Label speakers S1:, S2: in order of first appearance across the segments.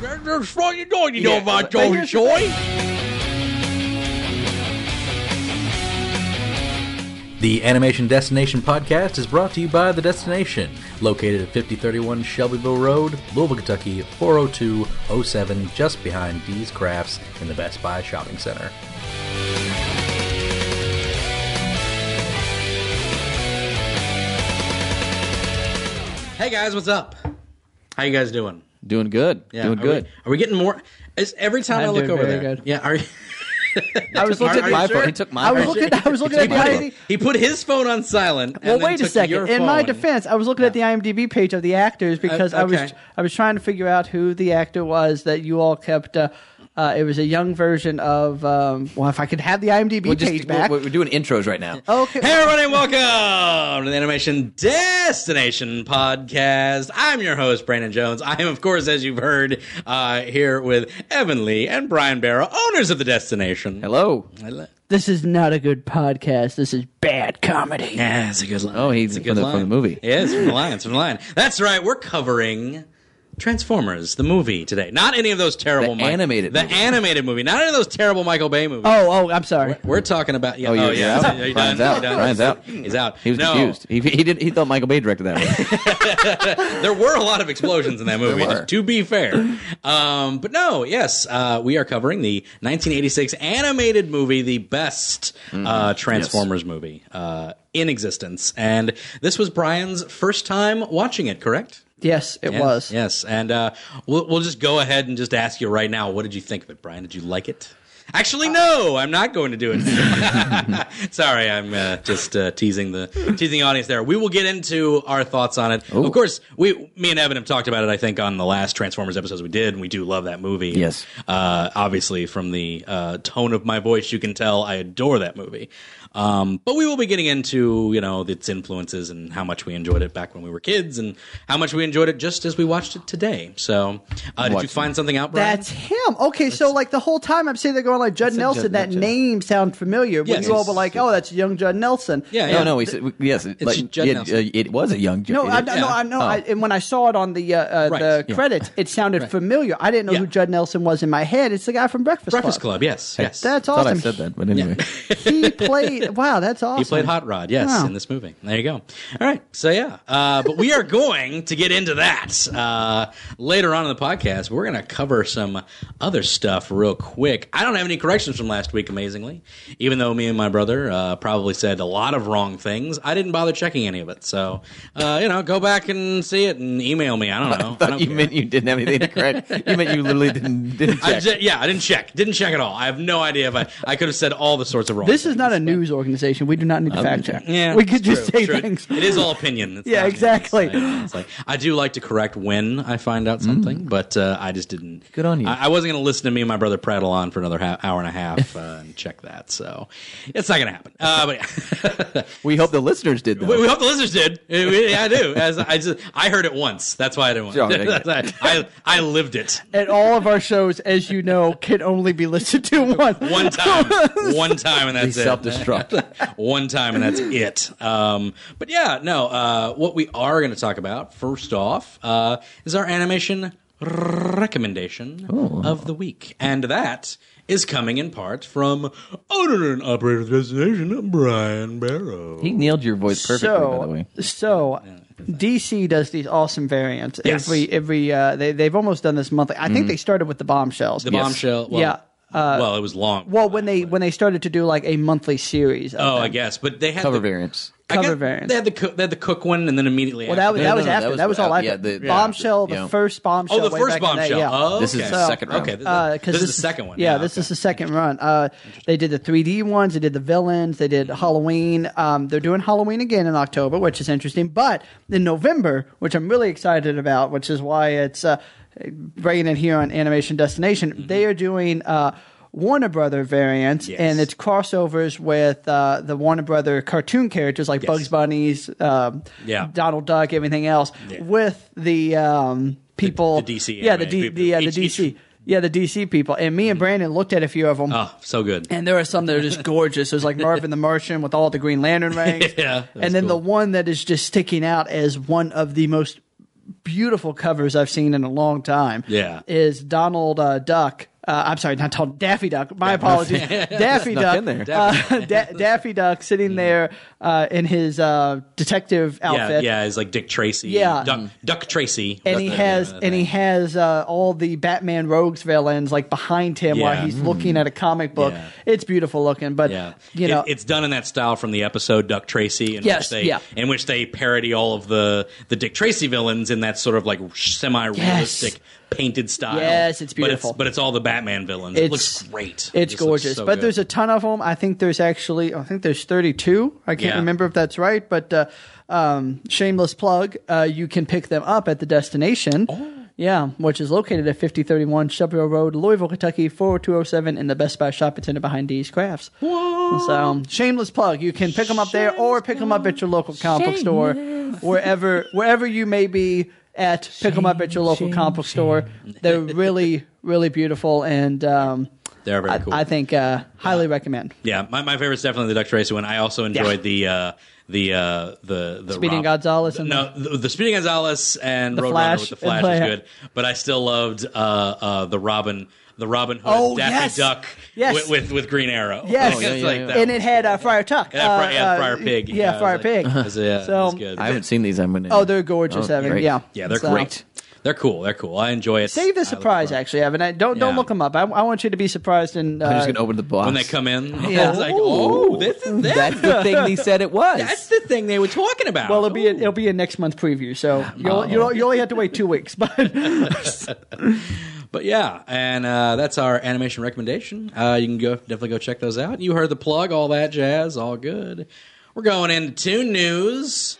S1: there's what you're doing, you know,
S2: Yeah,
S1: about
S2: but
S1: Joey
S2: here's the
S1: Soy.
S3: The Animation Destination podcast is brought to you by The Destination, located at 5031 Shelbyville Road, Louisville, Kentucky 40207, just behind D's Crafts in the Best Buy Shopping Center.
S1: Hey guys, what's up? How you guys doing?
S2: Doing good. doing
S1: are
S2: good.
S1: We, are we getting more? Is every time i
S4: I'm
S1: look
S4: doing
S1: over
S4: very
S1: there?
S4: good.
S1: Yeah. Are you,
S4: I was
S1: Took
S4: looking
S1: my-
S4: at
S1: are
S4: my
S1: you sure?
S4: phone.
S2: He took my
S4: I was
S2: phone.
S4: looking. I was looking at the
S2: my phone.
S4: IMDb.
S1: he put his phone on silent. and
S4: Well,
S1: then
S4: wait a
S1: took your
S4: second. In my
S1: phone.
S4: defense, I was looking at the IMDb page of the actors because I was
S1: okay.
S4: I was trying to figure out who the actor was that you all kept. Uh, uh, it was a young version of. Um, well, if I could have the IMDb
S2: We'll
S4: page
S2: just,
S4: back. Oh,
S2: we're, we're doing intros right now.
S4: okay.
S1: Hey everybody, welcome to the Animation Destination Podcast. I'm your host, Brandon Jones. I am, of course, as you've heard, uh, here with Evan Lee and Brian Barrow, owners of the Destination.
S2: Hello.
S1: Hello.
S4: This is not a good podcast. This is bad comedy.
S1: Yeah, it's a good line.
S2: Oh, he's
S1: It's a
S2: from
S1: good
S2: the-
S1: line.
S2: from the movie.
S1: Yeah, it's from the line. It's from the line. That's right. We're covering Transformers, the movie today. Not any of those terrible
S2: The animated
S1: the
S2: movie.
S1: animated movie. Not any of those terrible Michael Bay movies.
S4: Oh, oh, I'm sorry.
S1: We're talking about yeah.
S2: Oh, you're- you're
S1: yeah.
S2: out?
S1: Are you
S2: Brian's
S1: done? Are you
S2: out.
S1: done?
S2: Brian's out.
S1: He's out.
S2: He was
S1: No.
S2: confused. He, he didn't. He thought Michael Bay directed that one.
S1: there were a lot of explosions in that movie.
S2: were.
S1: to be fair, um, but no, yes, uh, we are covering the 1986 animated movie, the best uh, Transformers movie uh, in existence, and this was Brian's first time watching it. Correct?
S4: Yes, it
S1: Yes,
S4: was.
S1: Yes, and uh, we'll, we'll just go ahead and just ask you right now. What did you think of it, Brian? Did you like it? Actually, no. I'm not going to do it. Sorry, I'm uh, just uh, teasing the teasing the audience. There, we will get into our thoughts on it. Of course, we, me and Evan have talked about it. I think on the last Transformers episodes we did, and we do love that movie.
S2: Yes.
S1: uh, obviously from the uh, tone of my voice, you can tell I adore that movie. Um, but we will be getting into you know its influences and how much we enjoyed it back when we were kids, and how much we enjoyed it just as we watched it today. So, uh, did you
S2: Watching.
S1: find something out, Brian?
S4: That's him. Okay, so like the whole time I'm sitting there going like Judd
S2: It's a
S4: Nelson.
S2: Judd
S4: that
S2: Nelson.
S4: name sound familiar.
S1: Yes.
S4: when you all were like, oh, that's young Judd Nelson.
S1: yeah, yeah.
S2: No, no. He said, we- yes. It's
S1: Judd
S2: it,
S1: Nelson.
S2: uh, it was a young. Ju-
S4: No,
S2: it
S4: I,
S2: is.
S4: no, I know. I, and when I saw it on the uh, uh,
S1: Oh. Right.
S4: the
S1: Yeah.
S4: credits, it sounded familiar. I didn't know
S1: Yeah.
S4: who Judd Nelson was in my head. It's the guy from Breakfast,
S1: Breakfast Club. Yes, yes.
S4: That's
S2: I thought
S4: awesome.
S2: I said that, but anyway.
S4: he played. Wow, that's awesome.
S1: He played Hot Rod, yes,
S4: Wow.
S1: in this movie. There you go. All right, so yeah, uh, but we are going to get into that uh, later on in the podcast. We're going to cover some other stuff real quick. I don't have any corrections from last week, amazingly, even though me and my brother uh, probably said a lot of wrong things. I didn't bother checking any of it, so uh, you know, go back and see it and email me. I don't know. I
S2: Thought
S1: don't
S2: you
S1: care.
S2: meant you didn't have anything to correct. You meant you literally didn't. didn't
S1: I
S2: check.
S1: ju- yeah, I didn't check. Didn't check at all. I have no idea if I, I could have said all the sorts of wrong.
S4: This is
S1: things.
S4: not a news organization. We do not need to fact check.
S1: Um, Yeah,
S4: we could
S1: it's
S4: just
S1: true,
S4: say
S1: true.
S4: things.
S1: It is all opinion. It's
S4: Yeah,
S1: not-
S4: exactly. Mm.
S1: It's like, it's like- I do like to correct when I find out something, but uh, I just didn't.
S2: Good on you.
S1: I, I wasn't going to listen to me and my brother prattle on for another ha- hour and a half uh, and check that. So it's not going to happen. Uh, but yeah.
S2: We hope the listeners did. Though.
S1: We, we hope the listeners did. Uh, we- Yeah, I do. As I just, I heard it once. That's why I didn't
S2: Sure,
S1: want. it. I, I lived it
S4: And all of our shows, as you know, can only be listened to once.
S1: one time, one time, and that's it.
S2: self-destruct.
S1: one time and that's it. Um, but yeah, no. Uh, what we are going to talk about first off uh, is our animation recommendation
S2: Oh.
S1: of the week, and that is coming in part from owner and operator of the destination, Brian Barrow.
S2: He nailed your voice perfectly. by the
S4: So,
S2: way.
S4: so DC does these awesome variants.
S1: Yes. Mm-hmm.
S4: Every every uh, they they've almost done this monthly. I think they started with the bombshells.
S1: the bombshell. Well,
S4: Yeah. uh,
S1: well, it was long.
S4: Well, when they when they started to do like a monthly series. Of
S1: oh,
S4: them.
S1: I guess, but they had
S2: Cover
S1: the,
S2: variants.
S1: I guess
S4: Cover variant.
S1: They had the cook, they had the cook one, and then immediately
S4: Well, that was
S1: after
S2: no,
S4: that was
S2: no, that
S4: after.
S2: was
S4: That was all
S2: out-
S4: after.
S2: yeah, the-
S4: bombshell, the
S2: yeah.
S4: first bombshell.
S1: Oh, the
S4: way
S1: first
S4: back in the day,
S1: bombshell.
S4: yeah.
S1: Oh,
S2: This is
S1: okay.
S2: the second round.
S1: Okay, this,
S4: Uh,
S1: this, is the
S4: this
S1: second one.
S4: Yeah, this
S1: okay.
S4: is the second run. Uh, they did the 3D ones. They did the villains. They did Halloween. Um, they're doing Halloween again in October, which is interesting. But in November, which I'm really excited about, which is why it's uh, bringing it here on Animation Destination. They are doing. Uh, Warner Brother variants,
S1: Mm-hmm. Yes.
S4: and it's crossovers with uh, the Warner Brother cartoon characters like Bugs Bunny's, um,
S1: Yeah.
S4: Donald Duck, everything else,
S1: Yeah.
S4: with the um, people,
S1: the DC
S4: yeah, the,
S1: anime
S4: D,
S1: people.
S4: the, uh, the
S1: Each- each-
S4: DC, yeah, the DC people. And
S1: Mm-hmm.
S4: me and Brandon looked at a few of them.
S1: Oh, so good.
S4: And there are some that are just gorgeous. There's like Marvin the Martian with all the Green Lantern rings.
S1: Yeah, that was
S4: And then the
S1: cool.
S4: one that is just sticking out as one of the most beautiful covers I've seen in a long time.
S1: Yeah.
S4: is Donald uh, Duck. Uh, I'm sorry, not Donald Daffy Duck. My apologies, Daffy
S2: Snuck
S4: Duck.
S2: in there.
S4: Uh, da- Daffy Duck sitting there uh, in his uh,
S1: Mm.
S4: detective
S1: Yeah,
S4: outfit.
S1: yeah, it's like Dick Tracy.
S4: Yeah. Mm-hmm.
S1: Duck, Duck Tracy.
S4: And
S1: That's
S4: he
S1: the-
S4: has
S1: the
S4: and he
S1: thing.
S4: has uh, all the Batman Rogues villains like behind him
S1: Yeah. Mm-hmm.
S4: while he's looking at a comic book.
S1: Yeah.
S4: It's beautiful looking, but
S1: Yeah,
S4: you
S1: It-
S4: know
S1: it's done in that style from the episode Duck Tracy, in
S4: Yes,
S1: which they
S4: yeah.
S1: in which they parody all of the the Dick Tracy villains in that sort of like semi realistic
S4: Yes.
S1: painted style.
S4: Yes, it's
S1: But
S4: beautiful.
S1: it's, but it's all the Batman villains. it
S4: It's-
S1: looks great. It
S4: It's
S1: just looks
S4: gorgeous,
S1: so
S4: but
S1: good.
S4: there's a ton of them. I think there's actually, I think there's 32. I can't
S1: Yeah.
S4: remember if that's right, but uh, um, shameless plug, uh, you can pick them up at the destination.
S1: Oh.
S4: Yeah, which is located at 5031 Shelby Road, Louisville, Kentucky, 40207, in the Best Buy shop attended behind D's Crafts. So, um, shameless plug. You can pick them up there or pick them up at your local comic book store, wherever wherever you may be at. Pick them up at your local comic book store. They're really, really beautiful and. Um,
S1: They're very
S4: I,
S1: cool.
S4: I think uh, highly recommend.
S1: yeah, my, my favorite's definitely the Duck Tracy one. I also enjoyed the uh, the uh, the the
S4: Speedy
S1: Rob-
S4: Gonzales and
S1: no the, the Speedy Gonzalez and
S4: The
S1: Roadrunner
S4: Flash
S1: with the Flash
S4: and Play-
S1: was good, but I still loved uh, uh, the Robin the Robin Hood
S4: Oh,
S1: Daffy
S4: yes.
S1: Duck
S4: Yes.
S1: with, with with Green Arrow. Oh,
S4: Yes,
S1: It's
S2: yeah, yeah,
S1: like
S2: yeah.
S1: that
S4: and it had uh, Friar Tuck.
S1: Yeah,
S4: uh,
S1: fri- yeah,
S4: uh,
S1: Friar Pig.
S4: Yeah, Friar Pig.
S1: yeah,
S4: So-
S1: that's good.
S2: I haven't seen these. I'm gonna.
S4: Oh, they're gorgeous,
S2: Oh,
S4: Evan.
S2: great.
S4: Yeah,
S1: yeah, they're
S4: So-
S1: great. They're cool. They're cool. I enjoy it.
S4: Save
S1: I
S4: the
S1: look
S4: surprise,
S1: forward-
S4: actually, Evan. I- Don't don't
S1: Yeah.
S4: look them up. I, I want you to be surprised and uh,
S2: I'm just gonna open the box
S1: When they come in,
S4: Yeah.
S1: it's like, oh, this is this.
S2: That's the thing they said it was.
S1: That's the thing they were talking about.
S4: Well, it'll be a, it'll be a next month preview, so you'll,
S2: Oh.
S4: you'll you only have to wait two weeks. But
S1: But yeah, and uh, that's our animation recommendation. Uh, you can go definitely go check those out. You heard the plug, all that jazz, all good. We're going into Toon News.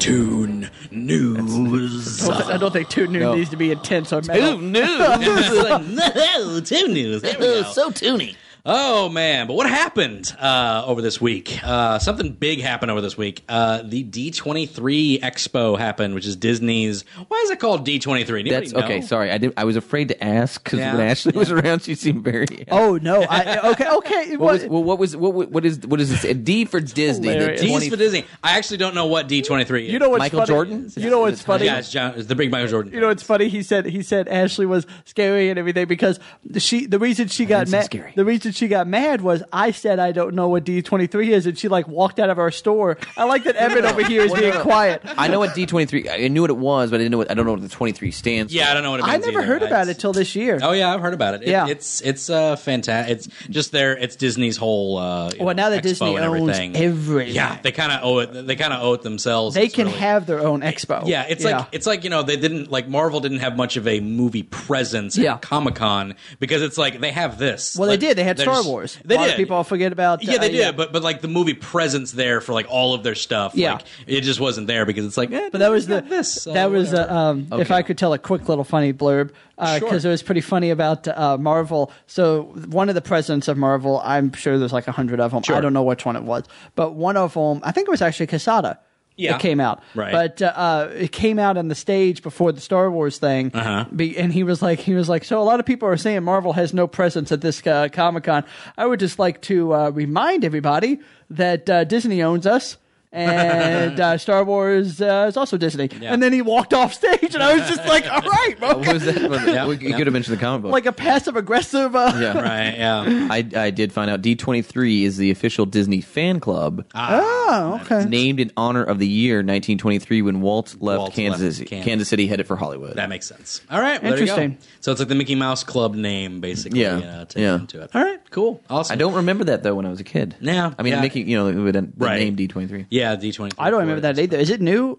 S1: Toon News.
S4: I don't think two noon
S2: No.
S4: needs to be intense or
S2: Who
S4: metal.
S2: knew?
S1: no, Toon News. There we go.
S2: so toony.
S1: Oh man! But what happened uh, over this week? Uh, something big happened over this week. Uh, the D twenty three Expo happened, which is Disney's. Why is it called D twenty three?
S2: That's okay. Sorry, I did. I was afraid to ask because
S1: Yeah.
S2: when Ashley was around, she seemed very.
S4: Oh no! I, okay, okay. It
S2: What
S4: was,
S2: was, well, what was what? What is what is this? A D for Disney. The
S4: hilarious.
S1: D's
S2: 20
S1: for Disney. I actually don't know what D twenty three.
S4: you know what's
S2: Michael
S4: funny?
S2: Jordan?
S4: You know what's funny?
S1: Yeah, it's, John, it's the big Michael Jordan.
S4: You know, it's funny. He said he said Ashley was scary and everything because she the reason she got
S2: didn't say
S4: mad
S2: scary.
S4: the reason she got mad was I said I don't know what D twenty three is and she like walked out of our store. I like that Evan over here is
S2: Well,
S4: being
S2: no, no.
S4: quiet.
S2: I know what D twenty three. I knew what it was, but I didn't know. What, I don't know what the twenty three stands.
S1: yeah, I don't know what it means.
S4: I never
S1: either.
S4: heard about
S1: I-
S4: it till this year.
S1: Oh yeah, I've heard about it. It-
S4: Yeah.
S1: it's it's uh fantastic. It's just their it's Disney's whole. Uh, you
S4: Well,
S1: know,
S4: now that
S1: expo
S4: Disney
S1: and
S4: owns
S1: everything.
S4: everything.
S1: Yeah, they kind of owe it. They kind of owe it themselves.
S4: they
S1: It's
S4: can
S1: really-
S4: have their own expo.
S1: Yeah, it's like it's like you know they didn't like Marvel didn't have much of a movie presence
S4: Yeah.
S1: at Comic Con because it's like they have this.
S4: well,
S1: Like,
S4: they did. They had
S1: they're
S4: Star
S1: just-
S4: Wars.
S1: They
S4: a lot
S1: did.
S4: Of people forget about.
S1: yeah,
S4: uh,
S1: they did. But but like the movie presence there for like all of their stuff.
S4: Yeah.
S1: like, it just wasn't there because it's like. Eh,
S4: But that was
S1: they
S4: the
S1: got this. so
S4: that was
S1: whatever.
S4: uh, um, if I could tell a quick little funny blurb because
S1: Sure.
S4: it was pretty funny about uh, Marvel. So one of the presidents of Marvel, I'm sure there's like a hundred of them. I don't know which one it was, but one of them, I think it was actually Casada.
S1: Yeah.
S4: It came out,
S1: Right.
S4: But uh, it came out on the stage before the Star Wars thing,
S1: Uh-huh.
S4: Be- and he was like, he was like, so a lot of people are saying Marvel has no presence at this uh, Comic Con. I would just like to uh, remind everybody that uh, Disney owns us. and uh, Star Wars uh, is also Disney. And then he walked off stage, and I was just like, "All right,
S2: What
S4: okay.
S2: was that? We- You could have mentioned the comic book.
S4: like a passive aggressive." Uh,
S2: yeah.
S1: right. Yeah.
S2: I, I did find out D twenty three is the official Disney fan club.
S1: Ah.
S4: Oh, okay.
S2: named in honor of the year 1923 when Walt left,
S1: Walt
S2: Kansas,
S1: left Kansas.
S2: Kansas. City headed for Hollywood.
S1: That makes sense. All right. Well, There you
S4: Interesting.
S1: go. So it's like the Mickey Mouse Club name, basically.
S2: Yeah.
S1: You know, taken
S2: Yeah.
S1: Into it. All right. Cool. Awesome.
S2: I don't remember that though when I was a kid.
S1: Yeah,
S2: I mean
S1: yeah.
S2: Mickey, you know, it would end the
S1: Right.
S2: name D23.
S1: Yeah, D twenty.
S4: I don't remember that either. Is it new?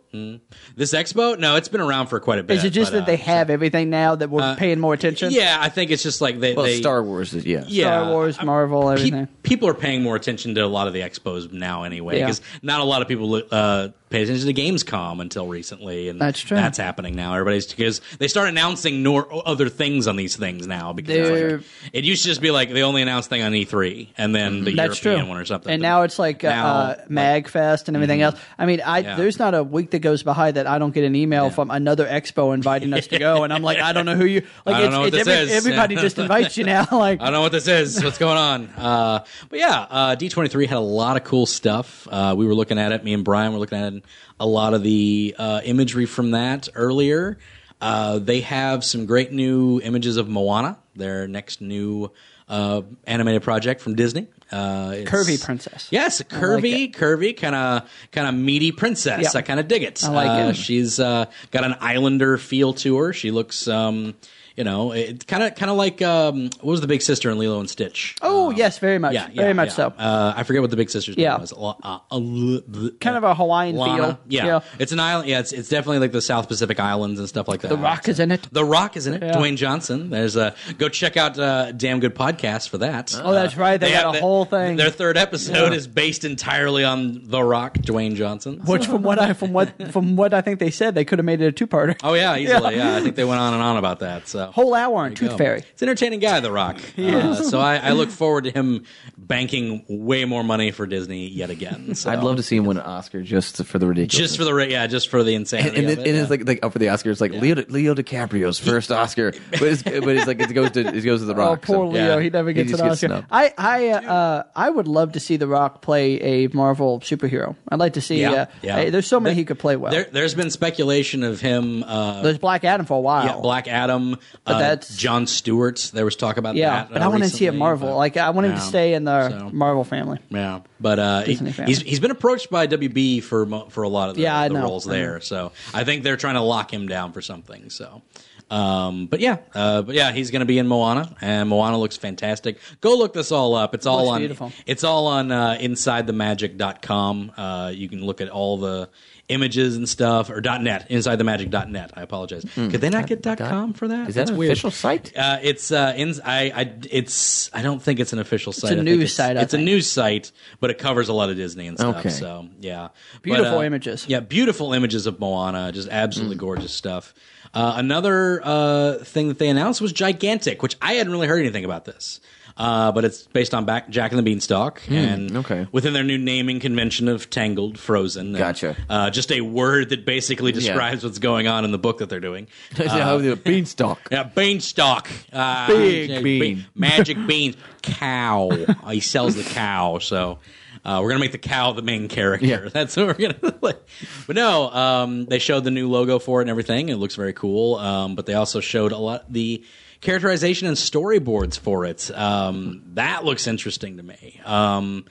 S1: This expo? No, it's been around for quite a bit.
S4: Is it just
S1: but,
S4: that they
S1: uh,
S4: have everything now that we're paying more attention?
S1: Yeah, I think it's just like they.
S2: Well,
S1: they
S2: Star Wars is yeah.
S1: yeah,
S4: Star Wars, Marvel,
S1: Pe-
S4: everything.
S1: people are paying more attention to a lot of the expos now, anyway,
S4: Yeah.
S1: because not a lot of people uh, pay attention to Gamescom until recently, and
S4: That's true.
S1: That's happening now. Everybody's because they start announcing nor- other things on these things now because it's like-
S4: They're-
S1: it used to just be like they only announced thing on E3, and then the
S4: That's
S1: European
S4: true.
S1: one or something.
S4: And
S1: But
S4: now it's like
S1: now, mm-hmm.
S4: uh, MagFest and everything else. I mean, I
S1: Yeah.
S4: there's not a week that goes by that I don't get an email from another expo inviting us to go, and I'm like, I don't know who you. Like,
S1: I don't
S4: it's,
S1: know what
S4: it's
S1: this is.
S4: everybody
S1: Yeah.
S4: just invites you now. Like,
S1: I don't know what this is. What's going on? Uh, but yeah, uh, D23 had a lot of cool stuff. Uh, we were looking at it. Me and Brian were looking at it, a lot of the uh, imagery from that earlier. Uh, they have some great new images of Moana, their next new uh, animated project from Disney. Uh, it's-
S4: Curvy princess.
S1: Yes, a curvy, curvy, kind of kind of meaty princess.
S4: Yeah.
S1: I kind of dig it.
S4: I like
S1: Uh,
S4: it.
S1: She's uh, got an islander feel to her. She looks, um, you know, it kind of kind of like um, what was the big sister in Lilo and Stitch?
S4: oh yes, very much,
S1: yeah, yeah,
S4: very much
S1: yeah.
S4: so.
S1: Uh, I forget what the big sister's
S4: Yeah.
S1: name was. L- uh, uh, l- l-
S4: kind of a Hawaiian
S1: Lana.
S4: feel.
S1: Yeah. it's an island. Yeah, it's, it's definitely like the South Pacific Islands and stuff like that.
S4: The Rock is in it.
S1: The Rock is in it.
S4: Yeah.
S1: Dwayne Johnson. There's a go check out uh, damn good podcast for that.
S4: Oh, that's right. They
S1: had
S4: got a whole thing.
S1: Their third episode is based entirely on The Rock, Dwayne Johnson.
S4: Which, from what I from what from what I think they said, they could have made it a two parter.
S1: Oh yeah, easily. Yeah. I think they went on and on about that. So
S4: Whole hour on Tooth
S1: go.
S4: Fairy.
S1: It's an entertaining guy, The Rock. Uh, so I, I look forward to him banking way more money for Disney yet again. So.
S2: I'd love to see him win an Oscar just for the ridiculous.
S1: just for the ra- yeah, just for the insanity.
S2: and, and,
S1: of
S2: it,
S1: it,
S2: and
S1: yeah.
S2: it's like like up for the Oscar. It's like Leo, Leo DiCaprio's first Oscar, but it's, but it's like it goes to it goes to the
S4: Oh,
S2: Rock.
S4: poor
S2: so-
S4: Leo.
S1: yeah.
S4: He never
S2: He
S4: gets
S2: just
S4: an
S2: gets
S4: Oscar.
S2: snubbed.
S4: I, I, uh, I would love to see The Rock play a Marvel superhero. I'd like to see.
S1: Yeah,
S4: uh,
S1: yeah.
S4: hey, there's so many he could play well.
S1: there, there's been speculation of him. Uh,
S4: there's Black Adam for a while.
S1: yeah, Black Adam, uh,
S4: that's-
S1: John Stewart. There was talk about
S4: Yeah,
S1: that.
S4: but
S1: uh,
S4: I want to see it
S1: recently,
S4: Marvel.
S1: but-
S4: Like I want him to
S1: Yeah.
S4: stay in the
S1: So-
S4: Marvel family.
S1: Yeah, but uh, he,
S4: Disney family.
S1: he's he's been approached by WB for mo- for a lot of the,
S4: Yeah, I
S1: the
S4: know.
S1: roles
S4: I know.
S1: there. So I think they're trying to lock him down for something. So, um, but yeah, uh, but yeah, he's going to be in Moana, and Moana looks fantastic. Go look this all up. It's all
S4: Looks
S1: on
S4: beautiful.
S1: it's all on uh, InsideTheMagic.com. Uh, you can look at all the images and stuff or .net InsideTheMagic.net. I apologize.
S4: Hmm.
S1: Could they not get .com for that?
S2: Is that
S1: That's
S2: an
S1: weird.
S2: official site?
S1: Uh, it's uh, in, I, I it's I don't think it's an official site.
S4: a
S1: I think
S4: news
S1: it's-
S4: site, I
S1: it's a
S4: think.
S1: news site, but it covers a lot of Disney and stuff.
S2: Okay.
S1: So yeah,
S4: Beautiful
S1: But, uh,
S4: images. Mm.
S1: Yeah, beautiful images of Moana. Just absolutely gorgeous stuff. Uh, another uh, thing that they announced was Gigantic, which I hadn't really heard anything about this. Uh, but it's based on back Jack and the Beanstalk,
S4: Hmm,
S1: and
S2: okay.
S1: within their new naming convention of Tangled, Frozen, and,
S2: Gotcha.
S1: Uh, just a word that basically describes what's going on in the book that they're doing.
S2: How the beanstalk.
S1: Yeah, beanstalk. Uh,
S2: Big
S1: yeah,
S2: bean.
S1: magic beans. Cow. Uh, he sells the cow, so uh, we're gonna make the cow the main character.
S2: Yeah.
S1: That's what we're gonna. Like. But no, um, they showed the new logo for it and everything. It looks very cool. Um, but they also showed a lot the characterization and storyboards for it. Um, that looks interesting to me. Um,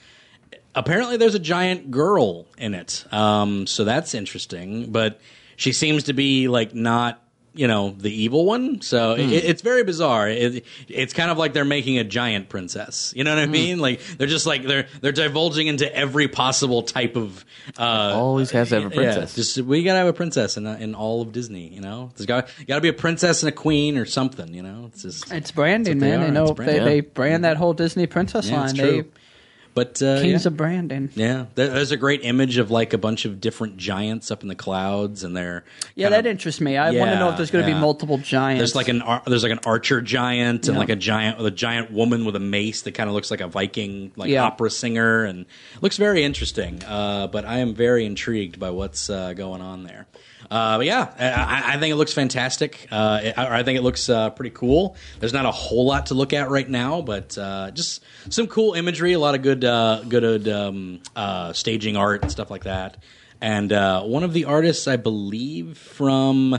S1: apparently there's a giant girl in it um, so that's interesting but she seems to be like not you know the evil one so
S2: Hmm.
S1: it, it's very bizarre it, it's kind of like they're making a giant princess you know
S2: Hmm.
S1: what i mean like they're just like they're they're divulging into every possible type of uh
S2: Always has to have a princess.
S1: yeah, just we gotta have a princess in, in all of disney you know there's got gotta be a princess and a queen or something you know it's just
S4: It's branding,
S1: That's what
S4: man.
S1: they
S4: They,
S1: are.
S4: know
S1: It's
S4: they,
S1: branding.
S4: they brand that whole Disney princess
S1: yeah,
S4: line.
S1: it's
S4: they
S1: true but uh,
S4: kings
S1: yeah.
S4: of branding.
S1: Yeah, there, there's a great image of like a bunch of different giants up in the clouds, and they're
S4: Yeah,
S1: kind
S4: that
S1: of-
S4: interests me. I want to
S1: Yeah,
S4: know if there's going to
S1: yeah.
S4: be multiple giants.
S1: There's like an ar- there's like an archer giant and
S4: Yeah.
S1: like a giant with a giant woman with a mace that kind of looks like a Viking like
S4: Yeah.
S1: opera singer and looks very interesting. Uh, but I am very intrigued by what's uh, going on there. Uh, but yeah, I, I- I think it looks fantastic. Uh, it- I, I think it looks uh, pretty cool. There's not a whole lot to look at right now, but uh, just some cool imagery, a lot of good uh, good um, uh, staging art and stuff like that. And uh, one of the artists, I believe, from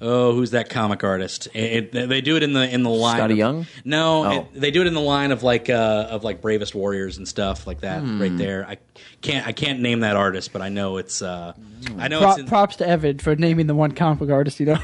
S1: oh, who's that comic artist? It, it- they do it in the in the line.
S2: Scotty
S1: of-
S2: Young?
S1: No,
S2: Oh.
S1: it- they do it in the line of like uh, of like bravest warriors and stuff like that. Right there, I can't I can't name that artist, but I know it's uh, I know
S4: Pro-
S1: it's in,
S4: props to Evid for naming the one comic book artist. You know,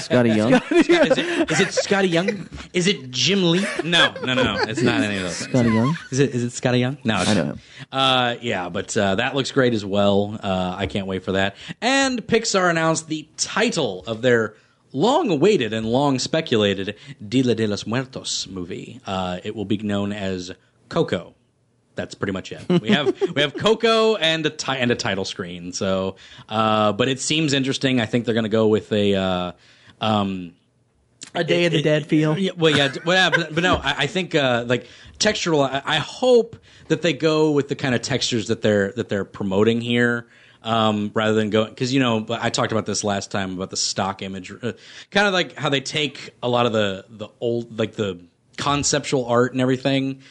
S2: Scotty Young.
S1: is it is it Scotty Young? Is it Jim Lee? No, no, no, no. It's not any of those. things.
S2: Scotty Young?
S1: Is it is it Scotty Young? No, it's
S2: I know him.
S1: Uh, yeah, but uh, that looks great as well. Uh, I can't wait for that. And Pixar announced the title of their long-awaited and long-speculated Dia de los Muertos movie. Uh, it will be known as Coco. That's pretty much it. We have we have Coco and a ti- and a title screen. So, uh, but it seems interesting. I think they're going to go with a. Uh, um,
S4: a Day of the Dead feel.
S1: Yeah, well, yeah, d- well, yeah, but, but no, I, I think uh, like textural. I, I hope that they go with the kind of textures that they're that they're promoting here, um, rather than going because you know but I talked about this last time about the stock image, uh, kind of like how they take a lot of the the old like the conceptual art and everything.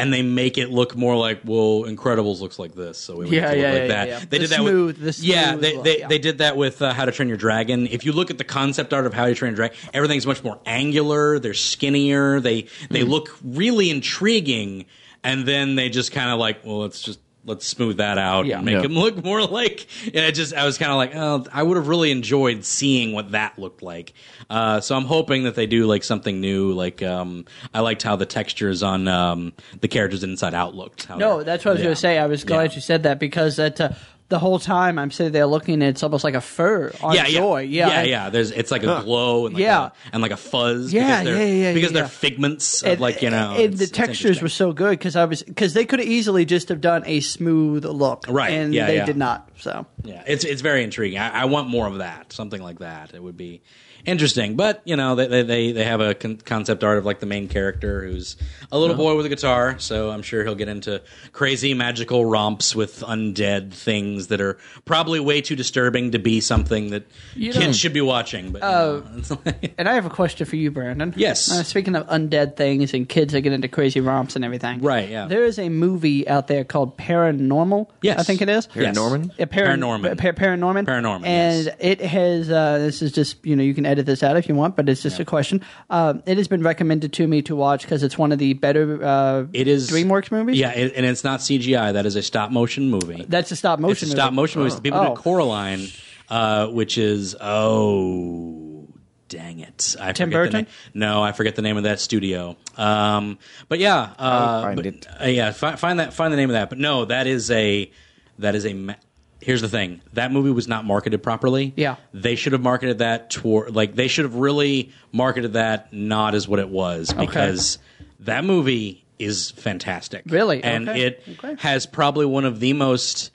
S1: And they make it look more like well, Incredibles looks like this, so we make
S4: Yeah,
S1: it look
S4: yeah,
S1: like
S4: yeah,
S1: that.
S4: yeah.
S1: They
S4: The
S1: did that
S4: smooth-
S1: with
S4: the
S1: yeah,
S4: smooth
S1: they,
S4: look,
S1: they,
S4: yeah.
S1: they did that with uh, How to Train Your Dragon. If you look at the concept art of How to Train Your Dragon, everything's much more angular. They're skinnier. They they
S4: Mm-hmm.
S1: look really intriguing, and then they just kind of like, well, let's just let's smooth that out
S4: Yeah.
S1: and make
S2: Yeah.
S1: them look more like. And I just I was kind of like, oh, I would have really enjoyed seeing what that looked like. Uh, so I'm hoping that they do like something new. Like um, I liked how the textures on um, the characters in Inside Out looked. How
S4: No,
S1: they're-
S4: that's what I was
S1: Yeah.
S4: going to say. I was glad
S1: Yeah.
S4: you said that because that uh, the whole time I'm sitting there looking, it's almost like a fur on joy. Yeah,
S1: yeah,
S4: I-
S1: yeah. There's it's like a glow and like
S4: Yeah.
S1: a, and like a fuzz.
S4: Yeah,
S1: because they're,
S4: yeah, yeah,
S1: Because
S4: yeah,
S1: they're
S4: yeah.
S1: figments, of
S4: And-
S1: like you know,
S4: and
S1: it's-
S4: the
S1: it's
S4: textures were
S1: interesting.
S4: so good because I was because they could easily just have done a smooth look,
S1: Right,
S4: And
S1: yeah,
S4: they
S1: yeah.
S4: did not. So
S1: yeah, it's it's very intriguing. I, I want more of that, something like that. It would be interesting, but you know, they they they, they have a con- concept art of like the main character who's a
S4: Oh.
S1: little boy with a guitar, so I'm sure he'll get into crazy magical romps with undead things that are probably way too disturbing to be something that
S4: know-
S1: kids should be watching. But you
S4: Oh.
S1: know, it's like-
S4: And I have a question for you, Brandon.
S1: Yes.
S4: Uh, speaking of undead things and kids that get into crazy romps and everything.
S1: Right, yeah.
S4: There is a movie out there called Paranormal.
S1: Yes.
S4: I think it is.
S1: Yes.
S2: Paranorman?
S4: Yeah, para-
S1: Paranorman.
S4: pa- Paranorman.
S1: Paranorman,
S4: And
S1: yes.
S4: it has, uh, this is just, you know, you can edit this out if you want, but it's just a question. Um, it has been recommended to me to watch because it's one of the better uh,
S1: It is
S4: DreamWorks movies.
S1: Yeah, it, and it's not CGI. That is a stop motion movie.
S4: That's a stop motion
S1: it's a
S4: movie.
S1: stop motion movie. It's The people
S4: Oh.
S1: did Coraline, uh, which is oh dang it! I
S4: Tim
S1: forget
S4: Burton?
S1: The name. No, I forget the name of that studio. Um, but yeah, uh,
S2: find
S1: but-
S2: it.
S1: uh, yeah, fi- find that. Find the name of that. But no, that is a that is a. Ma- Here's the thing: that movie was not marketed properly.
S4: Yeah.
S1: they should have marketed that toward like they should have really marketed that not as what it was because that movie is fantastic.
S4: Really?
S1: and
S4: Okay.
S1: it
S4: Okay.
S1: has probably one of the most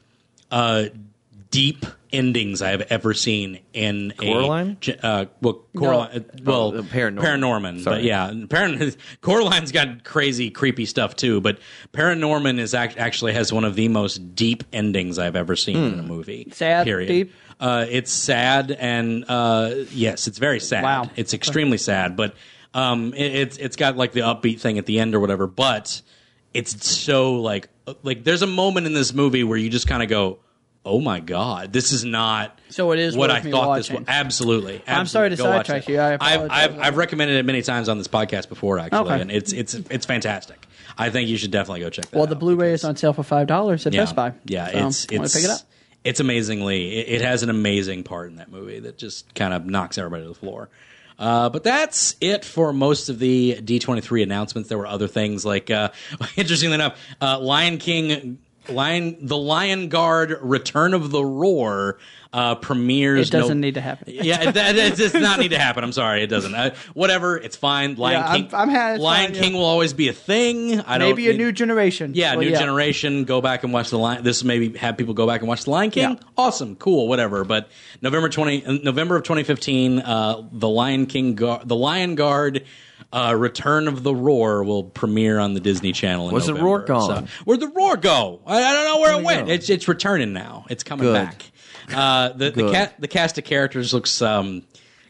S1: uh, deep endings I have ever seen in
S2: Coraline?
S1: a ge- uh, well Coraline uh, well
S2: Oh, Paranorman.
S1: Paranorman but
S2: Sorry.
S1: yeah Paran- Coraline's got crazy creepy stuff too but Paranorman is act- actually has one of the most deep endings I've ever seen in a movie
S4: Sad,
S1: period
S4: deep?
S1: uh, it's sad and uh, yes it's very sad
S4: Wow.
S1: it's extremely sad but um, it, it's it's got like the upbeat thing at the end or whatever but it's so like uh, like there's a moment in this movie where you just kind of go oh my god this is not
S4: So it is
S1: what i
S4: worth me
S1: thought this
S4: watching.
S1: was absolutely,
S4: I'm sorry to
S1: absolutely. Go watch
S4: sidetrack
S1: it.
S4: you. I
S1: I've,
S4: apologize.
S1: I've, I've recommended it many times on this podcast before actually
S4: Okay.
S1: and it's it's it's fantastic i think you should definitely go check that
S4: Well, the
S1: out
S4: Blu-ray
S1: because-
S4: is on sale for five dollars at Best Buy.
S1: yeah,
S4: So,
S1: it's
S4: wanna
S1: it's
S4: pick it up.
S1: it's amazingly. It, it has an amazing part in that movie that just kind of knocks everybody to the floor. Uh, but that's it for most of the D23 announcements. There were other things like, uh, interestingly enough, uh, Lion King, Lion, the Lion Guard, Return of the Roar uh, premieres.
S4: It doesn't
S1: no-
S4: need to happen.
S1: yeah, it, that, it does not need to happen. I'm sorry, it doesn't. Uh, whatever, it's fine. Lion
S4: Yeah, I'm-
S1: King,
S4: I'm ha- it's
S1: Lion
S4: fine, yeah.
S1: King will always be a thing. I don't
S4: Maybe a
S1: need-
S4: new generation.
S1: yeah,
S4: Well,
S1: new generation. Go back and watch the Lion. This maybe have people go back and watch the Lion King.
S4: Yeah.
S1: Awesome, cool, whatever. But November twenty, uh, November of twenty fifteen, uh, the Lion King, Gu- the Lion Guard, uh, Return of the Roar will premiere on the Disney Channel. In
S2: Where's the
S1: November.
S2: roar gone?
S1: where'd the Roar go? I, I don't know where it went.
S2: go?
S1: It's it's returning now. It's coming
S2: Good.
S1: back. Uh, the the,
S2: Good.
S1: cat, the cast of characters looks. Um,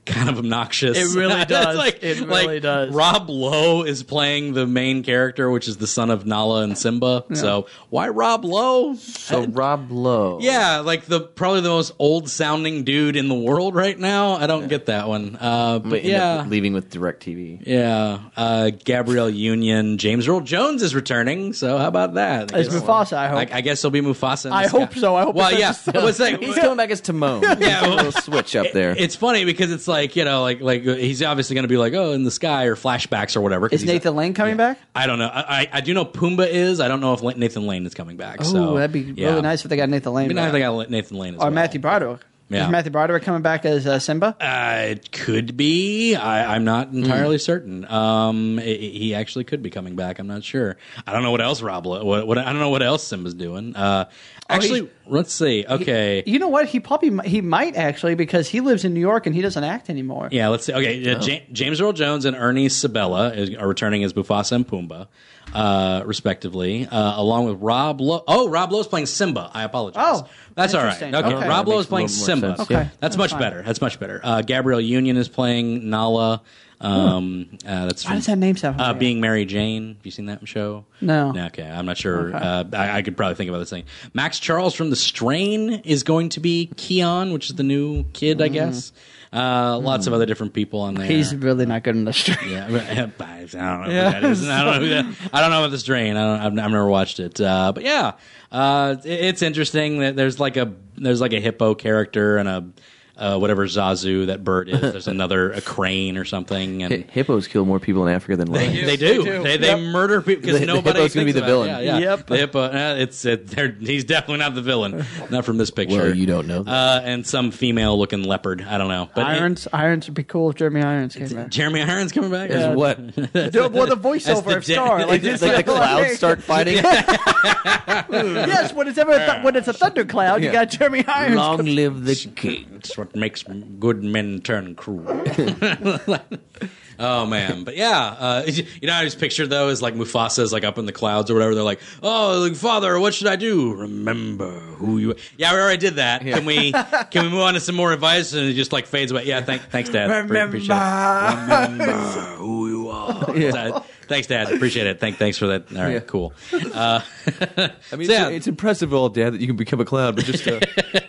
S1: Kind of obnoxious.
S4: It really
S1: It's
S4: does.
S1: like,
S4: It
S1: like
S4: really does.
S1: Rob Lowe is playing the main character, which is the son of Nala and Simba. So why Rob Lowe?
S2: So Rob Lowe.
S1: Yeah, like the probably the most old sounding dude in the world right now. I don't get that one. Uh,
S2: But
S1: but
S2: end up
S1: yeah,
S2: leaving with DirecTV.
S1: yeah. Uh, Gabrielle Union, James Earl Jones is returning. So how about that? I
S4: As
S1: guess-
S4: Mufasa, I hope.
S1: I, I guess he'll be Mufasa. in
S4: I
S1: this
S4: hope
S1: guy.
S4: so. I hope
S1: Well,
S4: it's
S1: yeah.
S4: not
S1: It was like,
S2: He's coming back as Timon.
S1: Yeah,
S2: He's a
S1: well-
S2: little switch up there.
S1: It's funny because it's like you know, like like he's obviously going to be like, oh, in the sky or flashbacks or whatever. 'cause
S4: Is
S1: he's a-
S4: Nathan Lane coming back?
S1: I don't know. I, I, I do know Pumbaa is. I don't know if La- Nathan Lane is coming back. so
S4: Ooh, that'd be
S1: yeah.
S4: really nice if they got Nathan Lane.
S1: It'd be nice
S4: back.
S1: if they got La- Nathan Lane as
S4: or
S1: well.
S4: Matthew Broderick.
S1: Yeah.
S4: Is Matthew Broderick coming back as uh, Simba?
S1: Uh, it could be. I, I'm not
S4: Hmm.
S1: entirely certain. Um, i i- he actually could be coming back. I'm not sure. I don't know what else Rob. What, what I don't know what else Simba's doing. Uh,
S4: Oh,
S1: actually, let's see. Okay.
S4: You know what? He probably mi- he might actually because he lives in New York and he doesn't act anymore.
S1: yeah, let's see. Okay,
S4: Oh.
S1: uh, Ja- James Earl Jones and Ernie Sabella is, are returning as Mufasa and Pumbaa, uh, respectively, uh, along with Rob Lowe. Oh, Rob Lowe's playing Simba. I apologize.
S4: Oh,
S1: that's all right. Okay,
S4: interesting. Okay.
S1: Rob
S2: That
S1: Lowe's
S2: makes a
S1: playing
S2: little more
S1: Simba.
S2: sense,
S4: Okay. yeah.
S1: that's
S4: That's
S1: much
S4: fine.
S1: better. That's much better. Uh, Gabrielle Union is playing Nala. Um, uh, that's
S4: Why does that name sound
S1: Uh,
S4: familiar?
S1: being Mary Jane. Have you seen that show?
S4: No.
S1: Okay, I'm not sure. Uh, I, I could probably think about this thing. Max Charles from The Strain is going to be Keon, which is the new kid, I guess. Uh, lots of other different people on there.
S4: Mm-hmm. He's really not good in the street.
S1: yeah, but I don't know who that is. I don't know who that. I don't know about the strain. I don't, I've, I've never watched it. Uh, but yeah, uh, it- it's interesting that there's like a there's like a hippo character and a uh, whatever Zazu that bird is. There's another a crane or something. And
S2: Hi- hippos kill more people in Africa than lions.
S1: they do. They
S4: do.
S1: They, murder people
S2: The-
S1: because
S2: the
S1: nobody.
S2: hippo's gonna be
S1: thinks
S2: the
S1: about it.
S2: villain.
S1: Yeah, yeah.
S4: Yep.
S1: The hippo. Uh, it's it, they're- he's definitely not the villain. Not from this picture.
S2: Well, you don't know that.
S1: Uh, and some female looking leopard. I don't know. But
S4: Irons, Irons would be cool if Jeremy Irons came back.
S1: Jeremy Irons coming back.
S2: Is what?
S4: Dude, well, the
S1: That's the
S4: voiceover of
S1: gen-
S4: Star, like,
S2: It's
S4: this
S2: like the
S4: is what I
S2: clouds
S4: mean.
S2: start fighting.
S4: Yes, when it's ever a th- when it's a thundercloud,
S2: Yeah.
S4: you got Jeremy Irons.
S2: Long live the king.
S1: It's what makes good men turn cruel. oh man, but yeah, uh, you know, I just picture though is like Mufasa's like up in the clouds or whatever. They're like, "Oh, like, father, what should I do? Remember who you." Yeah, we already did that. Can we can we move on to some more advice? And it just like fades away. Yeah, thank, thanks, Dad. Pre- appreciate it. Remember who you are. So, thanks, Dad. Appreciate it. Thank, thanks for that. All right,
S2: Yeah.
S1: cool. Uh,
S2: I mean,
S1: So,
S2: it's,
S1: yeah.
S2: it's impressive, all dad, that you can become a cloud, but just, uh,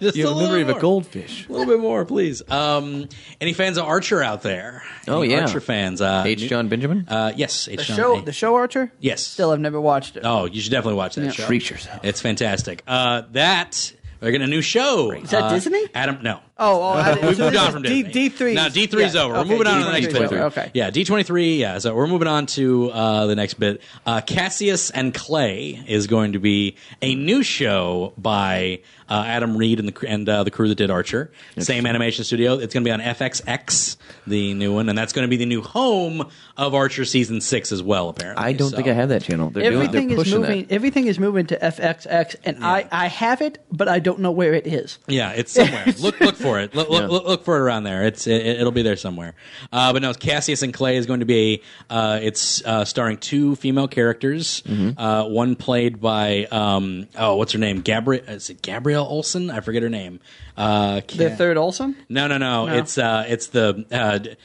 S1: Just
S2: you
S1: a
S2: have a memory
S1: little
S2: of a
S1: more.
S2: goldfish.
S1: A little bit more, please. Um, any fans of Archer out there?
S2: Oh,
S1: Any
S2: yeah.
S1: Archer fans. Uh,
S2: H.
S1: new-
S2: John Benjamin.
S1: Uh, yes, H.
S4: The
S1: John.
S4: show,
S1: Hey.
S4: the show Archer.
S1: yes.
S4: Still, I've never watched it.
S1: oh, you should definitely watch that
S4: Yeah.
S1: show.
S2: Treat yourself.
S1: It's fantastic. Uh, that they're getting a new show. Is
S4: that Disney?
S1: Adam, no.
S4: Oh, oh I,
S1: We moved on from Disney.
S4: D three.
S1: No, D three is over. We're moving on to the next bit.
S4: Okay.
S1: Yeah, D twenty three. Yeah, so we're moving on to uh, the next bit. Uh, Cassius and Clay is going to be a new show by uh, Adam Reed and the cr- and uh, the crew that did Archer. Same animation studio. It's going to be on FXX, the new one, and that's going to be the new home of Archer season six as well. Apparently,
S2: I don't
S1: So-
S2: think I have that channel. They're, doing, they're
S4: Everything is
S2: pushing
S4: moving. Everything is moving to FXX, and I, I have it, but I don't know where it is.
S1: Yeah, it's somewhere. look, look for it. Look,
S2: Yeah.
S1: look, look- look for it around there. It's it, it'll be there somewhere. Uh, but no, Cassius and Clay is going to be. a- Uh, it's uh, starring two female characters. Uh, one played by um, oh, what's her name? Gabrielle. Is it Gabrielle Olson? I forget her name. Uh,
S4: The
S1: Ca-
S4: third Olsen.
S1: no, no, no,
S4: No.
S1: It's uh, it's the. Uh, d-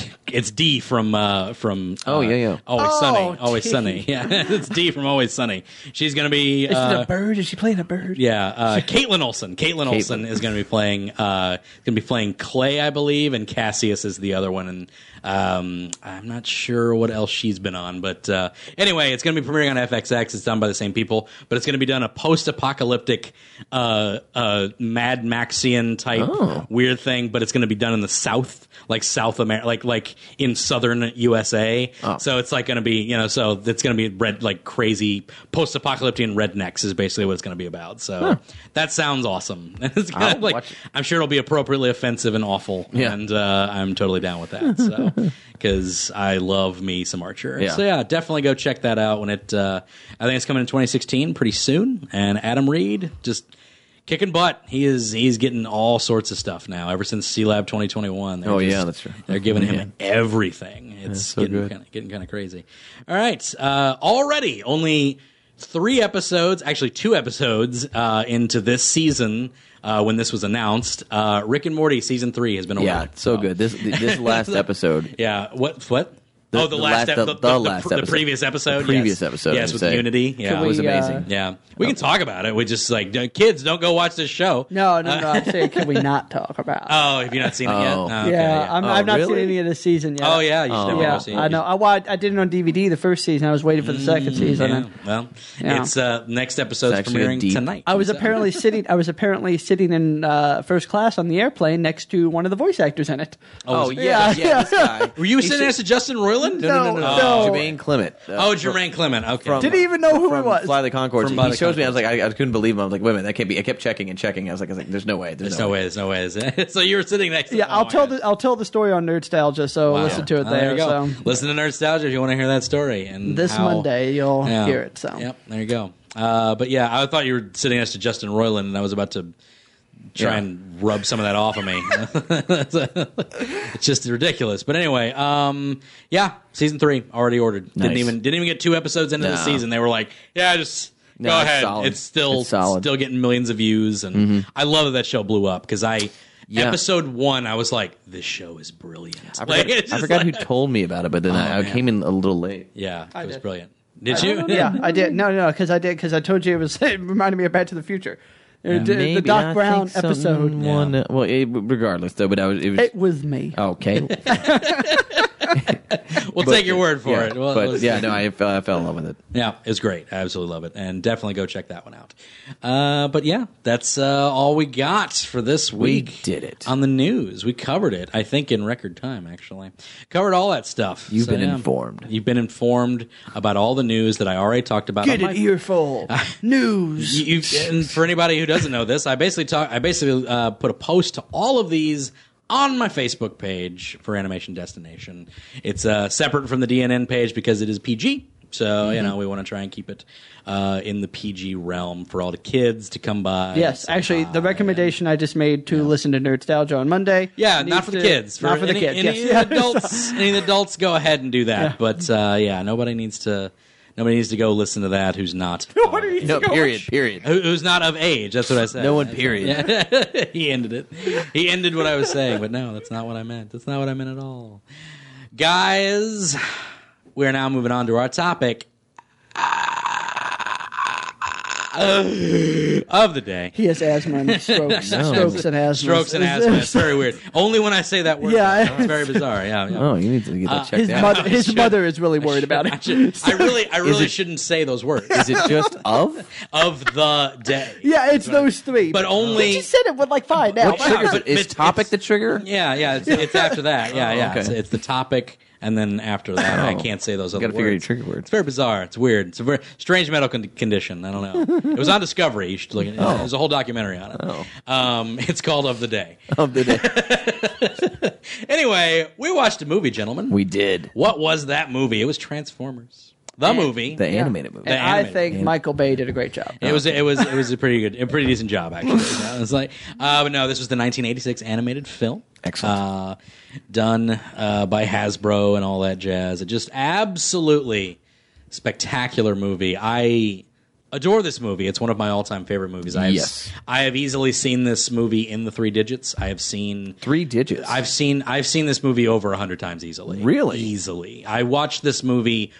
S1: it's D from uh, from
S2: Oh,
S1: uh,
S2: yeah, yeah.
S1: Always
S4: Oh,
S1: Sunny Always
S4: gee.
S1: Sunny yeah it's D from Always Sunny she's gonna be
S4: Is
S1: uh,
S4: it a bird? Is she playing a bird?
S1: yeah, uh, Caitlin Olsen. Caitlin Olsen is going to be playing uh, going to be playing Clay, I believe, and Cassius is the other one. And um, I'm not sure what else she's been on, but uh, anyway, it's going to be premiering on FXX. It's done by the same people, but it's going to be done a post-apocalyptic, uh, uh, Mad Maxian type weird thing. But it's going to be done in the South, like South America, like like in Southern USA.
S2: Oh.
S1: So it's like going to be you know, so it's going to be red like crazy post-apocalyptic rednecks is basically what it's going to be about. So that sounds awesome. it's kind
S2: I'll
S1: of like
S2: watch it.
S1: I'm sure it'll be appropriately offensive and awful,
S2: Yeah.
S1: and uh, I'm totally down with that. So because I love me some Archer,
S2: Yeah.
S1: so yeah, definitely go check that out when it. Uh, I think it's coming in 2016 pretty soon, and Adam Reed just. Kicking butt, he is he's getting all sorts of stuff now. Ever since C Lab 2021, they're
S2: Oh, yeah,
S1: just-
S2: that's true.
S1: They're giving him everything. It's
S2: so
S1: getting
S2: good.
S1: kind of getting kind of crazy. All right, uh, already only three episodes, actually two episodes uh, into this season. Uh, when this was announced, uh, Rick and Morty season three has been
S2: that.
S1: away.
S2: Yeah, it's so good. This this last episode.
S1: Yeah. What? What?
S2: The-
S1: oh, the,
S2: the
S1: last,
S2: last- e-,
S1: ep-
S2: the-
S1: the,
S2: the last
S1: the
S2: episode.
S1: previous episode,
S2: The previous
S1: yes.
S2: episode,
S1: yes,
S2: I'd
S1: with
S2: say.
S1: Unity,
S2: It
S1: yeah,
S4: we,
S2: was amazing.
S4: uh,
S1: yeah. We can talk about it. We just like uh, kids don't go watch this show. Uh,
S4: No, no, no. I'm saying, can we not talk about? it?
S1: Oh, have you not seen it yet?
S2: Oh.
S1: okay,
S4: yeah, I'm,
S1: yeah.
S4: I've not seen
S2: really?
S4: any of the season yet.
S1: Oh yeah, you should
S2: Oh.
S1: definitely
S4: Yeah,
S1: go see it. Mm,
S4: I know. I, wa- I did it on DVD the first season. I was waiting for the second season.
S1: Yeah,
S4: and
S1: well,
S4: Yeah.
S1: it's uh, next episode's
S2: It's actually a
S1: premiering
S2: deep-
S1: tonight.
S4: I was
S1: So-
S4: apparently sitting. I was apparently sitting in uh, first class on the airplane next to one of the voice actors in it.
S1: Oh,
S2: yeah,
S4: yeah.
S2: yeah, this guy.
S1: Were you sitting next to Justin Roiland Timberland?
S2: No, no, no, no. no.
S4: No, no.
S2: Jermaine Clement. uh,
S1: Oh, Jermaine Clement. Okay.
S2: from- uh,
S4: Didn't even know who
S2: from
S4: he was.
S2: Fly the Concords.
S1: From
S2: He
S1: Fly the
S2: shows me. I was like, I, I couldn't believe him. I was like, wait a minute, that can't be. I kept checking and checking. I was like, I was like, there's no way. There's,
S1: There's
S2: no,
S1: no way. There's no way. so you were sitting next. to
S4: yeah,
S1: oh
S4: I'll
S1: my
S4: tell
S1: God.
S4: the I'll tell the story on Nerdstalgia. So
S1: Wow.
S4: listen to it
S1: Oh,
S4: there.
S1: you go.
S4: so.
S1: Listen to Nerdstalgia if you want to hear that story. And
S4: This
S1: how-
S4: Monday you'll
S1: Yeah.
S4: hear it. So
S1: Yep, there you go. Uh, but yeah, I thought you were sitting next to Justin Roiland, and I was about to try
S2: Yeah.
S1: and rub some of that off of me. it's just ridiculous. But anyway, um, yeah, season three already ordered. Didn't
S2: Nice.
S1: even didn't even get two episodes into the
S2: No.
S1: season. They were like, yeah, just.
S2: No,
S1: Go
S2: it's
S1: ahead.
S2: solid.
S1: It's still
S2: It's solid. Mm-hmm.
S1: still getting millions of views, and I love that that show blew up because I
S2: Yeah.
S1: episode one I was like, this show is brilliant.
S2: I
S1: Like,
S2: forgot,
S1: it's
S2: I
S1: just
S2: forgot
S1: like-
S2: who told me about it, but then I, I
S1: man.
S2: came in a little late.
S1: Yeah, it was
S4: did.
S1: brilliant. Did you?
S4: yeah, I did. No, no, because I did because I told you it was it reminded me of Back to the Future, Uh, d-
S2: Maybe,
S4: the
S2: I
S4: Doc
S2: think
S4: Brown
S2: something
S4: episode.
S2: One, Well, it, regardless though, but I was. It was
S4: It was me.
S1: Oh.
S2: okay.
S1: We'll take your word for
S2: yeah,
S1: it. We'll- we'll
S2: but
S1: see.
S2: yeah, no, I, fell- I fell in love with it.
S1: Yeah, it's great. I absolutely love it, and definitely go check that one out. Uh, but yeah, that's uh, all we got for this week.
S2: did it.
S1: on the news. We covered it, I think, in record time. Actually, covered all that stuff.
S2: You've been informed.
S1: You've been informed about all the news that I already talked about.
S4: Get
S1: on
S4: an
S1: my-
S4: earful. News.
S1: you, you- and for anybody who doesn't know this, I basically talk. I basically uh, put a post to all of these on my Facebook page for Animation Destination. It's uh, separate from the DNN page because it is PG. So
S4: Mm-hmm.
S1: you know we want to try and keep it uh, in the PG realm for all the kids to come by.
S4: Yes,
S1: So-
S4: actually, the recommendation I just made to listen to Nerdstalgia on Monday.
S1: Yeah,
S4: needs
S1: not for the
S4: to-
S1: kids.
S4: not for the
S1: any-
S4: kids.
S1: Any,
S4: yes.
S1: of the adults, any of the adults, go ahead and do that. But uh, yeah, nobody needs to. Nobody needs to go listen to that. Who's not?
S4: What are you
S2: No,
S4: going-
S2: period. Period.
S1: Who, who's not of age? That's what I said.
S2: No one. Period.
S1: he ended it. He ended what I was saying, but no, that's not what I meant. That's not what I meant at all. Guys, we're now moving on to our topic uh, of the day.
S4: He has asthma and strokes, strokes and asthma.
S1: Strokes and asthma. It's very weird. Only when I say that word.
S4: Yeah,
S1: though. it's very bizarre. Yeah, yeah.
S2: Oh, you need to get that checked
S4: Uh, His
S2: out.
S4: mother, his
S1: should-
S4: mother is really worried about
S1: I,
S4: it.
S1: should- I really, I really
S2: it-
S1: shouldn't say those words
S2: Is it just of?
S1: of the day.
S4: yeah, it's those three.
S1: But only-
S4: But you said it with like five now.
S1: What
S4: Why
S1: triggers
S4: not?
S2: Triggers
S1: but-
S2: it. Is
S1: but
S2: topic
S1: it's-
S2: the trigger?
S1: Yeah, yeah. It's, it's after that. Yeah, yeah. It's,
S2: Oh, okay.
S1: it's the topic, and then after that, I
S2: Oh.
S1: can't say those
S2: You
S1: other
S2: gotta figure
S1: words.
S2: out your trigger words.
S1: It's very bizarre. It's weird. It's a very strange medical con- condition. I don't know. it was on Discovery. You should look at it.
S2: Oh.
S1: There's a whole documentary on it. Um, it's called Of the Day.
S2: Of the day.
S1: Anyway, we watched a movie, gentlemen.
S2: We did
S1: what was that movie? It was Transformers. The movie.
S2: the animated movie.
S1: The
S4: And I
S1: animated
S4: think Michael Bay did a great job.
S1: It was it was it was a pretty good, a pretty decent job actually. It was like, uh, but no, this was the 1986 animated film,
S2: Excellent.
S1: uh, done uh, by Hasbro and all that jazz. It just absolutely spectacular movie. I adore this movie. It's one of my all time favorite movies. I have,
S2: Yes.
S1: I have easily seen this movie in the three digits. I have seen
S2: Three digits.
S1: I've seen I've seen this movie over a hundred times easily.
S2: Really?
S1: Easily. I watched this movie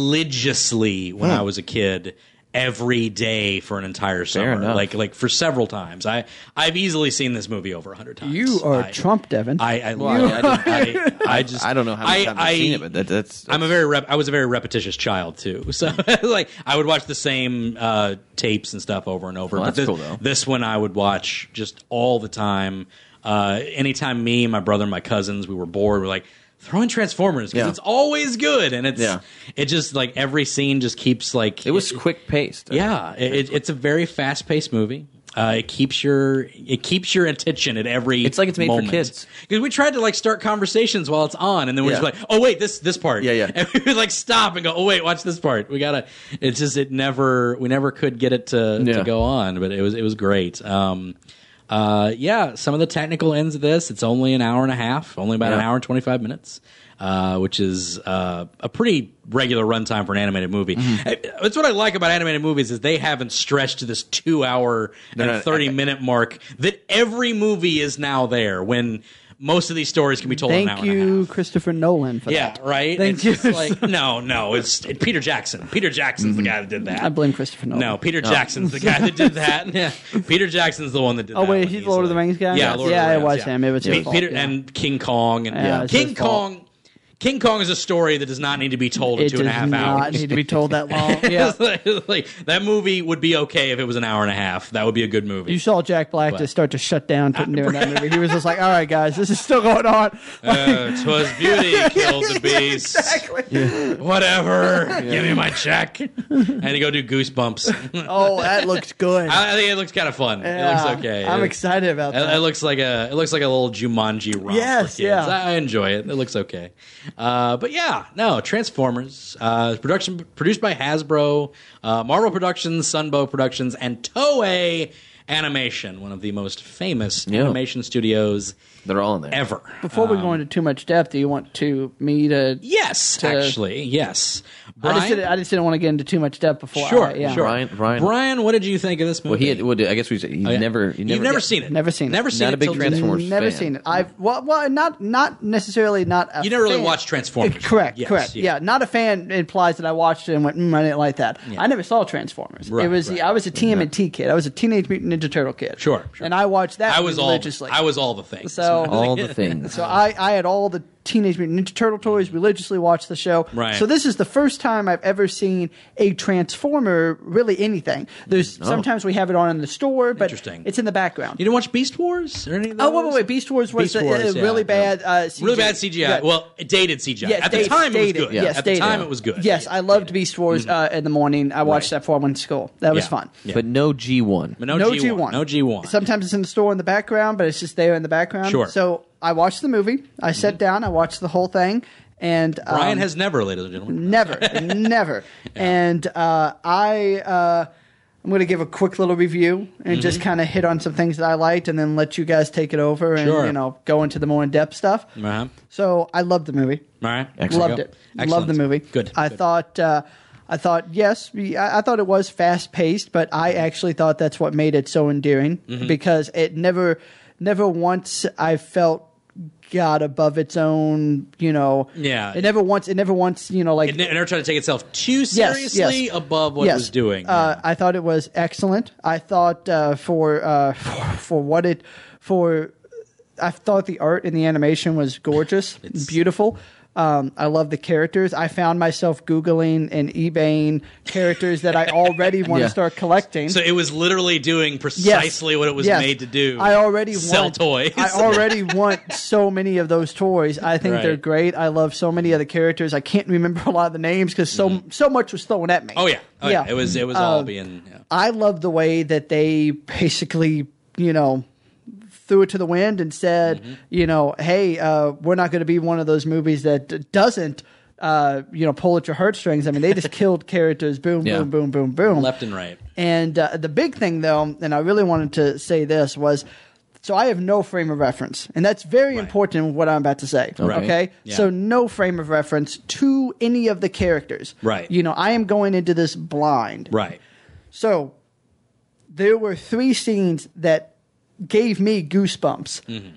S1: religiously when I was a kid every day for an entire summer.
S2: enough.
S1: Like like for several times. I I've easily seen this movie over a hundred times.
S4: You are
S1: I,
S4: Trump, Devin.
S1: I I,
S2: Well, I- I don't-
S1: I, I, just
S2: I don't know how many
S1: I-
S2: times
S1: I-
S2: I've seen it, but that, that's,
S1: I'm a very rep- I was a very repetitious child too, so like I would watch the same uh, tapes and stuff over and over.
S2: Well,
S1: But
S2: that's
S1: this,
S2: cool, though.
S1: This one I would watch just all the time. Uh, anytime me, my brother, my cousins, we were bored, we're like throw in Transformers because
S2: Yeah.
S1: it's always good, and it's
S2: Yeah.
S1: it just like every scene just keeps like
S2: it was quick paced.
S1: yeah, it, it, it's a very fast paced movie. Uh, it keeps your it keeps your attention at every.
S2: It's like it's made for
S1: moment.
S2: kids.
S1: because we tried to like start conversations while it's on, and then we're
S2: Yeah.
S1: just like, oh wait, this this part,
S2: Yeah, yeah.
S1: and we would like stop and go, oh wait, watch this part. We gotta. It's just it never we never could get it to
S2: Yeah.
S1: to go on, but it was it was great. Um, uh, yeah, some of the technical ends of this, it's only an hour and a half, only about an
S2: Yeah.
S1: hour and twenty five minutes. Uh, which is uh, a pretty regular runtime for an animated movie.
S4: Mm-hmm.
S1: I- That's what I like about animated movies is they haven't stretched to this two hour and
S2: no, no,
S1: thirty minute mark that every movie is now there when most of these stories can be told in an
S4: Thank
S1: hour and a
S4: you,
S1: half.
S4: Christopher Nolan, for
S1: Yeah,
S4: that.
S1: right.
S4: Thank
S1: It's just
S4: you. Mm-hmm.
S1: Like, no, no, it's it, Peter Jackson. Peter Jackson's the guy that did that.
S4: I blame Christopher Nolan.
S1: No, Peter Jackson's the guy that did that. yeah. Peter Jackson's the one that did
S4: Oh
S1: that.
S4: wait,
S1: one
S4: he's Lord of the
S1: easily.
S4: Rings guy.
S1: Yeah, Lord of
S4: yeah,
S1: the
S4: it
S1: Rings,
S4: was
S1: yeah.
S4: him. It was
S1: Pe-
S4: his fault,
S1: Peter
S4: yeah.
S1: and King Kong and
S4: Yeah, it was
S1: King
S4: his fault.
S1: Kong. King Kong is a story that does not need to be told in
S4: it
S1: two and a
S4: does
S1: half
S4: not
S1: hours.
S4: need to be told that long. Yeah.
S1: Like- like, that movie would be okay if it was an hour and a half. That would be a good movie.
S4: You saw Jack Black just start to shut down from doing that movie. He was just like, "All right, guys, this is still going on."
S1: Uh, Twas beauty killed the beast.
S4: Exactly.
S1: Whatever. Give me my check. I had to go do goosebumps.
S4: Oh, that looks good.
S1: I, I think it looks kind of fun.
S4: Yeah.
S1: It looks okay.
S4: I'm
S1: It-
S4: excited about
S1: It,
S4: that.
S1: it looks like a it looks like a little Jumanji romp.
S4: Yes,
S1: for kids.
S4: yeah.
S1: I enjoy it. It looks okay. Uh, but yeah, no Transformers uh, production produced by Hasbro, uh, Marvel Productions, Sunbow Productions, and Toei Animation, one of the most famous
S2: Yeah.
S1: animation studios
S2: They're all in there.
S1: ever. Uh,
S4: Before we
S1: um,
S4: go into too much depth, do you want to me to?
S1: Yes, actually, yes.
S4: I just
S1: Brian?
S4: didn't, I just didn't want to get into too much depth before.
S1: Sure,
S4: I, yeah.
S1: sure.
S2: Brian- Brian-
S1: Brian, what did you think of this movie?
S2: Well, he had, well, I guess we should, he
S1: Oh, Yeah.
S2: never, he
S1: You've
S2: never,
S1: never, seen it.
S4: Never seen it.
S1: Never seen it.
S2: Not a big
S1: till
S2: Transformers. Transformers
S4: Never
S2: fan.
S4: seen it. I've well, well, not not necessarily not. A
S1: You never really
S4: fan.
S1: watched Transformers.
S4: Eh, Correct.
S1: Yes,
S4: correct.
S1: yeah.
S4: Yeah. Not a fan implies that I watched it and went, mm, I didn't like that. I never saw Transformers.
S1: Right,
S4: it was the
S1: right.
S4: I was a TMNT kid. I was a Teenage Mutant Ninja Turtle kid.
S1: Sure, sure.
S4: And I watched that.
S1: I was all
S4: religiously.
S1: I was all the things.
S4: So-
S2: all the things.
S4: So I, I had all the Teenage Mutant Ninja Turtle toys, religiously watched the show.
S1: Right.
S4: So this is the first time I've ever seen a Transformer, really anything. There's sometimes we have it on in the store,
S1: Oh.
S4: but
S1: Interesting.
S4: it's in the background.
S1: You didn't watch Beast Wars or anything?
S4: oh, wait, wait, wait. Beast Wars was
S1: Beast
S4: a- a
S1: Wars, yeah,
S4: really
S1: yeah.
S4: bad uh, CGI.
S1: Really bad CGI.
S4: Yeah.
S1: Well, it dated CGI.
S4: Yes,
S1: At the
S4: dated-
S1: time, it was
S4: dated,
S1: good.
S4: yes,
S1: At the
S4: dated.
S1: time, it was good. Mm-hmm.
S4: Yes, I loved Beast Wars uh, in the morning. I watched that before I went to school. That was
S1: Yeah.
S4: fun.
S1: Yeah.
S2: But no G1.
S1: But no, G1. No G1.
S4: Sometimes it's in the store in the background, but it's just there in the background.
S1: Sure. Mm-hmm.
S4: So I watched the movie. I sat down. I watched the whole thing. And um,
S1: Brian has never, ladies and gentlemen.
S4: never, never. And uh, I, uh, I'm going to give a quick little review and just
S1: Mm-hmm.
S4: kind of hit on some things that I liked, and then let you guys take it over and
S1: Sure.
S4: you know go into the more in depth stuff.
S1: Uh-huh.
S4: So I loved the movie.
S1: All right.
S2: Excellent.
S4: Loved
S1: Go.
S4: it.
S1: Excellent.
S4: Loved the movie.
S1: Good.
S4: I
S1: Good.
S4: thought. Uh, I thought yes. we- I I thought it was fast paced, but I
S1: Mm-hmm.
S4: actually thought that's what made it so endearing because it never, never once I felt got above its own. You know.
S1: Yeah.
S4: It never once. It never once. You know, like
S1: It ne- it never tried to take itself too
S4: yes,
S1: seriously
S4: yes.
S1: above what
S4: Yes.
S1: it was doing.
S4: Uh, I thought it was excellent. I thought uh, for, uh, for for what it for, I thought the art and the animation was gorgeous, beautiful. Um, I love the characters. I found myself googling and eBaying characters that I already want
S2: Yeah.
S4: to start collecting.
S1: so it was literally doing precisely what it was
S4: yes.
S1: made to do.
S4: I already
S1: sell
S4: want,
S1: toys.
S4: I already want so many of those toys. I think
S1: Right.
S4: they're great. I love so many of the characters. I can't remember a lot of the names because so so much was thrown at me.
S1: Mm-hmm. oh yeah. Oh yeah. It was. It was
S4: Um,
S1: all being. Yeah.
S4: I love the way that they basically, you know, threw it to the wind and said,
S1: Mm-hmm.
S4: you know, hey, uh, we're not going to be one of those movies that d- doesn't, uh, you know, pull at your heartstrings. I mean, they just killed characters, boom,
S2: Yeah.
S4: boom, boom, boom, boom.
S1: Left and right.
S4: And uh, the big thing, though, and I really wanted to say this was. So I have no frame of reference, and that's very important in what I'm about to say.
S2: Right.
S4: Okay,
S1: Yeah.
S4: so no frame of reference to any of the characters.
S1: Right.
S4: You know, I am going into this blind.
S1: Right.
S4: So there were three scenes that gave me goosebumps
S1: Mm-hmm.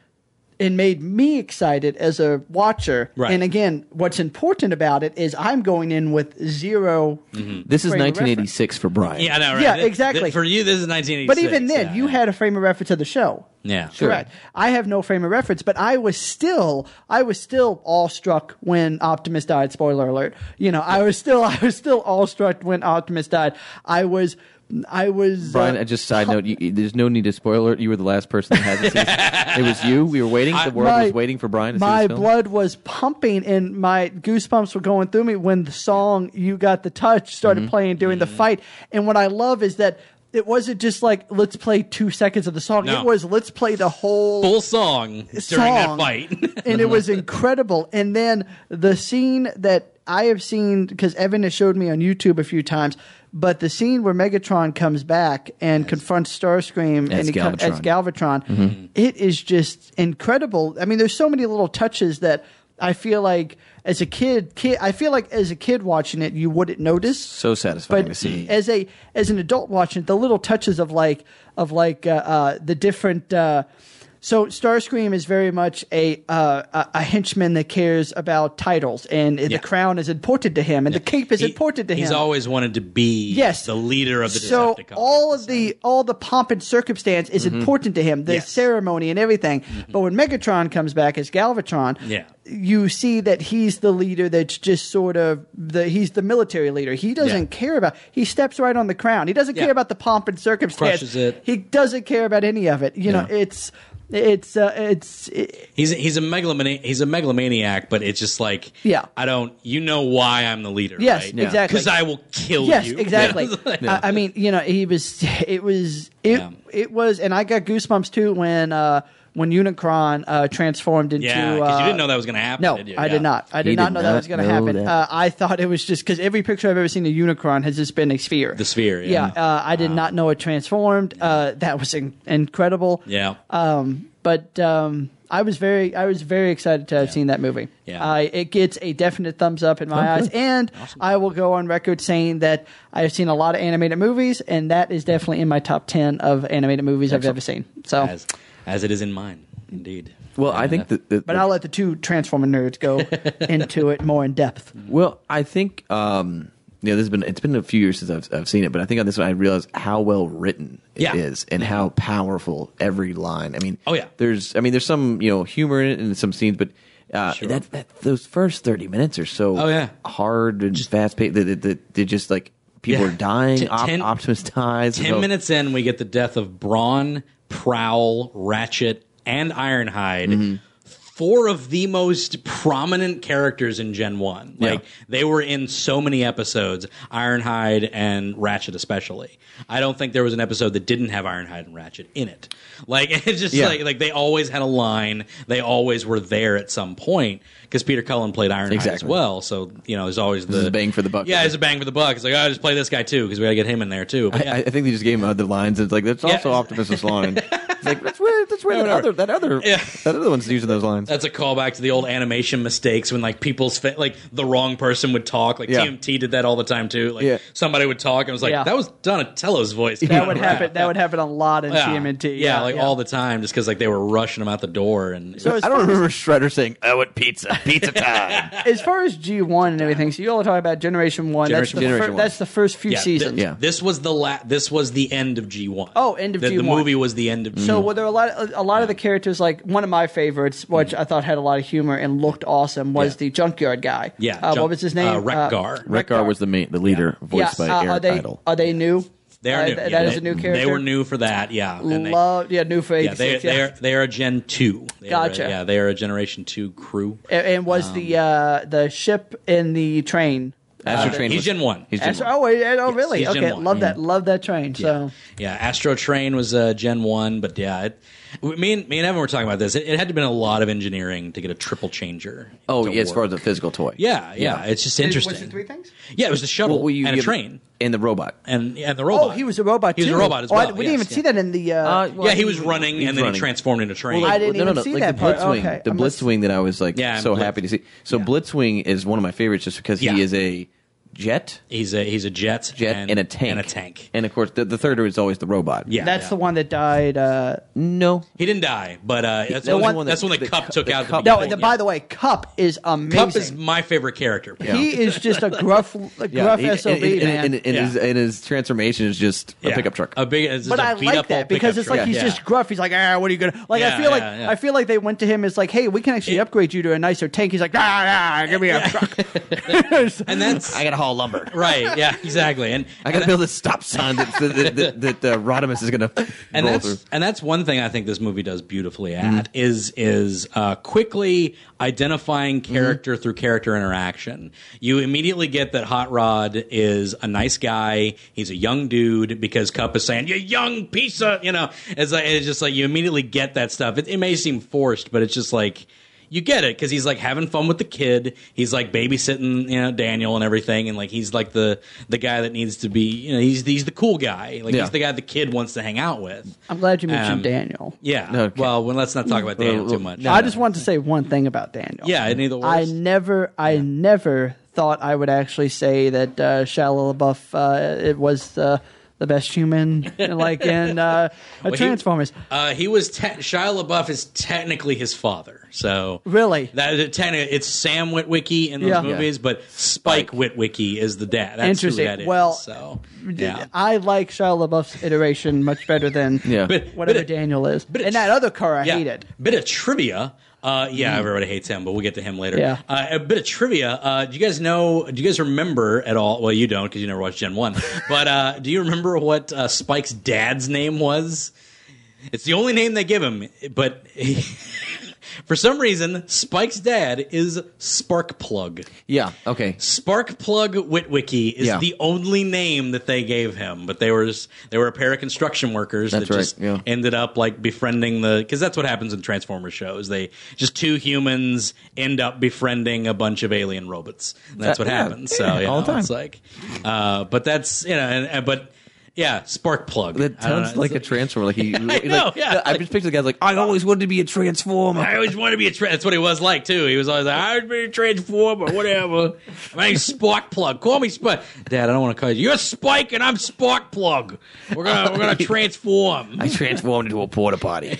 S4: and made me excited as a watcher.
S1: Right.
S4: And again, what's important about it is I'm going in with 0
S1: Mm-hmm.
S2: This is
S4: Frame of
S2: 1986 for Brian.
S1: Yeah. I know, right.
S4: Yeah,
S1: Th- th-
S4: exactly.
S1: for you, this is 1986.
S4: But even then,
S1: Yeah,
S4: you
S1: yeah.
S4: had a frame of reference of the show.
S1: Yeah.
S4: Correct. I have no frame of reference, but I was still, I was still awestruck when Optimus died. Spoiler alert. You know, I was still, I was still awestruck when Optimus died. I was, I was.
S2: Brian,
S4: uh,
S2: I just side note, you, you- there's no need to spoiler it. You were the last person that hasn't seen it. It was you. We were waiting. The world was waiting for Brian to see
S4: my
S2: this film.
S4: blood was pumping and my goosebumps were going through me when the song "You Got the Touch" started
S2: Mm-hmm.
S4: playing during the fight. And what I love is that it wasn't just like let's play two seconds of the song.
S1: No.
S4: It was let's play the whole
S1: full song during that
S4: song.
S1: fight.
S4: and it was incredible. And then the scene that I have seen because Evan has showed me on YouTube a few times, but the scene where Megatron comes back and confronts Starscream
S2: As
S4: and he com- as
S2: Galvatron.
S4: Galvatron,
S1: Mm-hmm.
S4: it is just incredible. I mean, there's so many little touches that I feel like as a kid, kid, I feel like as a kid watching it, you wouldn't notice
S2: so satisfying to see.
S4: as a as an adult watching it, the little touches of like of like uh, uh, the different. Uh, so Starscream is very much a, uh, a a henchman that cares about titles, and the
S1: Yeah.
S4: crown is important to him, and the cape is
S1: He-
S4: important to him.
S1: He's always wanted to be
S4: Yes.
S1: the leader of the
S4: so
S1: Decepticons. Mm-hmm.
S4: all of the all the pomp and circumstance is important to him, the
S1: Yes. Mm-hmm.
S4: ceremony and everything. But when Megatron comes back as Galvatron,
S1: Yeah.
S4: you see that he's the leader that's just sort of the he's the military leader. He doesn't
S1: Yeah.
S4: care about he steps right on the crown. He doesn't
S1: Yeah.
S4: care about the pomp and circumstance.
S1: Crushes it.
S4: He doesn't care about any of it. You know,
S1: Yeah.
S4: it's it's uh, it's
S1: He's he's a megalomani- he's a megalomaniac, but it's just like
S4: Yeah.
S1: I don't. You know why I'm the leader?
S4: Yes,
S1: right?
S4: Yeah. exactly.
S1: Because I will kill
S4: yes,
S1: you.
S4: exactly.
S1: Yeah.
S4: I, I mean, you know, he was. It was. It
S1: Yeah.
S4: it was, and I got goosebumps too when uh when Unicron uh transformed into.
S1: Yeah, 'cause you
S4: uh,
S1: didn't know that was going to happen.
S4: No,
S1: did you?
S4: I
S1: Yeah.
S4: did not. I did
S2: He
S4: not
S2: did
S4: know
S2: not
S4: that was going to
S2: know
S4: happen.
S2: that.
S4: Uh, I thought it was just because every picture I've ever seen of Unicron has just been a sphere.
S1: The sphere, yeah.
S4: uh, I did not know it transformed. Uh, that was in- incredible.
S1: Yeah.
S4: Um, but um, I was very, I was very excited to have seen that movie.
S1: Yeah.
S4: I, it gets a definite thumbs up in my eyes, and I will go on record saying that I have seen a lot of animated movies, and that is definitely in my top ten of animated movies I've ever seen. So.
S1: as as it is in mine, indeed.
S2: Well, I think that. that-
S4: but I'll let the two Transformer nerds go into it more in depth.
S2: Well, I think um, yeah, this has been it's been a few years since I've, I've seen it, but I think on this one I realized how well written it is
S1: Yeah. Mm-hmm.
S2: and how powerful every line. I mean,
S1: Oh, yeah.
S2: there's I mean there's some you know humor in it and some scenes, but. Uh,
S1: Sure.
S2: that, that those first thirty minutes are so
S1: Oh, yeah.
S2: hard and fast paced. They, they, they, they just like people
S1: Yeah.
S2: are dying.
S1: Ten-
S2: Op-
S1: ten-
S2: Optimus dies.
S1: Ten
S2: So-
S1: minutes in, we get the death of Brawn, Prowl, Ratchet, and Ironhide.
S2: Mm-hmm.
S1: Four of the most prominent characters in Gen 1. Like,
S2: Yeah.
S1: they were in so many episodes, Ironhide and Ratchet especially. I don't think there was an episode that didn't have Ironhide and Ratchet in it. Like, it's just
S2: Yeah.
S1: like, like they always had a line, they always were there at some point, because Peter Cullen played Ironhide as
S2: Exactly.
S1: well. So, you know, there's always the.
S2: is bang for the buck.
S1: Yeah, it's a bang for the buck. It's like, oh, just play this guy too, because we got to get him in there too. But
S2: I,
S1: yeah.
S2: I think they just gave him other lines. It's like that's
S1: Yeah.
S2: also Optimus's line. It's like that's where that's where that
S1: whatever.
S2: other that other
S1: Yeah.
S2: that other one's using those lines.
S1: That's a callback to the old animation mistakes when like people's fa- like the wrong person would talk. Like
S2: Yeah.
S1: TMT did that all the time too. Like
S2: Yeah.
S1: somebody would talk and was like,
S4: Yeah.
S1: "That was Donatello's voice."
S4: That would happen. That would happen a lot in
S1: Yeah.
S4: TMNT.
S1: Yeah, like all the time, just because like they were rushing them out the door and
S4: So as,
S2: I
S4: far,
S2: don't remember Shredder saying, "I want Oh, pizza, pizza time."
S4: as far as G one and everything, so you all are talking about Generation One.
S1: Generation-
S4: that's, the
S2: Generation
S4: fir-
S2: One.
S4: that's the first few
S1: yeah, thi-
S4: seasons.
S2: Yeah.
S1: This was the la- This was the end of G one.
S4: Oh, end of
S1: the, The
S4: G1.
S1: movie was the end of.
S4: So well, there were a lot, of, a lot of the characters. Like one of my favorites, which I thought had a lot of humor and looked awesome,
S1: Mm.
S4: was
S1: Yeah.
S4: the junkyard guy.
S1: yeah.
S4: uh,
S1: Jump-
S4: what was his
S1: Uh,
S4: name?
S1: Rekgar.
S2: Rekgar was the main, the leader, voiced
S4: yeah,
S2: by
S4: uh,
S2: Eric
S4: are they
S2: Idle.
S4: are they new?
S1: They are
S4: Uh,
S1: new.
S4: th-
S1: yeah,
S4: that is
S1: they,
S4: a new
S1: They
S4: character.
S1: were new for that. Yeah. And they-
S4: Love, yeah, new for
S1: yeah, they,
S4: 86,
S1: they are they are a Gen two. They are a-
S4: Gotcha.
S1: yeah, they are a Generation two crew.
S4: And, and was
S1: Um,
S4: the uh, the ship in the train?
S2: Astro
S1: Uh,
S2: Train
S1: he's
S2: was-
S1: Gen one.
S2: He's Gen
S4: Astro-
S2: one.
S4: oh, wait, oh, really?
S1: he's Gen
S4: okay,
S1: one.
S4: love that. Love that train. So
S1: Yeah, Astro Train was uh, Gen One, but yeah, it, we- me and me and Evan were talking about this. It, it had to have been a lot of engineering to get a triple changer.
S2: Oh,
S1: to
S2: yeah, as far
S1: work.
S2: as the physical toy.
S1: yeah, yeah, it's just interesting.
S4: things?
S1: Yeah, it was the shuttle
S2: Well, you
S1: and a
S2: give-
S1: train
S2: and the robot.
S1: and and the robot.
S4: Oh, he was a robot.
S1: He was
S4: too.
S1: a robot as
S4: Oh, I-
S1: well.
S4: we
S1: yes,
S4: didn't even
S1: yeah.
S4: see that in the. Uh,
S1: yeah, he was running
S2: He's
S1: and then
S2: running.
S1: he transformed into a train.
S4: I didn't
S2: no, no,
S4: even
S2: no,
S4: see
S2: like
S4: that
S2: the
S4: part.
S2: Blitzwing.
S4: Okay,
S2: The
S4: I must-
S2: Blitzwing that I was like
S1: Yeah,
S2: so
S1: Blitz.
S2: happy to see. So Blitzwing is one of my favorites, just because
S1: Yeah.
S2: he is a jet,
S1: He's a he's a jet,
S2: jet, and, a tank,
S1: and a tank.
S2: and of course the, the third is always the robot.
S1: Yeah,
S4: that's
S1: yeah.
S4: the one that died. Uh,
S2: no,
S1: He didn't die, but uh, that's
S2: the
S1: the one.
S2: one that-
S1: that's when the,
S2: the
S1: cup
S2: cu-
S1: took
S2: the
S1: out.
S2: cup-
S1: the
S4: no,
S1: beginning,
S4: the,
S1: yeah.
S4: by the way, Cup is amazing.
S1: cup is my favorite character.
S4: He is just a gruff, a gruff
S2: he- and-
S4: sob
S2: and, and-
S4: man.
S2: and- and
S1: Yeah.
S2: his, and his transformation is just a
S1: Yeah.
S2: pickup truck.
S1: A big, it's just
S4: but
S1: a
S4: I
S1: beat
S4: like
S1: up old
S4: that because
S1: pickup
S4: it's like
S1: truck.
S4: he's
S1: Yeah.
S4: just gruff. He's like, ah, what are you gonna? Like
S1: Yeah,
S4: I feel like
S1: yeah, yeah.
S4: I feel like they went to him as like, hey, we can actually upgrade you to a nicer tank. He's like, ah, ah give me a truck.
S1: and that's
S2: I gotta haul lumber.
S1: right. Yeah, exactly. And
S2: I gotta build a stop sign that that, that, that uh, Rodimus is gonna
S1: and
S2: roll
S1: that's
S2: through. Mm-hmm.
S1: and that's one thing I think this movie does beautifully at is is uh, quickly identifying
S2: Mm-hmm.
S1: character through character interaction. You immediately get that Hot Rod is a nice guy. He's a young dude because Cup is saying you young piece of you know. It's like it's just like you immediately get that stuff. It, it may seem forced, but it's just like. You get it because he's like having fun with the kid. He's like babysitting, you know, Daniel and everything, and like he's like the the guy that needs to be, you know, he's he's the cool guy. Like
S2: Yeah.
S1: he's the guy the kid wants to hang out with.
S4: I'm glad you mentioned
S1: Um,
S4: Daniel.
S1: Yeah.
S2: Okay.
S1: Well, well, let's not talk about Daniel too much.
S4: I just wanted to say one thing about Daniel.
S1: yeah, any of the
S4: I
S1: worst.
S4: never, I never thought I would actually say that uh, Shia LaBeouf uh, it was uh, the best human, like in uh,
S1: he-
S4: Transformers.
S1: uh, he was te- Shia LaBeouf is technically his father. So
S4: Really?
S1: that is technically it's Sam Witwicky in those
S4: Yeah.
S1: movies, but Spike Witwicky is the dad. That's
S4: Interesting.
S1: Who that is.
S4: Well,
S1: so yeah.
S4: I like Shia LaBeouf's iteration much better than
S2: Yeah.
S1: But-
S4: whatever
S1: but-
S4: Daniel is.
S1: but
S4: and that other car I
S1: Yeah.
S4: hated.
S1: Bit of trivia. Uh, yeah, everybody hates him, but we'll get to him later.
S4: Yeah.
S1: Uh, a bit of trivia. Uh, do you guys know? Do you guys remember at all? Well, you don't because you never watched Gen One. but uh, do you remember what uh, Spike's dad's name was? It's the only name they give him, but. He, For some reason, Spike's dad is Sparkplug.
S2: Yeah. Okay.
S1: Sparkplug Witwicky is
S2: Yeah.
S1: the only name that they gave him, but they were just, they were a pair of construction workers
S2: That's
S1: that
S2: right,
S1: just
S2: yeah.
S1: ended up like befriending the because that's what happens in Transformers shows. They just two humans end up befriending a bunch of alien robots. And that's
S2: That-
S1: what
S2: yeah,
S1: happens.
S2: yeah,
S1: so you
S2: all
S1: know,
S2: the time.
S1: it's like, uh, but that's you know, and, and- but yeah, Sparkplug.
S2: That
S1: I don't
S2: sounds
S1: know.
S2: like a transformer. Like he, like,
S1: know, yeah.
S2: I just picture the guy's like, I always wanted to be a transformer.
S1: I always wanted to be a. Tra- that's what he was like too. He was always like, I would be a transformer, whatever. My name's Spark Plug. Call me Spike. Dad, I don't want to call you. You're Spike, and I'm Spark Plug. We're gonna we're gonna transform.
S2: I transformed into a porta potty.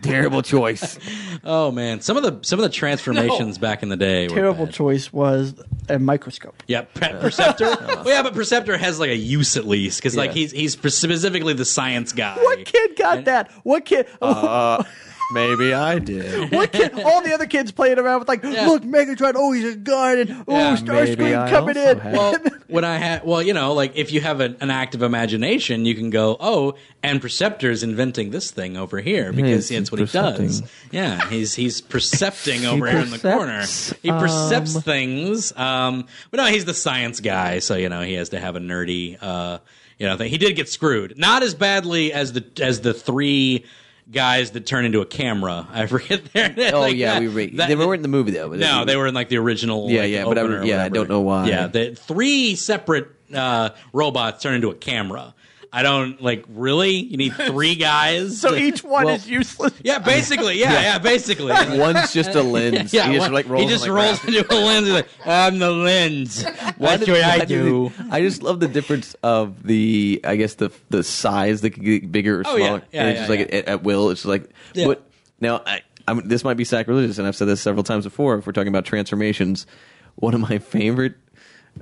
S2: Terrible choice.
S1: Oh man, some of the some of the transformations back in the day. Were
S4: Terrible
S1: bad.
S4: choice was a microscope.
S1: Yeah, Pe- Perceptor. well, yeah, but Perceptor has like a use at least because like
S2: Yeah.
S1: he's he's specifically the science guy.
S4: What kid got that? What kid?
S2: Uh, Maybe I did.
S4: what kid? All the other kids playing around with like, look, Megatron. Oh, he's a guard, and oh,
S1: Yeah,
S2: maybe I
S4: Starscream coming
S2: also
S4: in.
S2: had-
S1: well, when I had, well, you know, like if you have an, an active imagination, you can go, oh, and Perceptor's inventing this thing over here because
S2: he's
S1: that's what he does.
S2: percepting.
S1: Yeah, he's he's percepting over here in the corner.
S2: percepts,
S1: He percepts
S2: um,
S1: things. Um, but no, he's the science guy, so you know he has to have a nerdy, uh, you know, thing. He did get screwed, not as badly as the as the three. Guys that turn into a camera. I forget their name.
S2: Oh yeah, we re- they weren't in the movie though.
S1: No, they were in like the original.
S2: Yeah,
S1: like,
S2: yeah, but I-
S1: opener or
S2: yeah, I
S1: whatever.
S2: don't know why.
S1: Yeah, the three separate uh, robots turn into a camera. I don't like really. You need three guys.
S4: So each one
S2: Well-
S4: is useless.
S1: yeah, basically. Yeah, yeah, basically.
S2: One's just a lens.
S1: Yeah,
S2: he just
S1: one-
S2: like rolls.
S1: he just
S2: like,
S1: rolls into a lens. He's like, I'm the lens. That's what I
S2: why did
S1: do.
S2: it- I just love the difference of the, I guess the the size that can get bigger or
S1: Oh,
S2: smaller.
S1: yeah. Yeah,
S2: and
S1: yeah,
S2: it's just like
S1: yeah.
S2: At, at will. It's just like
S1: Yeah.
S2: what now. I, I mean, this might be sacrilegious, and I've said this several times before. If we're talking about transformations, one of my favorite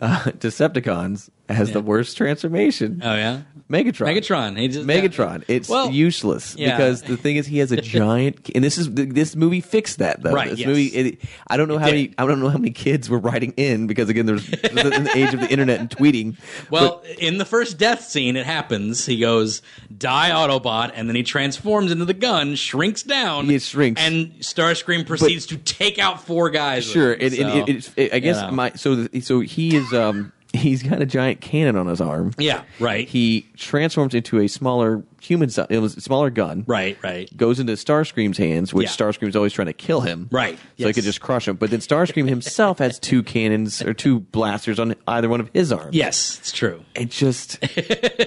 S2: uh, Decepticons has the worst transformation.
S1: Oh yeah,
S2: Megatron.
S1: Megatron. He just
S2: Megatron. It's
S1: Well,
S2: useless
S1: yeah.
S2: because the thing is, he has a giant, and this is this movie fixed that though.
S1: Right,
S2: This
S1: yes.
S2: movie, it, I don't know how
S1: did.
S2: many, I don't know how many kids were writing in because again, there's in the age of the internet and tweeting.
S1: Well, in the first death scene, it happens. He goes, "Die, Autobot," and then he transforms into the gun, shrinks down,
S2: He shrinks.
S1: and Starscream proceeds to take out four guys.
S2: But sure,
S1: with
S2: it,
S1: him, so,
S2: it, it, it's- it- I guess
S1: know.
S2: my so the, so he is um he's got a giant cannon on his arm.
S1: yeah, right,
S2: He transforms into a smaller human, si- it was a smaller gun.
S1: right, right.
S2: goes into Starscream's hands, which
S1: Yeah.
S2: Starscream's always trying to kill him.
S1: Right,
S2: So
S1: yes.
S2: he could just crush him. But then Starscream himself has two cannons or two blasters on either one of his arms.
S1: Yes, it's true.
S2: It just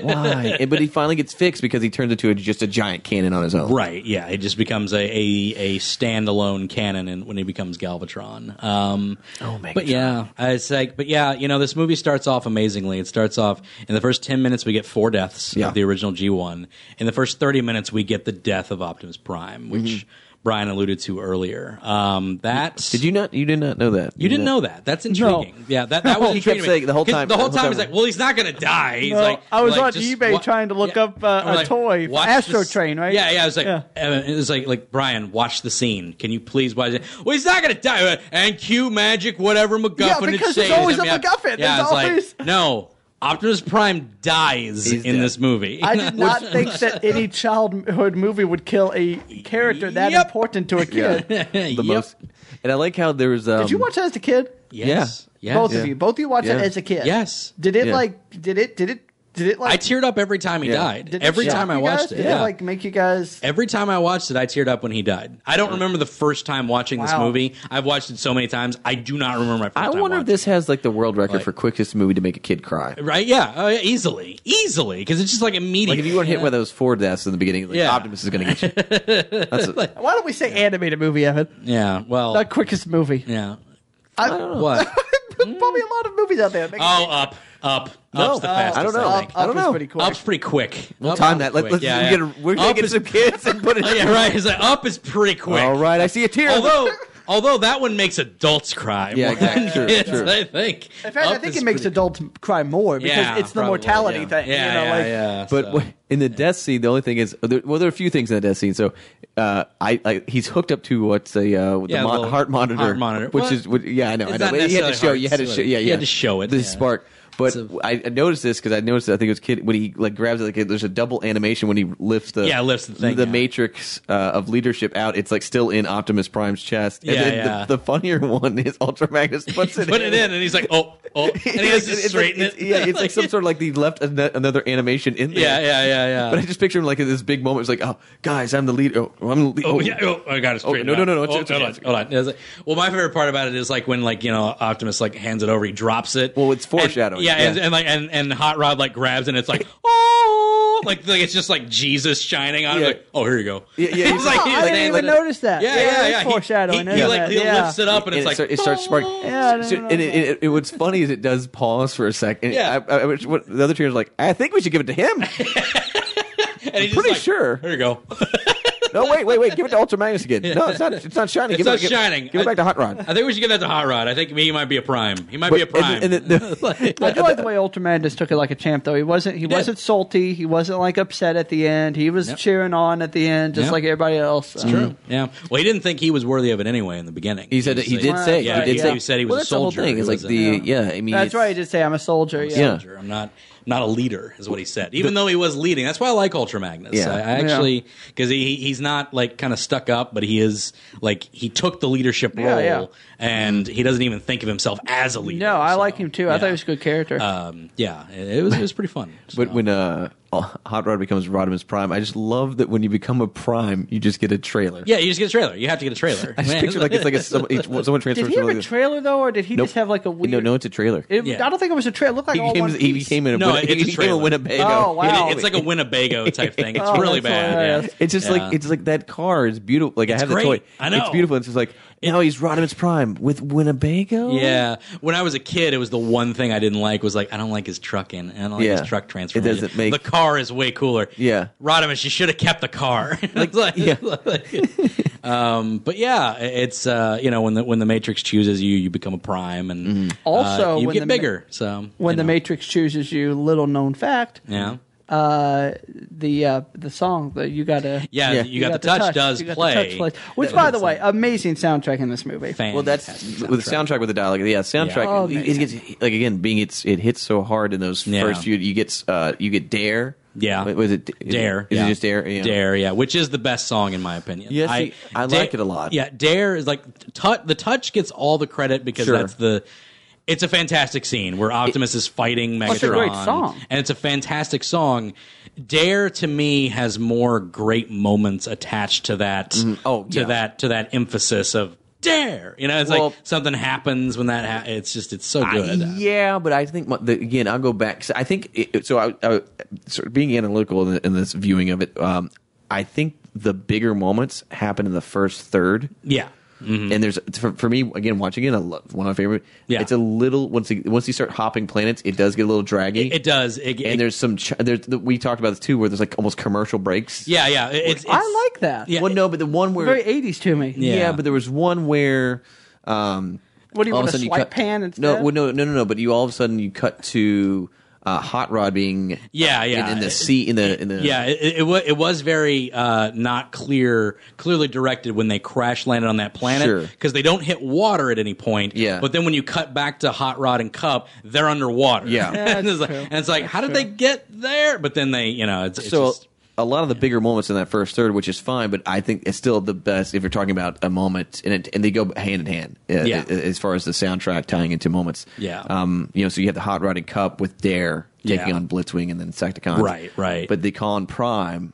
S2: why? And- but he finally gets fixed because he turns into a, just a giant cannon on his own.
S1: Right, yeah, it just becomes a, a, a standalone canon and when he becomes Galvatron. Um, oh,
S2: Megatron.
S1: But yeah, I- it's like, but yeah, you know, this movie starts off amazingly. It starts off in the first ten minutes we get four deaths
S2: Yeah.
S1: of the original G one. In the first thirty minutes we get the death of Optimus Prime, which Brian alluded to earlier. Um, that
S2: Mm-hmm. Did you not? You did not know that.
S1: You didn't know that. That's intriguing. Yeah, that, that
S4: Oh,
S1: was
S2: He kept
S1: intriguing. to me.
S2: saying the whole
S1: 'Cause
S2: time-
S1: The whole,
S2: the whole
S1: time,
S2: time-
S1: he's like, well, he's not going to die. He's
S4: No,
S1: like,
S4: I was
S1: like,
S4: on
S1: just
S4: eBay trying to look up, uh,
S1: I'm
S4: a toy,
S1: watch
S4: Astro
S1: this-
S4: Train, right?
S1: Yeah, yeah. I was like,
S4: Yeah.
S1: uh, it was like, like Brian, watch the scene. Can you please watch it? Well, he's not going to die. Uh, And cue magic, whatever MacGuffin
S4: Yeah,
S1: it
S4: because there's
S1: saves.
S4: always
S1: I mean,
S4: a
S1: I-
S4: MacGuffin.
S1: Yeah,
S4: There's
S1: I was
S4: always-
S1: like, no. Optimus Prime dies
S2: He's
S1: in
S2: dead.
S1: this movie.
S4: I did not think that any childhood movie would kill a character that
S1: Yep.
S4: important to a kid.
S2: the
S1: Yep.
S2: most. And I like how there was. Um,
S4: Did you watch it as a kid?
S1: Yes. Yes.
S4: Both
S2: Yeah.
S4: of you. Both of you watched it
S2: Yeah.
S4: as a kid.
S1: Yes.
S4: Did it
S2: Yeah.
S4: like? Did it? Did it? Did it like?
S1: I teared up every time he
S2: Yeah.
S1: died.
S4: did
S1: Every
S4: shock
S1: time I
S4: you
S1: watched
S4: guys?
S1: it.
S4: Did
S1: yeah.
S4: it like make you guys?
S1: Every time I watched it, I teared up when he died. I don't remember the first time watching this
S4: Wow.
S1: movie. I've watched it so many times. I do not remember my first
S2: I
S1: time.
S2: wonder if
S1: watching
S2: this has like the world record
S1: Like-
S2: for quickest movie to make a kid cry.
S1: it. Right? Yeah. Oh, yeah. Easily. Easily. Because it's just like immediate.
S2: Like if you weren't hit with those four deaths in the beginning, like,
S1: Yeah.
S2: Optimus is going to get you. That's a,
S4: Why don't we say animated movie, Evan?
S1: Yeah. Well.
S4: The quickest movie.
S1: yeah.
S4: I,
S1: What?
S4: There's probably a lot of movies out there. that make-
S1: oh, up. Up. Up's the fastest.
S2: uh, I don't know.
S1: I
S4: Up,
S1: think.
S2: I
S4: up
S2: don't
S4: is
S2: know.
S4: pretty quick.
S1: Up's pretty quick.
S2: We'll
S1: Up
S2: time
S1: is
S2: that. Let,
S1: quick.
S2: let's,
S1: yeah,
S2: we
S1: yeah.
S2: are gonna
S1: Up
S2: get
S1: is-
S2: some kids and put it.
S1: Oh, yeah, right. He's like, up is pretty quick.
S2: All right, I see a tear.
S1: Although, Although that one makes adults cry.
S2: Yeah,
S1: more
S2: exactly.
S1: than
S2: True,
S1: kids,
S2: true.
S1: I think.
S4: In fact, I
S1: Up
S4: think
S1: is
S4: it makes
S1: pretty-
S4: adults cry more because
S1: Yeah,
S4: it's the
S1: probably,
S4: mortality
S1: yeah.
S4: thing.
S1: Yeah,
S4: you know,
S1: yeah,
S4: like,
S1: yeah.
S2: But
S1: so-
S2: w- in the death scene, the only thing is there, well, there are a few things in the death scene. So, uh, I, I he's hooked up to what's a uh, the
S1: Yeah,
S2: mon-
S1: little
S2: heart monitor,
S1: heart monitor.
S2: which
S1: Well,
S2: is what, yeah, I know,
S1: it's
S2: I know.
S1: not
S2: But You had
S1: necessarily
S2: to show, you had to
S1: heart, so
S2: show, yeah,
S1: you
S2: yeah.
S1: had to show it,
S2: The
S1: yeah.
S2: spark. But
S1: So-
S2: I I noticed this because I noticed I think it was kid when he like grabs it like there's a double animation when he lifts the
S1: Yeah, lifts the thing, yeah.
S2: matrix uh, of leadership out. It's like still in Optimus Prime's chest. And
S1: Yeah,
S2: then
S1: yeah.
S2: The, the funnier one is Ultra Magnus puts it
S1: Put
S2: in.
S1: it in, and he's like, "Oh, oh," and he has to straighten
S2: it's,
S1: it.
S2: Yeah, it's like some sort of like they left an- another animation in there.
S1: Yeah, yeah, yeah, yeah.
S2: But I just picture him like in this big moment. It's like, oh, guys, I'm the lead. Oh, I'm the lead.
S1: Oh yeah! Oh, I got it
S2: Oh,
S1: straight.
S2: no, no, no, no, it's-
S1: Oh,
S2: it's
S1: hold
S2: okay,
S1: on,
S2: it's okay.
S1: hold on. It's like- well, my favorite part about it is like when like you know Optimus like hands it over, he drops it.
S2: Well, it's
S1: And-
S2: foreshadowing,
S1: yeah, And,
S2: yeah.
S1: and like and, and Hot Rod like grabs it and it's like oh, like, like it's just like Jesus shining on it.
S2: Yeah.
S1: Like oh, here you go.
S2: Yeah, yeah,
S1: it's
S2: he's-
S1: like,
S2: Oh,
S1: he's
S4: I
S1: like-
S4: didn't even
S2: like-
S4: notice that.
S1: Yeah, yeah,
S4: it's
S1: yeah. He-
S4: Foreshadowing.
S1: He, he,
S4: isn't
S1: like
S4: it?
S1: he
S4: yeah.
S1: lifts it up and it's
S2: it,
S1: like "Oh."
S2: start- it starts sparking.
S4: Yeah, I didn't
S2: So-
S4: know
S2: and it,
S4: that.
S2: it, it- what's funny is it does pause for a second. And
S1: Yeah.
S2: I, I, which- what, the other trainer's like, I think we should give it to him.
S1: and he's just
S2: pretty
S1: like,
S2: sure.
S1: Here you go.
S2: no, wait, wait, wait. Give it to Ultra Magnus again. No, it's not. It's not shining.
S1: It's
S2: give
S1: not
S2: it, give-
S1: shining.
S2: Give, it back to Hot Rod.
S1: I think we should give that to Hot Rod. I think he might be a prime. He might be a
S2: But-
S1: prime.
S2: and the- and the-
S1: Like-
S4: I do like the way Ultraman just took it like a champ, though. He wasn't he,
S1: did.
S4: wasn't salty. He wasn't like upset at the end. He was
S1: Yep.
S4: cheering on at the end, just
S1: Yep.
S4: like everybody else. It's
S1: True. Yeah. Well, he didn't think he was worthy of it anyway in the beginning.
S2: He said he did
S4: Well,
S2: say.
S1: Yeah,
S2: he did
S1: he,
S2: say
S1: he said he was
S2: well,
S1: a
S2: that's the whole
S1: soldier.
S2: thing. It's
S1: He
S2: like
S1: was
S2: the uh,
S1: a-
S2: yeah. I mean,
S4: That's
S2: it's-
S4: right. He did say, "I'm a soldier." Yeah.
S2: Yeah.
S1: soldier. I'm not not a leader, is what he said. Even though he was leading, that's why I like Ultra Magnus.
S2: Yeah.
S1: I, I actually because he he's not like kind of stuck up, but he is like he took the leadership role,
S4: Yeah, yeah.
S1: and he doesn't even think of himself as a leader.
S4: No, I
S1: so,
S4: like him too. I thought he was a good character.
S1: Um, yeah, it, it was it was pretty fun.
S2: But
S1: so.
S2: when uh, Hot Rod becomes Rodimus Prime, I just love that when you become a Prime, you just get a trailer.
S1: yeah, you just get a trailer. You have to get a trailer.
S2: I just
S1: Man,
S2: picture like it's like a, someone, each- someone transfers.
S4: did he
S2: from
S4: have a
S2: like-
S4: trailer though, or did he
S2: Nope.
S4: just have like a weird?
S2: No, no, it's a trailer.
S4: It-
S1: Yeah.
S4: I don't think it was a trailer. It looked like
S2: he
S4: all
S2: became,
S4: one
S2: he
S4: piece.
S2: became in a,
S1: No,
S2: Win-
S1: it's
S2: he
S1: a
S2: became a
S1: trailer.
S2: Winnebago.
S4: Oh, wow.
S1: It- it's like a Winnebago type thing. It's
S4: Oh,
S1: really
S4: that's
S1: bad. Yeah.
S4: hilarious.
S2: It's just
S1: Yeah.
S2: like it's like that car is beautiful. Like I have
S1: great.
S2: the toy.
S1: I know.
S2: it's beautiful. It's just like now he's Rodimus Prime with Winnebago.
S1: Yeah, when I was a kid, it was the one thing I didn't like was like I don't like his trucking and I don't like
S2: Yeah.
S1: his truck
S2: It
S1: transformation.
S2: doesn't make-
S1: the car is way cooler.
S2: Yeah.
S1: Rodimus, you should have kept the car. Like,
S2: yeah.
S1: um, but yeah, it's uh, you know when the when the Matrix chooses you, you become a prime, and
S2: Mm-hmm.
S1: uh,
S4: Also,
S1: you
S4: when
S1: get
S4: the ma-
S1: bigger. So
S4: when
S1: you
S4: the
S1: know.
S4: Matrix chooses you, little known fact.
S1: yeah.
S4: Uh, the uh, the song that you gotta
S1: yeah,
S2: Yeah.
S1: you got the touch, does
S4: You got the
S1: play,
S4: touch plays. Which, by the way, amazing soundtrack in this movie.
S1: Fantastic
S2: Well, that's with the soundtrack with the dialogue. Yeah, soundtrack.
S4: Oh,
S2: it-
S4: amazing.
S2: it gets, like again, being it's it hits so hard in those
S1: Yeah.
S2: first few. You get uh, you get dare.
S1: Yeah.
S2: Wa- was it is-
S1: Dare.
S2: Is
S1: yeah.
S2: it just dare? Yeah.
S1: Dare, yeah, which is the best song in my opinion.
S2: Yeah, see, I like it a lot.
S1: Yeah, Dare is like touch, the touch gets all the credit because
S2: Sure.
S1: that's the it's a fantastic scene where Optimus is fighting Megatron.
S4: it's a great song.
S1: And it's a fantastic song. Dare to me has more great moments attached to that
S2: Oh,
S1: to
S2: yeah.
S1: that to that emphasis of Dare. You know, it's
S2: Well-
S1: like something happens when that ha- it's just it's so
S2: I-
S1: good.
S2: yeah, but I think my, the, again, I'll go back. So I think it, it- so. I, I sort of being analytical in, in this viewing of it. Um, I think the bigger moments happen in the first third.
S1: yeah.
S2: And there's for, for me again watching it. I love one of my favorite.
S1: Mm-hmm. Yeah.
S2: it's a little once you, once you start hopping planets, it does get a little draggy.
S1: It does. It, it-
S2: and there's some ch- there's the, we talked about this too where there's like almost commercial breaks
S1: yeah, yeah. it- it's, it's-
S4: I like that.
S1: Yeah.
S2: well no but the one where
S4: Very 80s to me.
S2: yeah.
S1: Yeah.
S2: but there was one where um
S4: What do you
S2: all of
S4: want, a
S2: sudden
S4: swipe
S2: cut,
S4: pan instead?
S2: no well, no no no no but you all of a sudden you cut to uh, hot rod being
S1: Yeah,
S2: in-
S1: yeah.
S2: in, the sea in the in the
S1: Yeah, it, it, wa- it was very uh, not clear, clearly directed when they crash landed on that
S2: Sure.
S1: planet because they don't hit water at any point.
S2: Yeah.
S1: but then when you cut back to Hot Rod and Cup, they're underwater.
S2: Yeah. Yeah,
S1: and, it's like,
S4: that's true.
S1: and it's like, how did they get there? But then they, you know, it's, it's
S2: so
S1: just,
S2: a lot of the bigger moments in that first third, which is fine, but I think it's still the best if you're talking about a moment, and it, and they go hand in hand uh,
S1: Yeah.
S2: a- as far as the soundtrack tying into moments.
S1: Yeah.
S2: um, you know, so you have the Hot Rodding Cup with Dare taking
S1: Yeah.
S2: on Blitzwing and then Secticons,
S1: Right, right.
S2: But they call on Prime,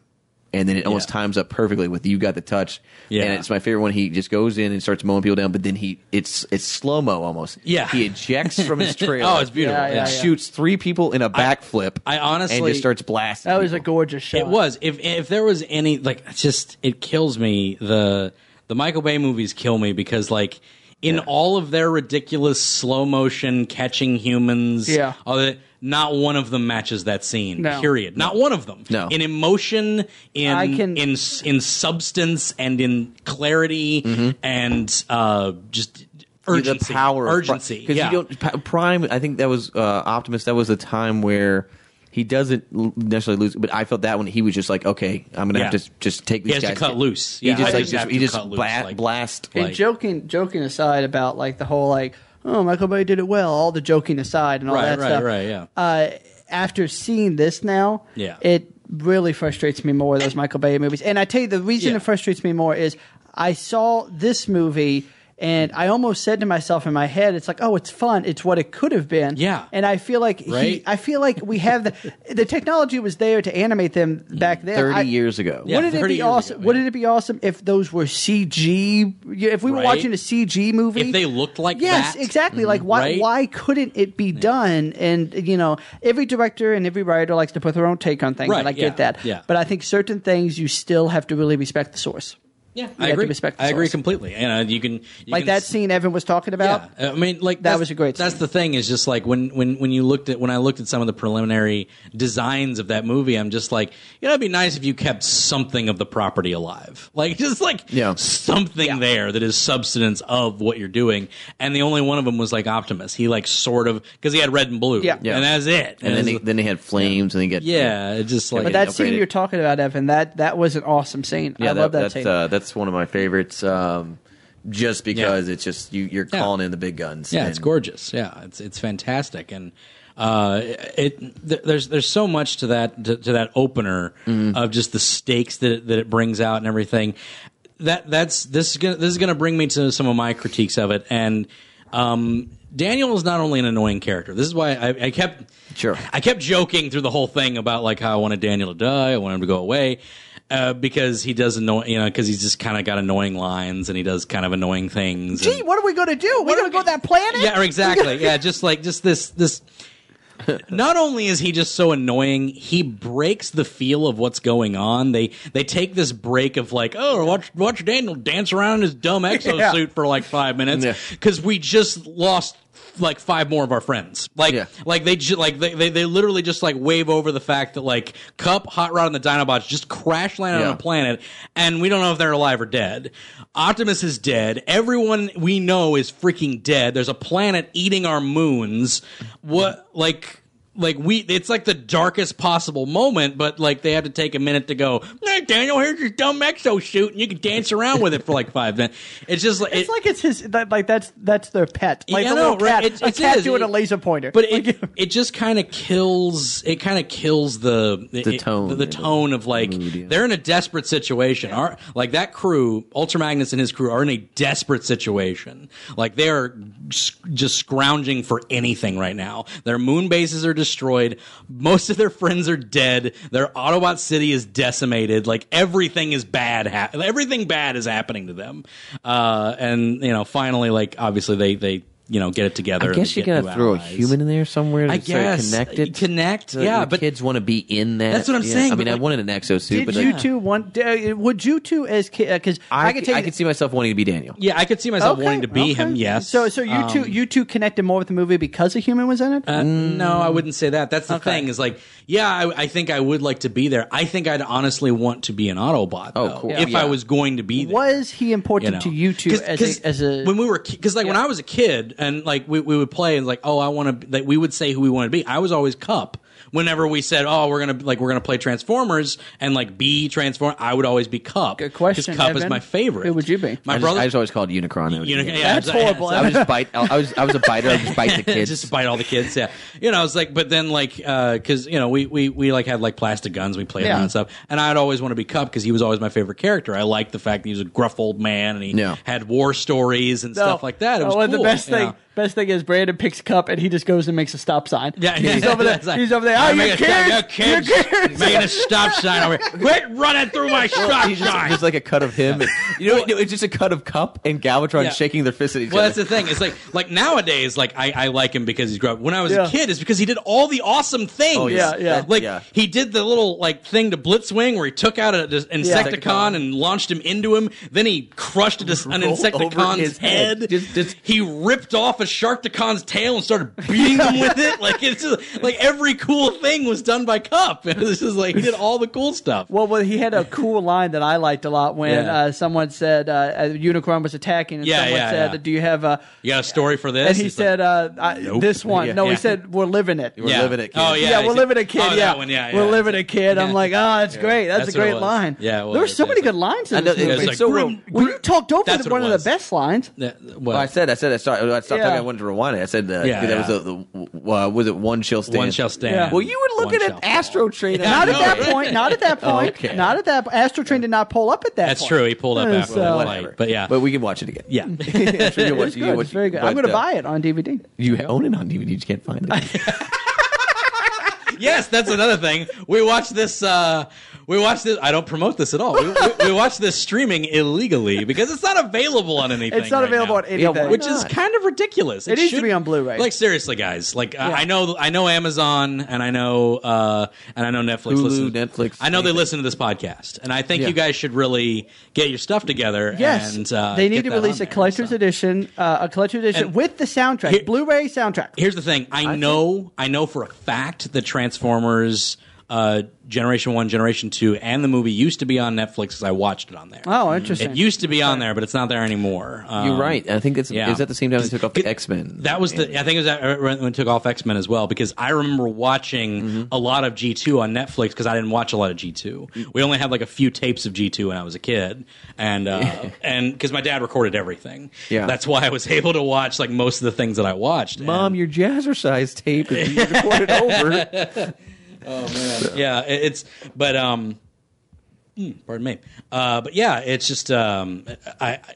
S2: and then it almost
S1: Yeah.
S2: times up perfectly with you got the touch.
S1: Yeah.
S2: and it's my favorite one. He just goes in and starts mowing people down, but then he it's it's slow mo almost.
S1: Yeah.
S2: he ejects from his trailer.
S1: oh, it's beautiful.
S4: Yeah, yeah, yeah.
S2: Shoots three people in a backflip.
S1: I honestly-
S2: and just starts blasting.
S4: That was a
S2: people.
S4: gorgeous shot.
S1: It was. If if there was any like it's just it kills me the the Michael Bay movies kill me because like in all of their ridiculous slow motion catching humans
S4: Yeah.
S1: all that, Not one of them matches that scene.
S4: No.
S1: Period. Not one of them.
S2: No.
S1: In emotion, in
S4: I can-
S1: in s- in substance, and in clarity, and uh, just urgency.
S2: Mm-hmm. the power of Pri-
S1: urgency.
S2: 'cause
S1: yeah.
S2: you don't P- Prime. I think that was uh, Optimus. That was the time where he doesn't l- necessarily lose, but I felt that when he was just like, okay, I'm gonna
S1: Yeah.
S2: have to s- just take these
S1: has to
S2: guys.
S1: cut loose.
S2: He
S1: Yeah, I
S2: just like
S1: just
S2: just,
S1: have
S2: he
S1: to
S2: just
S1: cut loose,
S2: bla-
S1: like-
S2: blast.
S1: Like-
S2: Like,
S4: And joking, joking aside about like the whole like, oh, Michael Bay did it well. All the joking aside and all
S1: Right,
S4: that
S1: right,
S4: stuff.
S1: right, yeah.
S4: Uh, after seeing this now,
S1: Yeah.
S4: it really frustrates me more those Michael Bay movies. And I tell you, the reason
S1: Yeah.
S4: it frustrates me more is I saw this movie. And I almost said to myself in my head, "It's like, oh, it's fun. It's what it could have been."
S1: Yeah.
S4: And I feel like
S1: Right?
S4: he, I feel like we have the the technology was there to animate them back then.
S2: Thirty
S4: I-
S2: years ago,
S1: Yeah.
S4: wouldn't it
S1: 30
S4: be
S1: years ago,
S4: awesome?
S1: yeah.
S4: Wouldn't it be awesome if those were CG? yeah, If we were
S1: Right.
S4: watching a CG movie,
S1: If they looked like
S4: yes,
S1: that. Mm-hmm.
S4: exactly. Like why?
S1: Right?
S4: Why couldn't it be done? And you know, every director and every writer likes to put their own take on things,
S1: Right,
S4: and I get
S1: yeah,
S4: that.
S1: yeah.
S4: But I think certain things you still have to really respect the source.
S1: Yeah,
S4: have
S1: I
S4: to
S1: agree.
S4: respect the
S1: I agree
S4: source.
S1: completely. You know, you can you
S4: Like
S1: can
S4: that
S1: s-
S4: scene Evan was talking about.
S1: Yeah, I mean, like
S4: That
S1: that's-
S4: was a great
S1: That's
S4: scene.
S1: the thing is just like when when when you looked at when I looked at some of the preliminary designs of that movie, I'm just like, you know, it'd be nice if you kept something of the property alive, like just like
S2: Yeah.
S1: something there that is substance of what you're doing. And the only one of them was like Optimus. He like sort of because he had red and blue,
S4: Yeah.
S2: Yeah.
S1: and that's it.
S2: and then
S1: it's-
S2: he, then they had flames, and they get
S1: yeah, it just like
S4: But
S2: Yeah,
S4: that
S2: upgraded.
S4: scene you're talking about, Evan, that that was an awesome scene. I love that,
S2: that's
S4: scene.
S2: uh, that's one of my favorites. Um, just because it's just you, you're
S1: Yeah.
S2: calling in the big guns.
S1: Yeah,
S2: and-
S1: it's gorgeous. Yeah, it's it's fantastic, and uh, it th- there's there's so much to that to, to that opener of just the stakes that it, that it brings out and everything. That that's this is gonna, this is going to bring me to some of my critiques of it, and um, Daniel is not only an annoying character. This is why I, I kept
S2: Sure.
S1: I kept joking through the whole thing about like how I wanted Daniel to die, I want him to go away, uh, because he does annoy you know because he's just kind of got annoying lines and he does kind of annoying things. and-
S4: Gee, what are we going to do? We're going to go to that planet?
S1: yeah, or exactly. Yeah, just like just this this. Not only is he just so annoying, he breaks the feel of what's going on. They they take this break of like, oh, watch watch Daniel dance around in his dumb exosuit suit for like five
S2: Yeah.
S1: minutes because we just lost like five more of our friends. Like
S2: Yeah.
S1: like they ju- like they, they they literally just like wave over the fact that like Cup, Hot Rod, and the Dinobots just crash landed
S2: Yeah.
S1: on a planet, and we don't know if they're alive or dead. Optimus is dead. Everyone we know is freaking dead. There's a planet eating our moons. What like like we it's like the darkest possible moment but like they have to take a minute to go hey daniel here's your dumb exo suit and you can dance around with it for like five minutes it's just like
S4: It's like it's his that, like that's that's their pet. Like
S1: Yeah,
S4: the
S1: I
S4: little
S1: know, right?
S4: cat,
S1: It's-
S4: a
S1: it's
S4: cat
S1: his.
S4: doing a
S1: It-
S4: laser pointer.
S1: but it, it just kind of kills it kind of kills the it-
S2: tone,
S1: the,
S2: you know,
S1: tone of like
S2: mood, yeah.
S1: they're in a desperate situation Our, like that crew ultra magnus and his crew are in a desperate situation like they're s- just scrounging for anything right now their moon bases are destroyed most of their friends are dead their autobot city is decimated like everything is bad ha- everything bad is happening to them uh and you know finally like obviously they they you know, get it together.
S2: I
S1: and
S2: guess
S1: they
S2: you
S1: get
S2: gotta
S1: new
S2: throw
S1: allies.
S2: a human in there somewhere. To
S1: I guess. uh,
S2: sort of connect it.
S1: Connect,
S2: So that
S1: yeah,
S2: the
S1: but-
S2: kids want to be in that.
S1: That's what I'm
S2: yeah.
S1: saying,
S2: I mean,
S1: but
S2: I
S1: like-
S2: wanted an exosuit,
S4: did
S2: but
S4: you
S2: like,
S4: two want? Uh, would you two as because I,
S2: I,
S4: can
S2: could,
S4: tell you
S2: I could see myself wanting to be Daniel.
S1: Yeah, I could see myself
S4: Okay,
S1: wanting to be
S4: okay.
S1: him. Yes. Um,
S4: So so you two you two connected more with the movie because a human was in it.
S1: Uh, no, I wouldn't say that. That's the thing is like, yeah, I, I think I would like to be there. I think I'd honestly want to be an Autobot.
S2: Oh,
S1: though,
S2: cool.
S1: If
S2: Yeah.
S1: I was going to be there.
S4: was he important to you two
S1: Cause,
S4: as,
S1: 'cause
S4: a, as a?
S1: when we were because like when I was a kid and like we, we would play and like oh I want to like we would say who we wanted to be I was always Cup whenever we said oh we're gonna like we're gonna play Transformers and like be Transform I would always be Cup
S4: Good question,
S1: Cup is
S4: Evan.
S1: my favorite
S4: Who would you be?
S1: my
S2: I, just,
S1: brother
S2: I just always called Unicron. I would-
S1: you know, yeah,
S4: That's
S1: I-
S4: horrible.
S1: I-
S2: I would just bite. I was I was a biter. I would just bite the kids.
S1: just to bite all the kids. Yeah, you know, I was like, but then like, because you know, we, we we like had like plastic guns. We played
S4: Yeah.
S1: around and stuff, and I'd always want to be Cup because he was always my favorite character. I liked the fact that he was a gruff old man and he
S2: Yeah.
S1: had war stories and stuff like that. It was
S4: oh, and
S1: cool,
S4: the best
S1: you know.
S4: thing, best thing is Brandon picks cup and he just goes and makes a stop sign.
S1: Yeah,
S4: he's over there.
S1: that's like,
S4: he's over there. Oh,
S1: I'm
S4: you
S1: making a stop-
S4: kids,
S1: you're
S4: you
S1: kids.
S4: kids.
S1: Making a stop sign over here. Quit running through my stop
S2: He's just,
S1: sign.
S2: just like a cut of him. and- you know, no, it's just a cut of Cup and Galvatron
S1: Yeah.
S2: shaking their fists at each
S1: Well,
S2: other.
S1: that's the thing. It's like like nowadays, like I, I like him because he's grown. up. When I was
S4: Yeah.
S1: a kid, it's because he did all the awesome things.
S2: Oh,
S4: yeah. Yeah, yeah.
S1: Like
S2: Yeah.
S1: he did the little like thing to Blitzwing where he took out an Insecticon
S2: Insecticon.
S1: and launched him into him. Then he crushed a dis- an
S2: Rolled over
S1: Insecticon's
S2: his
S1: head.
S2: head. Just- just-
S1: he ripped off a a Sharkticon's tail and started beating them with it. Like it's just, like every cool thing was done by Cup. This is like he did all the cool stuff.
S4: Well, well, he had a cool line that I liked a lot when
S1: Yeah.
S4: uh, someone said uh, a unicorn was attacking, and
S1: Yeah,
S4: someone
S1: yeah,
S4: said,
S1: yeah.
S4: "Do you have a?"
S1: You got a story for this?
S4: And he
S1: It's like-
S4: said, uh, I,
S1: Nope.
S4: "This one."
S2: Yeah.
S4: no,
S1: Yeah.
S4: he said, "We're living it."
S2: We're living it, kid.
S1: Oh yeah,
S4: yeah,
S1: he
S4: we're
S1: said-
S4: living a kid.
S1: Oh,
S4: yeah.
S1: that one, yeah,
S4: we're
S1: yeah.
S4: living a kid. I'm like, oh, that's great. That's,
S1: That's
S4: a
S1: what it
S4: great
S1: was.
S4: line.
S1: Yeah, it
S4: there were
S1: was.
S4: so many
S1: That's
S4: good lines
S2: I
S4: in
S2: know,
S4: this
S2: it
S4: movie.
S2: was like, So grim-
S4: when you talked over
S1: That's
S4: the,
S1: what
S4: one
S1: it
S4: of
S1: was.
S4: the best lines.
S1: That-
S2: Well, I
S1: well,
S2: said, I said, I stopped, I stopped
S4: Yeah.
S2: talking. I wanted to rewind it. I said, uh,
S1: Yeah,
S2: that was
S1: yeah.
S2: a, the, uh, was it one shall stand?
S1: one shall stand.
S4: Yeah.
S2: Well, you were
S1: One
S2: looking
S1: shall
S2: at Astro Train.
S1: Yeah,
S4: Not
S1: I
S4: at
S1: know,
S4: that
S1: right?
S4: point. Not at that point.
S2: Okay.
S4: Not at that. Astro Train did not pull up at that.
S1: That's
S4: point.
S1: true. He pulled up
S4: Yeah,
S1: after
S4: so-
S1: that
S2: Whatever.
S1: fight, but yeah,
S2: but we can watch it again.
S1: yeah.
S2: I'm sure you watch, uh,
S4: It's good. It's very good. I'm going to buy it on DVD.
S2: You own it on DVD. You can't find it.
S1: yes, that's another thing. We watched this. Uh, we watched this. I don't promote this at all. We, we, we watched this streaming illegally because it's not available on anything.
S4: It's not
S1: right
S4: available
S1: now.
S4: on anything.
S2: why
S1: which is
S2: not?
S1: kind of ridiculous.
S4: It needs to be on Blu-ray.
S1: Like seriously, guys. Like I I know, I know Amazon, and I know, uh, and I know Netflix.
S2: Hulu,
S1: listens-
S2: Netflix,
S1: I know they
S2: anything.
S1: listen to this podcast, and I think
S2: Yeah.
S1: you guys should really get your stuff together.
S4: Yes,
S1: and, uh,
S4: they
S1: get
S4: need to
S1: that on
S4: release a
S1: there,
S4: collector's
S1: so.
S4: edition, uh, a collector's edition
S1: And-
S4: with the soundtrack,
S1: Here-
S4: Blu-ray soundtrack.
S1: Here's the thing. I, know. I know for a fact that Transformers. Uh, Generation One, Generation Two, and the movie used to be on Netflix because I watched it on there.
S4: Oh, interesting.
S1: It used to be on there, but it's not there anymore. Um,
S2: You're right. I think it's
S1: yeah.
S2: is that the same time they took off the X Men.
S1: That was the. I think it was that, when when it took off X Men as well because I remember watching
S2: Mm-hmm.
S1: a lot of G two on Netflix because I didn't watch a lot of G two.
S2: Mm.
S1: We only had like a few tapes of G two when I was a kid, and uh, and because my dad recorded everything,
S2: Yeah.
S1: that's why I was able to watch like most of the things that I watched.
S2: Mom, your jazzercise tape is being recorded over.
S1: And, yeah, it- it's but um, mm, pardon me, uh, but yeah, it's just um, I. I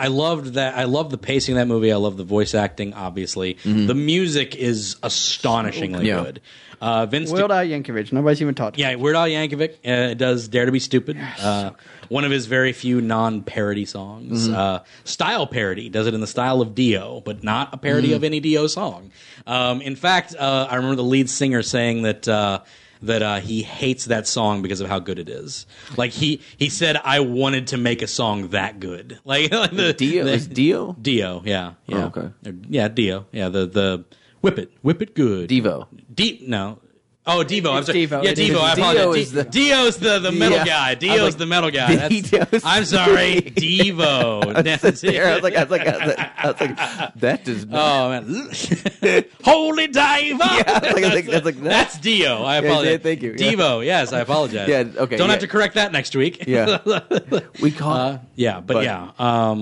S1: I loved that. I love the pacing of that movie. I love the voice acting. Obviously, the music is astonishingly
S2: Yeah.
S1: Mm-hmm. good. Uh, Vince
S4: Weird Al Yankovic. Nobody's even talked.
S1: Yeah, Weird Al Yankovic uh, does "Dare to Be Stupid," uh, one of his very few non-parody songs.
S2: Mm-hmm.
S1: Uh, style parody does it in the style of Dio, but not a
S2: Mm-hmm.
S1: parody of any Dio song. Um, in fact, uh, I remember the lead singer saying that. Uh, that uh, he hates that song because of how good it is. Like he he said, I wanted to make a song that good. Like, the
S2: Dio
S1: the-
S2: is Dio
S1: Dio, yeah, yeah,
S2: Oh, okay.
S1: Or- yeah, Dio, yeah. The the whip it, whip it good,
S2: Devo.
S1: Deep no. Oh, Devo. I'm
S4: It's
S1: sorry.
S4: Devo.
S1: Yeah,
S4: It
S1: Devo.
S4: is.
S1: I
S2: Dio
S1: apologize.
S2: is
S1: D-
S2: the-
S1: Dio's the, the metal
S2: Yeah.
S1: guy.
S2: I'm
S1: Dio's
S2: like,
S1: the metal guy. That's,
S2: Dio's-
S1: I'm sorry. Devo. That's it.
S2: There, I was like, I was like, I was like, I was like that does not.
S1: Oh man. Holy diver.
S2: I was like, I was like, that's like that.
S1: That's Dio. I apologize.
S2: yeah, thank you. Yeah.
S1: Devo. Yes, I apologize.
S2: Yeah, okay,
S1: Don't
S2: yeah.
S1: have to correct that next week.
S2: Yeah. We call.
S1: yeah, but,
S2: But-
S1: yeah. Um Uh,
S2: Well,
S1: yeah.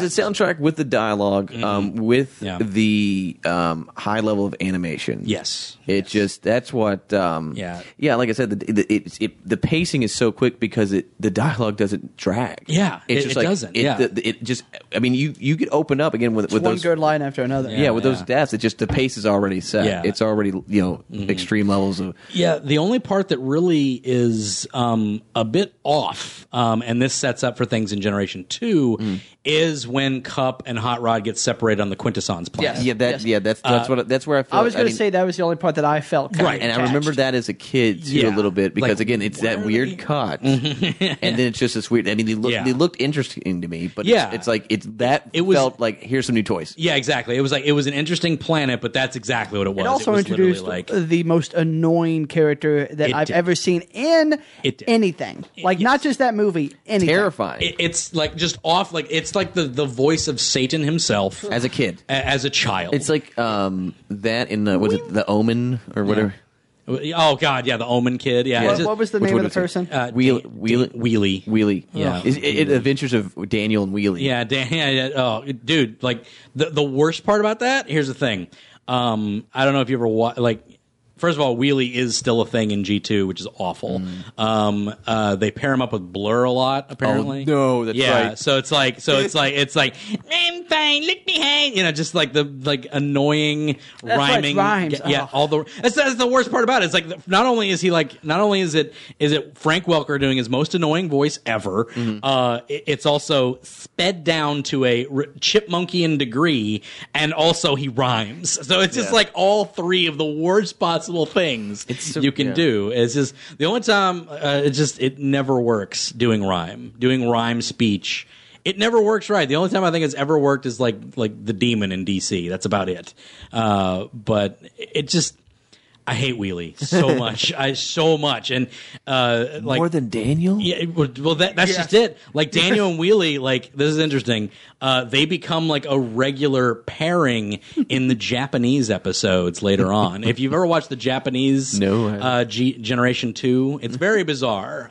S1: Mm-hmm.
S2: it's a soundtrack with the dialog um, with
S1: Yeah.
S2: the um, high level of animation.
S1: Yes.
S2: it just that's what. Um,
S1: Yeah.
S2: yeah. Like I said, the, the, it, it, the pacing is so quick because it the dialogue doesn't drag.
S1: Yeah,
S2: it's
S1: it-
S2: just
S1: it
S2: like,
S1: doesn't,
S2: It,
S1: yeah.
S2: the- the- it just. I mean, you you get opened up again with
S4: It's
S2: with
S4: one
S2: those.
S4: good line after another.
S2: yeah, with those
S1: Yeah.
S2: deaths, it just the pace is already set.
S1: Yeah.
S2: It's already you know extreme levels of
S1: Yeah, the only part that really is um, a bit off, um, and this sets up for things in Generation Two, is when Cup and Hot Rod get separated on the Quintessons planet.
S4: Yes.
S2: yeah that yeah that's that's what that's where I feel
S4: I was going
S2: mean,
S4: to say that was the only part that I felt kind
S1: Right,
S4: Of
S2: and I
S4: attached.
S2: remember that as a kid too
S1: Yeah.
S2: a little bit because
S1: Like,
S2: again it's
S1: where
S2: that
S1: are
S2: weird
S1: they-
S2: cut, and then it's just this weird. I mean, they looked
S1: Yeah.
S2: they looked interesting to me, but
S1: Yeah.
S2: it's, it's like it's that
S1: It
S2: it
S1: was-
S2: felt like here's some new toys.
S1: Yeah, exactly. It was like it was an interesting planet, but that's exactly what it was.
S4: It also
S1: was literally
S4: introduced the most annoying character that
S1: It
S4: I've
S1: did.
S4: ever seen in
S1: It did.
S4: anything. Like not just that movie. Anything.
S2: Terrifying
S1: it, it's like just off. Like it's like the the voice of Satan himself
S2: as a kid.
S1: a- as a child.
S2: It's like um that in the was it the Omen or whatever
S1: oh god, yeah, the Omen kid. Yeah,
S2: Yeah.
S1: it's
S4: What,
S1: just-
S4: what was the
S2: Which
S4: name
S2: one
S4: of the
S2: was it?
S4: person?
S1: uh,
S2: Wheel-
S1: Dan-
S2: Wheel-
S1: Dan- Wheelie
S2: Wheelie.
S1: Yeah.
S2: Is- it, it- Adventures of Daniel and Wheelie.
S1: Yeah, Dan, yeah, yeah. Oh, dude, like the the worst part about that. Here's the thing. Um, I don't know if you ever wa- like. First of all, wheelie is still a thing in G two, which is awful.
S4: Mm.
S1: Um, uh, they pair him up with Blur a
S4: Oh,
S1: lot, apparently.
S2: no, that's
S1: yeah.
S2: right.
S1: So it's like, so it's like, it's like, I'm fine. Look behind, you know, just like the like annoying
S4: That's right,
S1: rhyming.
S4: rhymes.
S1: Yeah,
S4: Oh.
S1: all the that's, that's the worst part about it. It's like the- not only is he like not only is it is it Frank Welker doing his most annoying voice ever.
S2: Mm-hmm.
S1: Uh, it- it's also sped down to a r- chipmunkian degree, and also he rhymes. So it's just
S2: Yeah.
S1: like all three of the worst possible things
S2: It's so-
S1: you can
S2: yeah.
S1: do. It's just the only time uh, it just it never works doing rhyme, doing rhyme speech. It never works right. The only time I think it's ever worked is like like the demon in DC. That's about it. Uh, but it just I hate Wheelie so much. I so much and uh, like
S2: More than Daniel?
S1: yeah, it would- well, that, that's just it. Like Daniel and Wheelie, like this is interesting. Uh, they become like a regular pairing in the Japanese episodes later on. If you've ever watched the Japanese
S2: No, I haven't.
S1: uh, G- Generation Two, it's very bizarre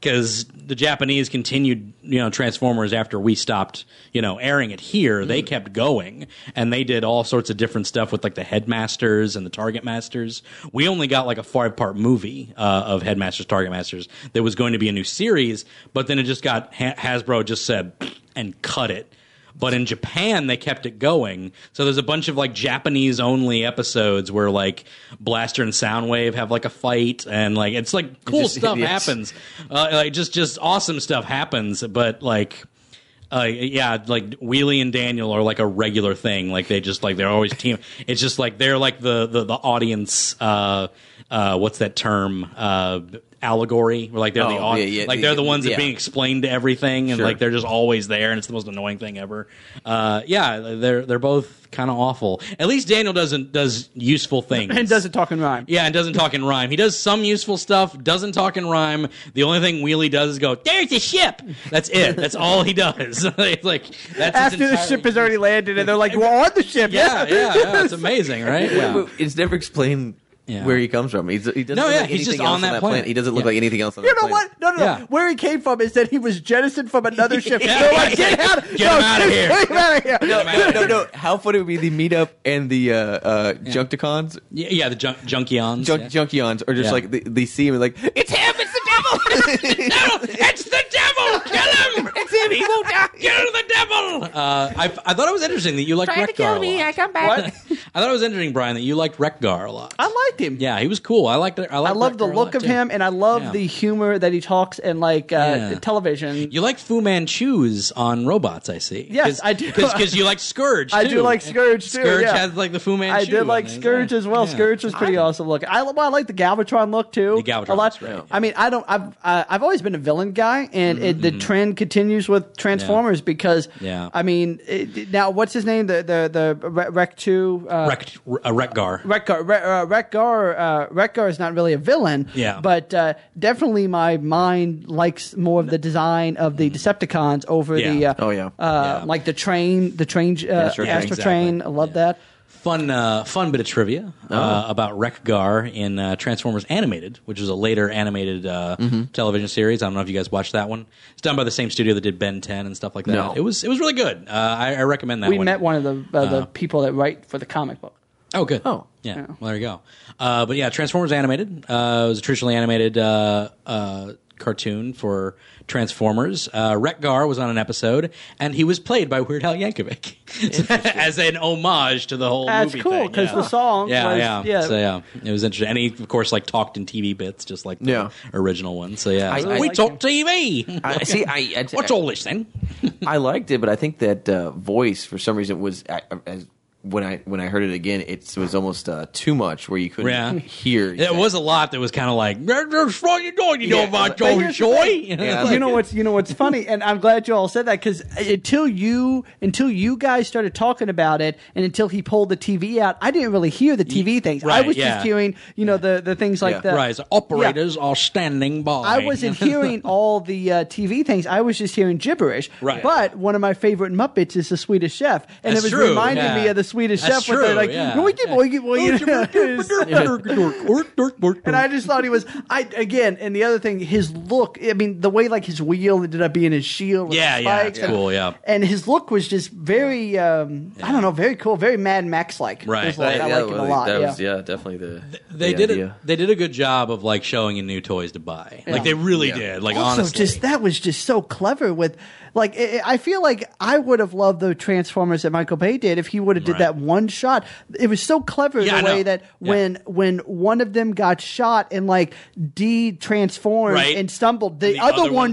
S1: because the Japanese continued, you know, Transformers after we stopped, you know, airing it here. They kept going and they did all sorts of different stuff with like the headmasters and the target masters. We only got like a five part movie uh, of headmasters, target masters. There was going to be a new series, but then it just got ha- Hasbro just said and cut it. But in Japan, they kept it going. So there's a bunch of like Japanese only episodes where like Blaster and Soundwave have like a fight, and like it's like cool
S2: Just
S1: stuff
S2: idiots.
S1: happens. Uh, like just just awesome stuff happens. But like. Uh, yeah, like Wheelie and Daniel are like a regular thing. Like they just like they're always team. It's just like they're like the the, the audience. Uh, uh, what's that term? Uh, allegory. Where like they're the
S2: Oh,
S1: au-
S2: yeah, yeah,
S1: like they're the ones
S2: yeah.
S1: that being explained to everything, and
S2: Sure.
S1: like they're just always there, and it's the most annoying thing ever. Uh, yeah, they're they're both kind of awful. At least Daniel doesn't does useful things
S4: and doesn't talk in rhyme.
S1: Yeah, and doesn't talk in rhyme. He does some useful stuff, doesn't talk in rhyme. The only thing Wheelie does is go, "There's a ship." That's it. That's all he does. It's like that's his
S4: After the
S1: entire-
S4: ship has already landed, and they're like, "We're on the ship."
S1: Yeah, yeah, yeah. It's amazing, right? Yeah.
S2: Wait, It's never explained
S1: Yeah.
S2: where he comes from. He's, he doesn't
S1: No,
S2: look
S1: yeah,
S2: like
S1: he's just
S2: anything
S1: on
S2: else
S1: that
S2: planet.
S1: planet.
S2: He doesn't look
S1: Yeah.
S2: like anything else on
S4: You
S2: that
S4: know
S2: planet.
S4: what? No, no, no.
S1: Yeah.
S4: Where he came from is that he was jettisoned from another ship.
S1: Yeah.
S4: They're like, get out,
S1: Get
S4: no,
S1: him outta here."
S4: Get him out of here.
S1: him out
S2: No,
S1: of
S2: no,
S1: here.
S2: no. How funny would be the meetup and the uh, uh, Junkticons,
S1: Yeah, yeah, the junk, junkions.
S2: junk,
S1: yeah.
S2: Junkions, or just
S1: Yeah.
S2: like they, they see him and like it's him, it's the devil.
S1: No, it's the devil! Kill him! it's him! He won't die! Kill the devil! Uh, I, I thought it was interesting that you liked Rekgar a lot.
S5: come back.
S1: I thought it was interesting, Brian, that you liked Rekgar a lot.
S4: I liked him.
S1: yeah, he was cool. I liked it. I,
S4: I
S1: liked
S4: love the
S1: Rekgar a
S4: look
S1: lot,
S4: of
S1: too.
S4: him, and I love
S1: Yeah.
S4: the humor that he talks in like uh,
S1: Yeah.
S4: television.
S1: You like Fu Manchus on robots, I see.
S4: Yes, I do.
S1: Because you like Scourge.
S4: I
S1: too.
S4: do like Scourge, too,
S1: Scourge
S4: yeah.
S1: has like the Fu Manchu.
S4: I did like
S1: on it.
S4: Scourge as well.
S1: Yeah.
S4: Scourge was pretty awesome looking. I, well, I like the Galvatron look too.
S1: The Galvatron
S4: a lot.
S1: looks great, yeah.
S4: I mean, I don't. I've I, I've always been a villain guy, and it, the trend continues with Transformers because.
S1: Mm-hmm. Yeah.
S4: I mean, it, now what's his name? The the the Re- Rec Two. Uh,
S1: Wreck, uh, Wreckgar.
S4: Rekgar, Re- uh, Rekgar, uh, Rekgar is not really a villain,
S1: Yeah.
S4: but uh, definitely my mind likes more of the design of the Decepticons over
S1: Mm-hmm. Yeah.
S4: the uh,
S2: Oh, yeah.
S4: uh,
S1: Yeah.
S4: like the train, the train, uh,
S2: Astro
S4: Astro,
S2: Train.
S4: Train. I
S1: Exactly.
S4: love that.
S1: Fun, uh, fun bit of trivia
S4: Oh.
S1: uh, about Wreckgar in uh, Transformers Animated, which was a later animated uh,
S4: Mm-hmm.
S1: television series. I don't know if you guys watched that one. It's done by the same studio that did Ben 10 and stuff like that.
S2: No.
S1: It was it was really good. Uh, I, I recommend that
S4: we
S1: one. Uh-huh.
S4: met one of the uh, the people that write for the comic book.
S1: Oh, good.
S2: Oh.
S1: yeah. Well, there you go. Uh, but yeah, Transformers animated. Uh, it was a traditionally animated uh, uh, cartoon for Transformers. Uh, Retgar was on an episode, and he was played by Weird Al Yankovic as an homage to the whole.
S4: That's
S1: movie
S4: cool,
S1: thing,
S4: 'cause
S1: yeah.
S4: the song
S1: Yeah,
S4: was-
S1: yeah,
S4: yeah.
S1: So yeah, it was interesting. And he, of course, like talked in TV bits, just like the
S2: Yeah.
S1: original one. So yeah,
S2: I-
S1: So,
S2: I
S1: we
S4: like
S1: talk TV.
S2: I, see, I, I
S1: What's all this then?
S2: I liked it, but I think that uh, voice for some reason was I, I- as when I when I heard it again, it was almost uh, too much where you couldn't
S1: Yeah.
S2: hear.
S1: It was a lot that was kind of like, "That's what you doing? You know
S2: Yeah,
S1: about
S2: but-
S4: But
S1: Joey
S4: here's the
S1: Joy?"
S4: thing. you know what's you know what's funny, and I'm glad you all said that because until you until you guys started talking about it, and until he pulled the TV out, I didn't really hear the TV things.
S1: right,
S4: I was
S1: yeah.
S4: just hearing you know the the things like
S2: Yeah.
S4: the
S1: Right, so operators are standing by.
S4: I wasn't hearing all the uh, TV things. I was just hearing gibberish.
S1: Right.
S4: But one of my favorite Muppets is the Swedish Chef, and
S1: That's
S4: it was
S1: true,
S4: reminding
S1: yeah.
S4: me of the Swedish
S1: That's
S4: Chef. where they're
S1: true,
S4: like,
S1: yeah.
S4: "Boinky, boinky, boinky." And I just thought he was. I again, and the other thing, his look. I mean, the way like his wheel ended up being his shield. with
S1: Yeah,
S4: the
S1: yeah,
S4: spikes
S1: it's
S4: and-
S1: cool, yeah.
S4: And his look was just very. Um, I don't know, very cool, very Mad Max like.
S1: Right.
S4: I like it a lot. yeah.
S2: definitely the
S1: they did a, they did a good job of like showing you new toys to buy. Like they really
S2: Yeah.
S1: did. Like
S4: also
S1: honestly,
S4: just that was just so clever with like i i I feel like I would have loved the Transformers that Michael Bay did if he would have did
S1: Right.
S4: that one shot. It was so clever
S1: Yeah, I
S4: the way
S1: know.
S4: that
S1: Yeah.
S4: when when one of them got shot and like de-transformed
S1: Right.
S4: and stumbled, the,
S1: The
S4: other,
S1: other
S4: one
S1: one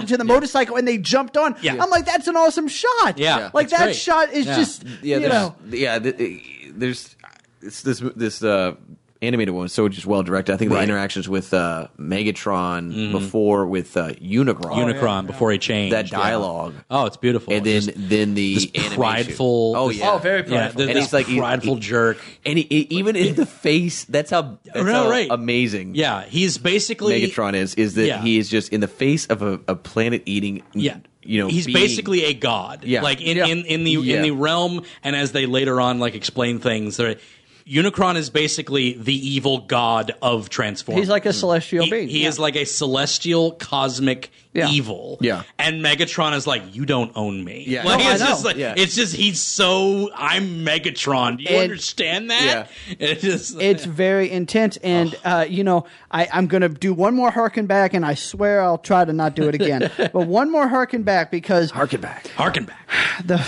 S1: transformed.
S4: into the
S1: Yeah.
S4: motorcycle and they jumped on.
S1: Yeah.
S4: I'm like, that's an awesome shot.
S1: Yeah. Yeah.
S4: like
S1: It's
S4: that
S1: great.
S4: shot is
S1: Yeah.
S4: just
S2: yeah eh,
S4: you
S2: there's,
S4: know
S2: yeah th- there's it's this this uh animated one was so just well directed. I think the
S1: Right. Mm-hmm.
S2: interactions with uh, Megatron before with uh, Unicron,
S1: Oh, Unicron before he changed
S2: that
S1: yeah.
S2: dialogue,
S1: Oh, it's beautiful.
S2: and then
S1: It's just
S2: then the
S1: this
S2: animation.
S1: prideful.
S2: Oh
S1: this-
S2: yeah,
S4: Oh, very
S1: Yeah,
S4: prideful.
S1: this,
S2: And
S1: this
S2: he's like- he-
S1: prideful
S2: he-
S1: jerk.
S2: And he, he- even in the face, that's how, that's
S1: Right,
S2: how
S1: right.
S2: amazing.
S1: Yeah, he's basically
S2: Megatron is is that
S1: Yeah.
S2: he is just in the face of a, a planet eating.
S1: Yeah.
S2: you know,
S1: he's
S2: being.
S1: basically a god.
S2: Yeah.
S1: like in
S2: Yeah.
S1: in, in the
S2: Yeah.
S1: in the realm, and as they later on like explain things, they're- Unicron is basically the evil god of Transformers.
S4: He's like a celestial
S1: he,
S4: being.
S1: he
S4: yeah.
S1: is like a celestial cosmic
S4: Yeah.
S1: evil.
S2: Yeah.
S1: and Megatron is like, you don't own me.
S2: Yeah.
S1: like,
S4: No, I
S1: it's just
S4: know.
S1: like
S2: Yeah.
S1: it's just he's so I'm Megatron. Do you
S4: And-
S1: understand that? It just
S4: It's very intense, and uh, you know, I, I'm going to do one more harken back, and I swear I'll try to not do it again. but one more harken back because
S2: harken back.
S1: harken back.
S4: the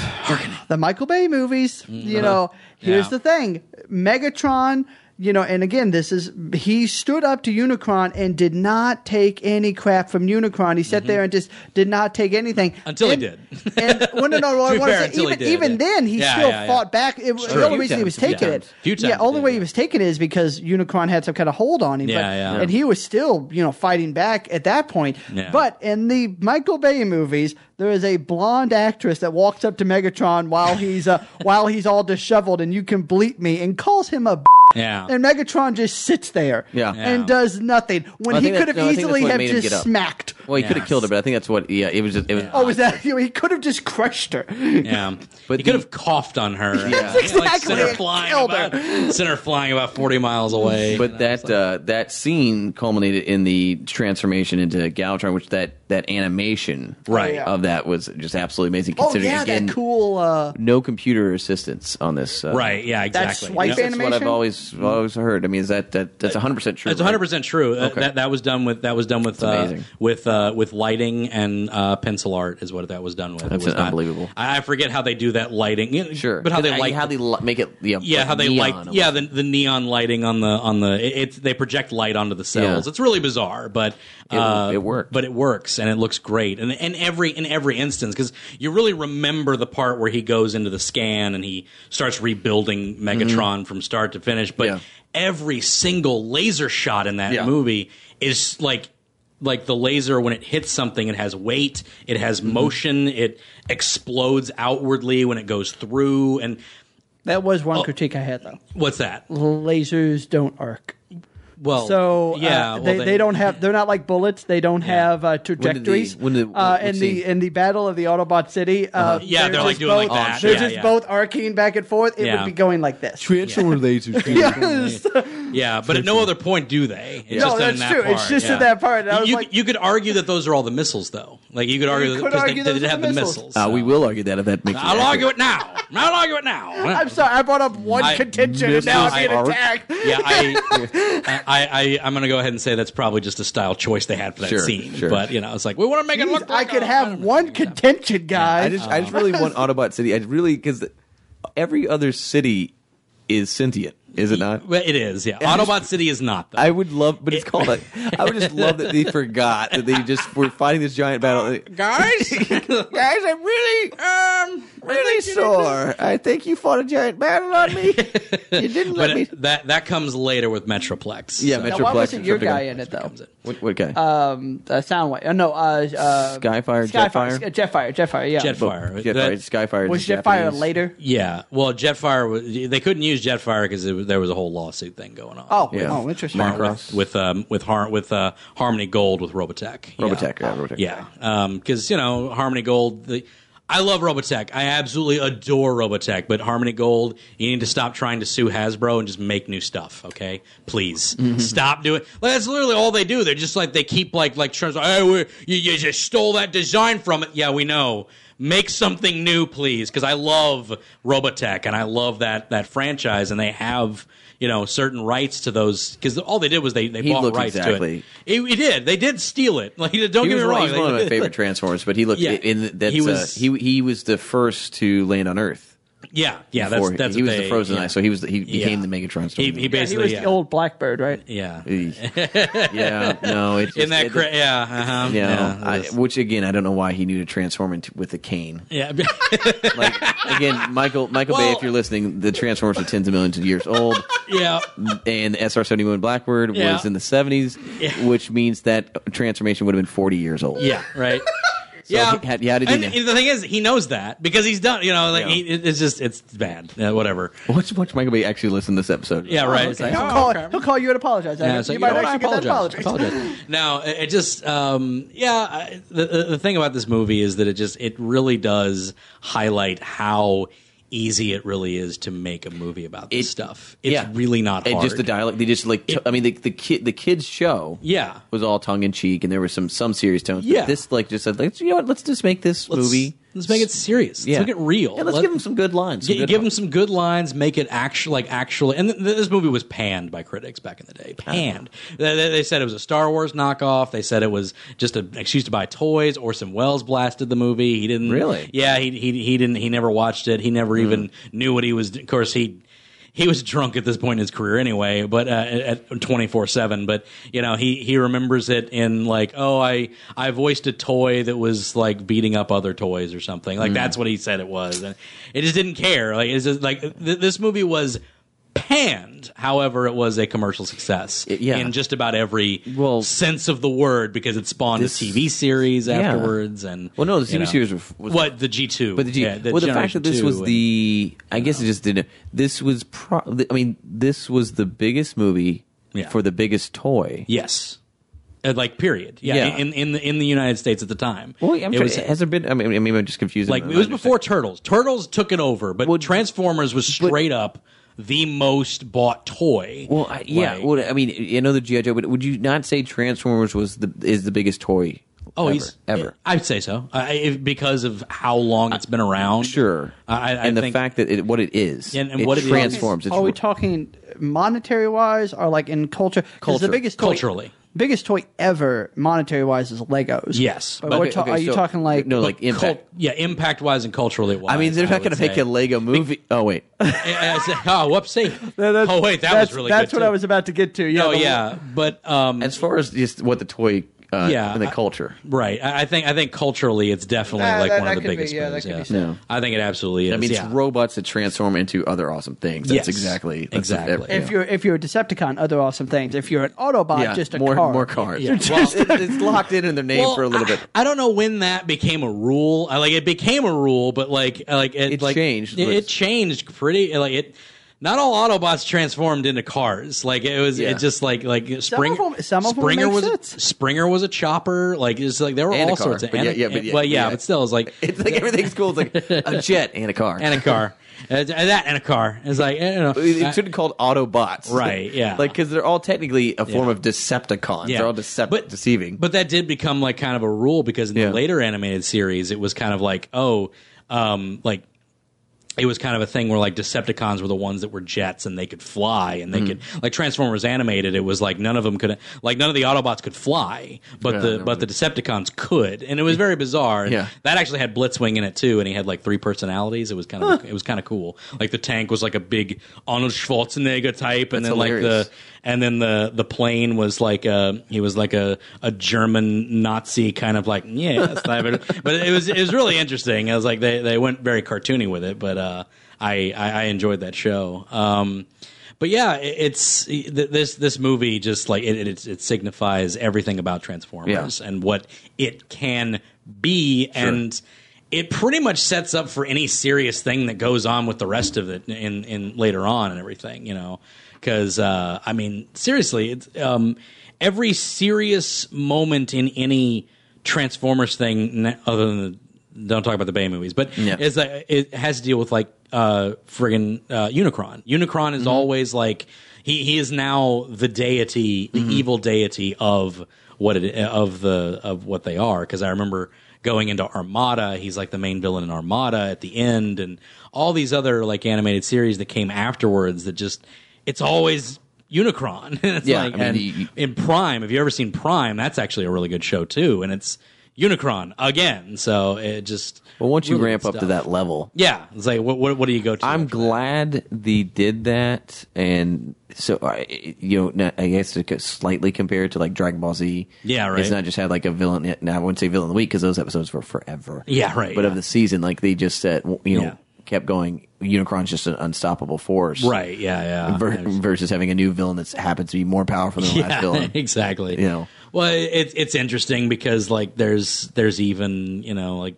S4: the Michael Bay movies. You know, here's
S1: Mm-hmm. Yeah.
S4: the thing: Megatron. You know, and again, this is he stood up to Unicron and did not take any crap from Unicron. He sat there and just did not take anything
S1: Mm-hmm. Until he
S4: And-
S1: did.
S4: And well, no, no, no, I
S1: be
S4: want
S1: fair,
S4: to say
S1: until he
S4: even,
S1: did,
S4: even
S1: yeah.
S4: then he
S1: Yeah,
S4: still
S1: yeah, yeah.
S4: fought back. It, the
S2: true.
S4: only
S2: Few
S4: reason he was
S2: times, few
S4: taking it,
S2: times.
S1: Few
S4: yeah,
S1: times,
S4: only
S1: yeah.
S4: way he was taking it is because Unicron had some kind of hold on him.
S1: Yeah,
S4: but,
S1: yeah.
S4: And he was still, you know, fighting back at that point.
S1: Yeah.
S4: But in the Michael Bay movies, there is a blonde actress that walks up to Megatron while he's uh, while he's all disheveled, and you can bleep me, and calls him a. B-
S1: Yeah.
S4: and Megatron just sits there
S2: Yeah.
S4: and
S1: Yeah.
S4: does nothing when
S2: Well, I
S4: he
S2: think
S4: could
S2: that's-
S4: have
S2: no, I think
S4: easily
S2: that's what
S4: have
S2: made him get
S4: just
S2: up.
S4: smacked.
S2: Well, he could
S1: Yeah.
S2: have killed her, but I think that's what. Yeah, it was just. It was.
S4: Oh, was that he could have just crushed her?
S1: Yeah,
S2: But
S1: but he could
S2: the-
S1: have coughed on her.
S4: That's
S1: Like, sent her
S4: exactly.
S1: flying
S4: Killed
S1: about, sent her flying about forty miles away.
S2: But that uh, that scene culminated in the transformation into Galvatron, which that that animation
S1: Right.
S4: Yeah.
S2: of that was just absolutely amazing.
S4: Oh
S2: Considering
S4: yeah,
S2: again,
S4: that cool. Uh,
S2: no computer assistance on this. Uh,
S1: right? Yeah, exactly.
S4: swipe
S1: Yep.
S4: in-
S2: That's what I've
S4: Animation?
S2: always always heard. I mean, is that, that that's 100 percent true?
S1: That's
S2: right?
S1: 100 percent true. Uh, That that was done with that was done with uh,
S2: amazing.
S1: with uh, with lighting and uh, pencil art is what that was done with. It
S2: That's
S1: was not-
S2: unbelievable.
S1: I I forget how they do that lighting. You know,
S2: Sure,
S1: but how they
S2: I-
S1: light
S2: how they li- make it. Yeah,
S1: yeah,
S2: like
S1: how they
S2: neon
S1: light
S2: almost.
S1: yeah the, the neon lighting on the on the it, it's they project light onto the cells.
S2: Yeah.
S1: It's really bizarre, but uh,
S2: it worked.
S1: But it works and it looks great. And and every in every instance because you really remember the part where he goes into the scan and he starts rebuilding Megatron from start to finish. But
S2: Mm-hmm. Yeah.
S1: every single laser shot in that
S2: Yeah.
S1: movie is like. Like the laser, when it hits something, it has weight, it has
S2: Mm-hmm.
S1: motion, it explodes outwardly when it goes through. And
S4: that was
S1: Oh.
S4: one critique I had though.
S1: what's that?
S4: Lasers don't arc.
S1: Well,
S4: So
S1: yeah,
S4: yeah,
S1: well,
S4: they, they, don't have they're not like bullets. They don't have uh, trajectories.
S2: when did-
S4: uh,
S2: what
S4: in
S2: scene?
S4: the in the battle of the Autobot City, uh,
S1: Uh-huh. Yeah, they're, like,
S4: just
S1: doing like
S4: both-
S1: that.
S4: They're
S1: Yeah,
S4: just
S1: yeah.
S4: both arcing back and forth. It
S1: Yeah.
S4: would be going like this.
S5: Transformer lasers.
S4: Yes.
S1: Yeah, but at no other point do they. It's
S4: No,
S1: just in
S4: that's
S1: that
S4: true.
S1: Part.
S4: It's just in
S1: yeah.
S4: that part, and I
S1: You-
S4: was
S1: you,
S4: like-
S1: you could argue that those are all the missiles, though. Like you could argue
S4: could
S1: because they,
S4: argue
S1: they
S4: those
S1: did
S4: are
S1: have
S4: the
S1: the
S4: missiles.
S1: missiles.
S2: Uh, we
S1: so.
S2: will argue that if that makes. it
S1: I'll
S2: accurate.
S1: argue it now. I'll argue it now.
S4: I'm sorry, I brought up one
S1: I-
S4: contention, and now I'm being
S2: Missiles
S4: attacked.
S1: Yeah, I, I, I, I'm going to go ahead and say that's probably just a style choice they had for that
S2: Sure,
S1: scene.
S2: sure.
S1: But you know, it's like we want to make it
S4: Jeez,
S1: look.
S4: I
S1: like
S4: could
S1: a-
S4: have one contention,
S2: I
S4: guys.
S2: just, I just really want Autobot City. I really because every other city is sentient, is it not?
S1: Well, It is. Yeah, Autobot City is not. Though.
S2: I would love, but it's called. A, I would just love that they forgot that they just were fighting this giant battle.
S1: Guys,
S2: Guys, I'm really,
S1: um,
S2: really sore. I think you fought a giant battle on me. You didn't
S1: but uh,
S2: let me.
S1: it, that that comes later with Metroplex.
S2: Yeah,
S1: so.
S2: Metro-
S4: now, why
S2: Metroplex
S4: wasn't
S2: and
S4: your
S2: Triptychon.
S4: guy in it though?
S2: What, what guy?
S4: Um, uh, Soundwave. Uh, no, uh, uh,
S2: Skyfire,
S4: Skyfire,
S2: Jetfire?
S4: Sk- Jetfire, Jetfire. Yeah,
S1: Jetfire.
S2: Jetfire,
S1: That-
S2: Skyfire.
S4: was
S2: is
S4: Jetfire
S2: Japanese.
S4: later?
S1: Yeah, well, Jetfire was- they couldn't use Jetfire because there was a whole lawsuit thing going on.
S4: Oh,
S2: Yeah.
S4: oh, interesting.
S2: Mark
S1: with with um, with, Har- with uh, Harmony Gold with Robotech. Yeah.
S2: Robotech, yeah, Robotech.
S1: yeah, because you know Harmony Gold. The, I love Robotech. I absolutely adore Robotech, but Harmony Gold, you need to stop trying to sue Hasbro and just make new stuff, okay? Please
S2: Mm-hmm.
S1: stop doing. Like, that's literally all they do. They're just like they keep like like trends. Hey, we, you, you just stole that design from it. Yeah, we know. Make something new, please, because I love Robotech and I love that that franchise, and they have you know certain rights to those because all they did was they they
S2: He
S1: bought
S2: looked
S1: rights
S2: exactly-
S1: to it. it. It did. They did steal it. Like don't
S2: He
S1: get
S2: was,
S1: me
S2: one-
S1: wrong.
S2: he's one of my favorite Transformers, but he looked
S1: Yeah.
S2: in. That's, uh,
S1: He
S2: he
S1: was-
S2: was. he he was the first to land on Earth.
S1: Yeah, yeah,
S2: before.
S1: that's that's
S2: he
S1: what
S2: was
S1: they,
S2: the Frozen
S1: yeah.
S2: Eye, so he was the, he became
S1: Yeah.
S2: the Megatron.
S1: He,
S2: Storm.
S1: he
S4: Yeah, he
S1: basically
S4: was
S1: yeah,
S4: the old Blackbird, right?
S1: yeah.
S2: Eek. yeah, no, it's
S1: in that
S2: it,
S1: cra- yeah, uh-huh,
S2: you know,
S1: yeah,
S2: I-
S1: that's-
S2: which again, I don't know why he needed to transform into with a cane.
S1: yeah.
S2: Like again, Michael Michael Bay,
S1: Well-
S2: if you're listening, the Transformers are tens of millions of years old,
S1: yeah.
S2: and SR seventy one Blackbird
S1: Yeah.
S2: was in the seventies,
S1: Yeah.
S2: which means that transformation would have been forty years old.
S1: Yeah, right. yeah,
S2: he had- he had to do
S1: And
S2: that.
S1: the thing is, he knows that because he's done. You know, like
S2: Yeah.
S1: he, it's just it's bad. Yeah, whatever.
S2: Watch, watch Michael Bay actually listen to this episode.
S1: Yeah, right.
S2: It's like,
S4: He'll,
S2: oh,
S4: call,
S1: okay.
S4: he'll call you and apologize.
S1: Yeah,
S4: you
S1: it's like, you
S4: might
S1: know, I
S4: actually get that
S1: apologize. I
S4: apology.
S1: apologize. no, it it just, um, yeah. I- The, the the thing about this movie is that it just it really does highlight how easy it really is to make a movie about this
S2: It-
S1: stuff. It's
S2: yeah.
S1: really not
S2: And
S1: hard.
S2: just the dialogue, they just like. t- I mean, the the kid the kids show.
S1: Yeah.
S2: was all tongue in cheek, and there was some some serious tones. but
S1: Yeah.
S2: this like just said, like, you know what? Let's just make this
S1: Let's-
S2: movie.
S1: Let's make it serious. Let's
S2: Yeah.
S1: make it real.
S2: Yeah, let's
S1: Let-
S2: give him some good lines. some
S1: Gi-
S2: good
S1: give them some good lines, make it actual, like actually. And th- th- this movie was panned by critics back in the day. Panned. They, they- they said it was a Star Wars knockoff. They said it was just an excuse to buy toys. Orson Welles blasted the movie. He didn't
S2: Really? Hmm.
S1: Yeah, he he he didn't. He never watched it. He never even knew what he was. Of course, he. He was drunk at this point in his career anyway, but uh, at twenty four seven. But you know, he he remembers it in like, oh, I I voiced a toy that was like beating up other toys or something.
S2: Mm.
S1: Like that's what he said it was, and it just didn't care. Like it's just like th- this movie was panned. However, it was a commercial success
S2: yeah.
S1: in just about every
S2: Well-
S1: sense of the word because it spawned
S2: This-
S1: a TV series afterwards. And
S2: Well, no, the
S1: you
S2: TV
S1: know.
S2: series was- was-
S1: what the G two,
S2: But the, G- well, the fact that this was the, I guess it just didn't. This was pro. I mean, this was the biggest movie
S1: Yeah.
S2: for the biggest toy.
S1: yes, Uh, like period, yeah,
S2: Yeah.
S1: In, in the in the United States at the time.
S2: Well, I'm
S1: it
S2: sure,
S1: was
S2: has there been? I mean, I mean, I'm just confused.
S1: like it was before Turtles. Turtles took it over, but
S2: Well,
S1: Transformers was straight up the most bought toy.
S2: Well, I, yeah.
S1: Like-
S2: well, I mean, I know the GI Joe, but would you not say Transformers was the is the biggest toy?
S1: Oh,
S2: ever,
S1: he's
S2: ever.
S1: I'd say so, I, if, because of how long it's been around.
S2: Sure,
S1: I, I
S2: and the
S1: think-
S2: fact that it, what it is,
S1: And- and
S2: it
S1: what it is-
S2: transforms. It's
S4: Are we
S2: re-
S4: talking monetary wise, or like in culture? 'Cause
S2: Culture.
S4: the biggest toy,
S1: Culturally.
S4: biggest toy ever monetary wise is Legos.
S1: Yes.
S4: but
S1: But-
S4: we're
S2: Okay,
S4: ta-
S2: okay,
S4: are you
S2: so-
S4: talking like
S2: no, like
S1: Cult,
S2: impact?
S1: yeah, impact wise and culturally wise.
S2: I mean, they're not
S1: would
S2: going to make
S1: say.
S2: a Lego movie. Oh wait,
S1: I- I said- oh, whoopsie. oh, wait, that
S4: that's,
S1: was really
S4: that's
S1: good.
S4: what
S1: too.
S4: I was about to get to. Yeah,
S1: Oh,
S4: the-
S1: yeah. But, um,
S2: as far as just what the toy, uh,
S1: Yeah,
S2: and the
S1: I-
S2: culture.
S1: right. I, I think I think culturally it's definitely
S4: Nah,
S1: like
S4: that-
S1: one of
S4: that
S1: the
S4: could be-
S1: biggest
S4: yeah, that
S1: movies.
S4: could be
S1: yeah.
S4: said.
S2: No.
S1: I think it absolutely is.
S2: I mean, it's
S1: yeah.
S2: robots that transform into other awesome things. That's
S1: Yes.
S2: exactly that's
S1: Exactly.
S2: every-
S4: If you're if you're a Decepticon, other awesome things. If you're an Autobot,
S2: yeah,
S4: just a
S2: more
S4: car.
S2: more cars.
S1: Yeah.
S2: Well, it- it's locked in in their name
S1: Well,
S2: for a little
S1: I,
S2: bit.
S1: I don't know when that became a rule. I like it became a rule, but like like it,
S2: It
S1: like,
S2: changed,
S1: It,
S2: but-
S1: it changed pretty like it. Not all Autobots transformed into cars. Like it was,
S2: Yeah.
S1: it just like like Springer.
S4: them- some of them
S1: Springer
S4: make
S1: was
S4: sense.
S1: Springer was a chopper. Like it's like there were
S2: And a
S1: all
S2: car.
S1: sorts of
S2: But yeah,
S1: and-
S2: yeah, but yeah,
S1: well, yeah,
S2: yeah.
S1: but still, it's like
S2: It's like everything's cool. It's like a jet and a car.
S1: and a car, and that and a car. It's like I don't know.
S2: it it should be called Autobots,
S1: Right, yeah.
S2: like because they're all technically a form
S1: Yeah.
S2: of Decepticons.
S1: Yeah.
S2: They're all decep-
S1: But-
S2: deceiving.
S1: But that did become like kind of a rule because in
S2: Yeah.
S1: the later animated series, it was kind of like, oh, um, like it was kind of a thing where like Decepticons were the ones that were jets and they could fly and
S2: Hmm.
S1: they could like Transformers animated. It was like none of them could like none of the Autobots could fly, but
S2: Yeah,
S1: the
S2: no,
S1: but the Decepticons could, and it was very bizarre.
S2: Yeah.
S1: that actually had Blitzwing in it too, and he had like three personalities. It was kind of it was kind of cool. Like the tank was like a big Arnold Schwarzenegger type, and
S2: That's
S1: then like
S2: hilarious.
S1: the and then the the plane was like a he was like a, a German Nazi kind of like yeah, that's not bad. but it was it was really interesting. I was like they they went very cartoony with it, but uh, I, I I enjoyed that show. Um, but yeah, it, it's th- this this movie just like it it, it signifies everything about Transformers and what it can be and. It pretty much sets up for any serious thing that goes on with the rest of it in, in later on and everything, you know because uh, I mean, seriously, it's, um, every serious moment in any Transformers thing, n- other than the, don't talk about the Bay movies, but
S2: Yeah.
S1: is that it has to deal with like uh, friggin' uh, Unicron. Unicron
S2: Mm-hmm.
S1: is always like he he is now the deity,
S2: Mm-hmm.
S1: the evil deity of what it of the of what they are. Because I remember going into Armada. He's like the main villain in Armada at the end, and all these other like animated series that came afterwards. That just it's always Unicron. it's
S2: Yeah,
S1: like,
S2: I mean,
S1: and
S2: you-
S1: in Prime, have you ever seen Prime? That's actually a really good show too, and it's Unicron again. So it just
S2: Well, once you
S1: really
S2: ramp
S1: good
S2: up to
S1: stuff.
S2: that level,
S1: yeah. It's like what what, what do you go to?
S2: I'm
S1: after
S2: glad they did that, and so I, you know, now, I guess to co- slightly compare it to like Dragon Ball Z.
S1: Yeah, right.
S2: It's not just had like a villain. Now I wouldn't say villain of the week because those episodes were forever.
S1: Yeah, right,
S2: But
S1: yeah.
S2: of the season, like they just said, w- you know,
S1: Yeah.
S2: kept going. Unicron's just an unstoppable force,
S1: that? right? Yeah, yeah.
S2: Ver- versus having a new villain that happens to be more powerful than the last villain.
S1: exactly.
S2: You know.
S1: well, it's it's interesting because like there's there's even you know like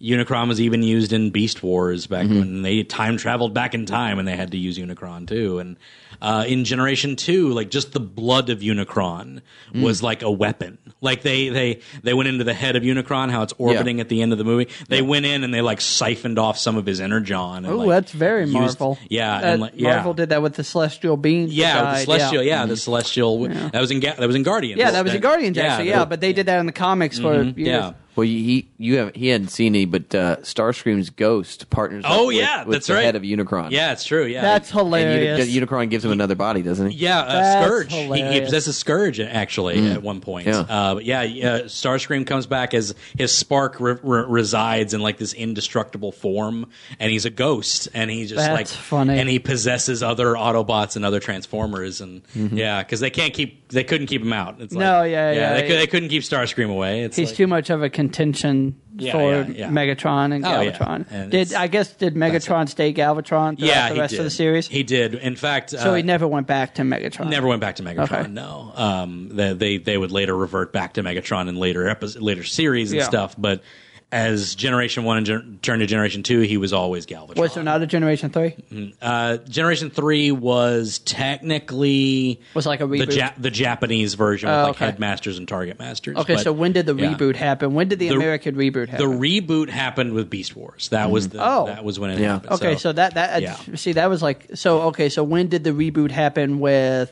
S1: Unicron was even used in Beast Wars back
S4: Mm-hmm.
S1: when they time traveled back in time and they had to use Unicron too. And uh, in Generation Two, like just the blood of Unicron
S4: Mm.
S1: was like a weapon. Like they they they went into the head of Unicron, how it's orbiting at the end of the movie. They went in and they like siphoned off some of his energon.
S4: Oh, that's very
S1: used-
S4: Marvel.
S1: Yeah,
S4: That-
S1: and like, yeah.
S4: Marvel did that with the celestial being.
S1: Yeah,
S4: guy,
S1: with the celestial. Yeah, the celestial. That was in Ga- that was in Guardians.
S4: Yeah, that was the Guardians actually. Yeah,
S1: that- Mm-hmm.
S4: but they did that in the comics for years.
S1: yeah.
S2: Well, you- he you have he hadn't seen any, but uh, Starscream's ghost partners. up
S1: Oh
S2: with-
S1: yeah,
S2: with
S1: that's
S2: the
S1: right.
S2: head of Unicron.
S1: Yeah, it's true. Yeah,
S4: That's
S2: and
S4: hilarious.
S2: Uni- Unicron gives him another body, doesn't he?
S1: yeah, uh,
S4: That's
S1: Scourge. He, he
S4: hilarious. Mm.
S1: possesses Scourge actually at one point.
S2: Yeah.
S1: Uh, but yeah, yeah, Starscream comes back as his spark re- re- resides in like this indestructible form, and he's a ghost, and he just
S4: That's
S1: like
S4: funny.
S1: and he possesses other Autobots and other Transformers, and yeah, because they can't keep they couldn't keep him out. It's like,
S4: Mm-hmm. No, yeah, yeah,
S1: they, cou-
S4: yeah.
S1: they couldn't keep Starscream away. It's
S4: He's
S1: like,
S4: too much of a contention
S1: Yeah,
S4: for
S1: yeah, yeah.
S4: Megatron and
S1: Oh, yeah.
S4: Galvatron.
S1: And
S4: did
S1: it's-
S4: I guess did Megatron stay Galvatron throughout
S1: yeah,
S4: the
S1: he
S4: rest
S1: did.
S4: of the series?
S1: He did. In fact,
S4: so
S1: uh,
S4: he never went back to Megatron.
S1: Never went back to Megatron.
S4: Okay.
S1: No, um, they, they they would later revert back to Megatron in later episodes, later series and
S4: Yeah.
S1: stuff. But as Generation One and gen- turned to Generation Two, he was always Galvatron.
S4: Was there not a Generation Three?
S1: Uh, Generation Three was technically
S4: Was like a
S1: the,
S4: reboot.
S1: ja- the Japanese version with
S4: Oh,
S1: like
S4: okay.
S1: headmasters and target masters.
S4: okay,
S1: But,
S4: so when did the
S1: yeah.
S4: reboot happen? When did the,
S1: The-
S4: American reboot
S1: The
S4: happen?
S1: reboot happened with Beast Wars. That was the,
S4: Oh.
S1: that was when it
S2: Yeah.
S1: happened.
S4: okay, so, that that
S1: yeah.
S4: see that was like so. Okay, so when did the reboot happen with?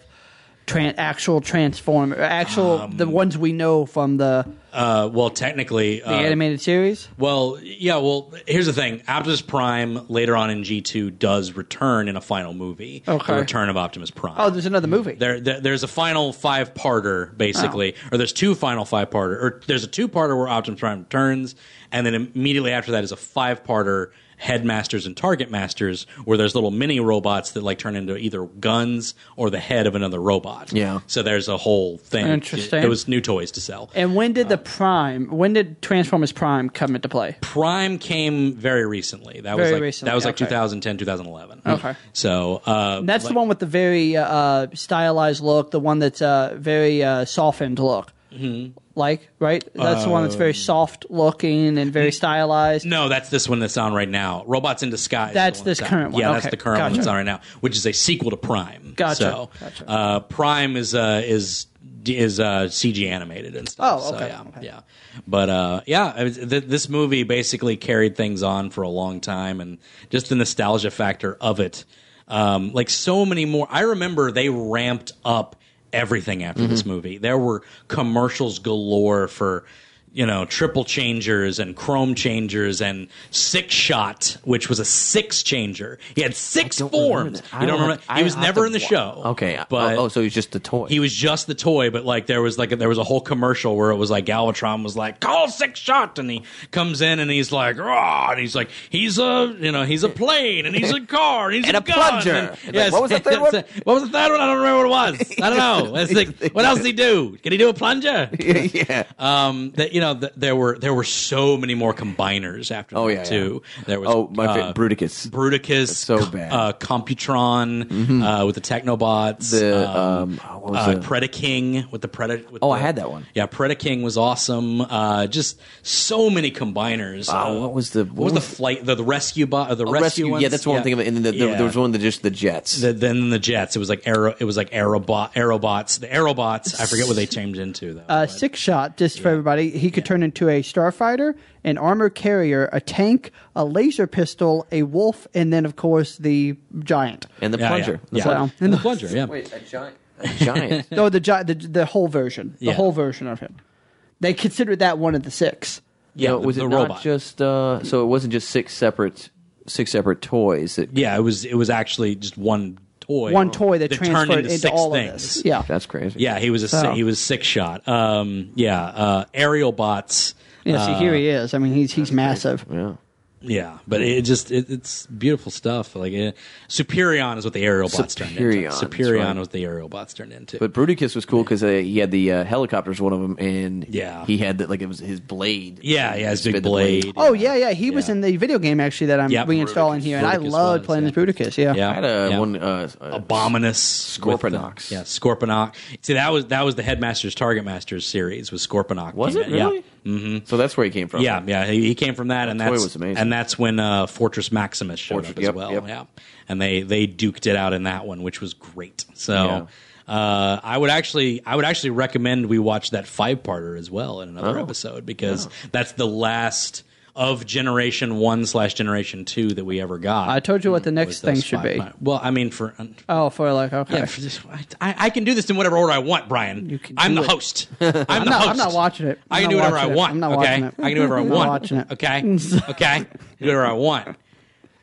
S4: Tran- actual transform actual
S1: Um,
S4: the ones we know from the
S1: uh, well, technically,
S4: the
S1: uh,
S4: animated series
S1: Well, yeah. Well, here's the thing: Optimus Prime later on in G two does return in a final movie.
S4: Okay.
S1: The return of Optimus Prime.
S4: oh there's another movie
S1: mm, there, there, there's a final five parter basically,
S4: Ah.
S1: or there's two final five parter, or there's a two parter where Optimus Prime returns, and then immediately after that is a five parter. Headmasters and target masters, where there's little mini robots that like turn into either guns or the head of another robot.
S2: Yeah.
S1: So there's a whole thing.
S4: Interesting.
S1: It, it was new toys to sell.
S4: And when did the
S1: uh,
S4: Prime? When did Transformers Prime come into play?
S1: Prime came very recently. That
S4: Very
S1: was like
S4: recently,
S1: that was like
S4: okay.
S1: 2010, 2011.
S4: Okay.
S1: So uh,
S4: That's the one with the very uh, stylized look, the one that's uh, very uh, softened look. Mm-hmm. Like, right? That's the one that's
S1: Um,
S4: very soft looking and very stylized.
S1: No, that's this one that's on right now. Robots in Disguise. is
S4: That's
S1: the one
S4: this current one.
S1: Yeah, that's
S4: Okay.
S1: the current one that's
S4: Gotcha.
S1: on right now, which is a sequel to Prime.
S4: Gotcha.
S1: So,
S4: Gotcha.
S1: Uh, Prime is uh, is is uh, CG animated and stuff.
S4: Oh, okay.
S1: So, yeah,
S4: Okay.
S1: yeah. But uh, yeah, I was- th- this movie basically carried things on for a long time, and just the nostalgia factor of it. Um, like so many more. I remember they ramped up everything after this
S4: Mm-hmm.
S1: movie. There were commercials galore for you know, triple changers and chrome changers and six shot, which was a six changer. He had six
S2: don't
S1: forms.
S2: remember that.
S1: You
S2: I
S1: don't
S2: don't
S1: remember?
S2: have-
S1: he
S2: I
S1: was
S2: have
S1: never
S2: to
S1: in the
S2: wa-
S1: show.
S2: Okay.
S1: but
S2: oh, oh, so he's just the toy.
S1: he was just the toy. But like there was like there was a whole commercial where it was like Galvatron was like call six shot, and he comes in and he's like raw, and he's like he's a you know he's a plane and he's a car and he's
S2: And
S1: a,
S2: a
S1: gun,
S2: plunger.
S1: and-
S2: It's like, what was the third one?
S1: What was the third one? I don't remember what it was. I don't know. It's like, what else did he do? Can he do a plunger?
S2: yeah.
S1: um, that you know th- there were there were so many more combiners after
S2: Oh,
S1: that
S2: yeah,
S1: too. There was
S2: oh, my
S1: uh,
S2: favorite Bruticus.
S1: Bruticus,
S2: so
S1: Co-
S2: bad. Mm-hmm.
S1: Uh, Computron uh, with the Technobots,
S2: The,
S1: um,
S2: um, what was
S1: uh,
S2: it?
S1: Predaking with the Preda. with
S2: Oh, I
S1: the-
S2: had that one.
S1: Yeah, Predaking was awesome. Uh, just so many combiners.
S2: Wow,
S1: Uh,
S2: Ah, Oh, what was the-
S1: what was,
S2: what was- Oh,
S1: the flight the, the rescue bot or the
S2: Rescue.
S1: rescue? ones?
S2: Yeah, that's one thing. Of, and then the, the,
S1: Yeah.
S2: there was one that just the jets.
S1: The, then the Jets. It was like Aero. It was like Aerobot, Aerobots. The Aerobots. I forget what they changed into though.
S4: Uh, six shot, just for everybody. He could turn into a starfighter, an armored carrier, a tank, a laser pistol, a wolf, and then, of course, the giant.
S2: and the
S1: yeah,
S2: plunger.
S1: Yeah,
S2: The
S1: yeah.
S4: plunger.
S1: And the plunger. Yeah.
S2: Wait, a giant. A giant.
S4: No, the, gi- the the whole version, the
S1: Yeah.
S4: whole version of him. They considered that one of the six.
S1: Yeah,
S2: No,
S1: the-
S2: was
S1: the
S2: it not
S1: robot.
S2: just? Uh, so it wasn't just six separate six separate toys. That,
S1: Yeah, it was it was actually just one toy.
S4: One toy that,
S1: turned
S4: transferred
S1: into,
S4: into,
S1: six
S4: all
S1: things.
S4: of this. Yeah,
S2: That's crazy.
S1: Yeah, he was a si- he was six shot. Um, yeah, uh, aerial bots.
S4: Yeah, see, here he is. I mean, he's he's massive.
S2: Yeah.
S1: Yeah, but it just it, it's beautiful stuff. Like it, Superion is what the aerial bots turned into.
S2: Superion, that's
S1: Superion
S2: right.
S1: was the aerial bots turned into.
S2: But Bruticus was cool because uh, he had the uh, helicopters, one of them, and
S1: Yeah.
S2: he had that like it was his blade.
S1: yeah, yeah, his
S2: Spit
S1: big
S2: the blade.
S1: blade.
S4: Oh yeah, yeah. He was
S1: Yeah.
S4: in the video game actually that I'm
S1: Yep.
S4: reinstalling here, and I
S1: Bruticus
S4: loved
S1: was,
S4: playing
S1: yeah.
S4: as Bruticus. Yeah,
S1: Yeah.
S2: I had a
S1: yeah.
S2: one uh, a
S1: Abominus, with the-
S2: Scorponox.
S1: yeah, Scorponox. See, that was that was the Headmaster's Target Masters series with Scorponox.
S2: Was
S1: came
S2: it
S1: out. Yeah.
S2: really? Mm-hmm. So that's where he came from.
S1: Yeah, yeah, he, he came from that, and that's
S2: was amazing.
S1: and that's when uh, Fortress Maximus showed
S2: Fortress-
S1: up as
S2: yep,
S1: well.
S2: yep.
S1: Yeah, and they they duked it out in that one, which was great. So. Uh, I would actually, I would actually recommend we watch that five parter as well in another
S2: Oh.
S1: episode because that's the last of Generation One slash Generation Two that we ever got.
S4: I told you what the next
S1: was
S4: thing
S1: those
S4: should
S1: five
S4: be.
S1: part- Well, I mean, for
S4: Oh, for like okay.
S1: yeah, for this, I, I can do this in whatever order I want, Brian.
S4: You can
S1: I'm
S4: do
S1: the
S4: it.
S1: host. I'm, the
S4: I'm not,
S1: host.
S4: I'm not watching it. I'm
S1: I can
S4: not
S1: do whatever I
S4: watching it.
S1: want.
S4: I'm not
S1: okay?
S4: watching it.
S1: I can do whatever I
S4: I'm
S1: want.
S4: Not watching it.
S1: Okay. okay. I can do whatever I want.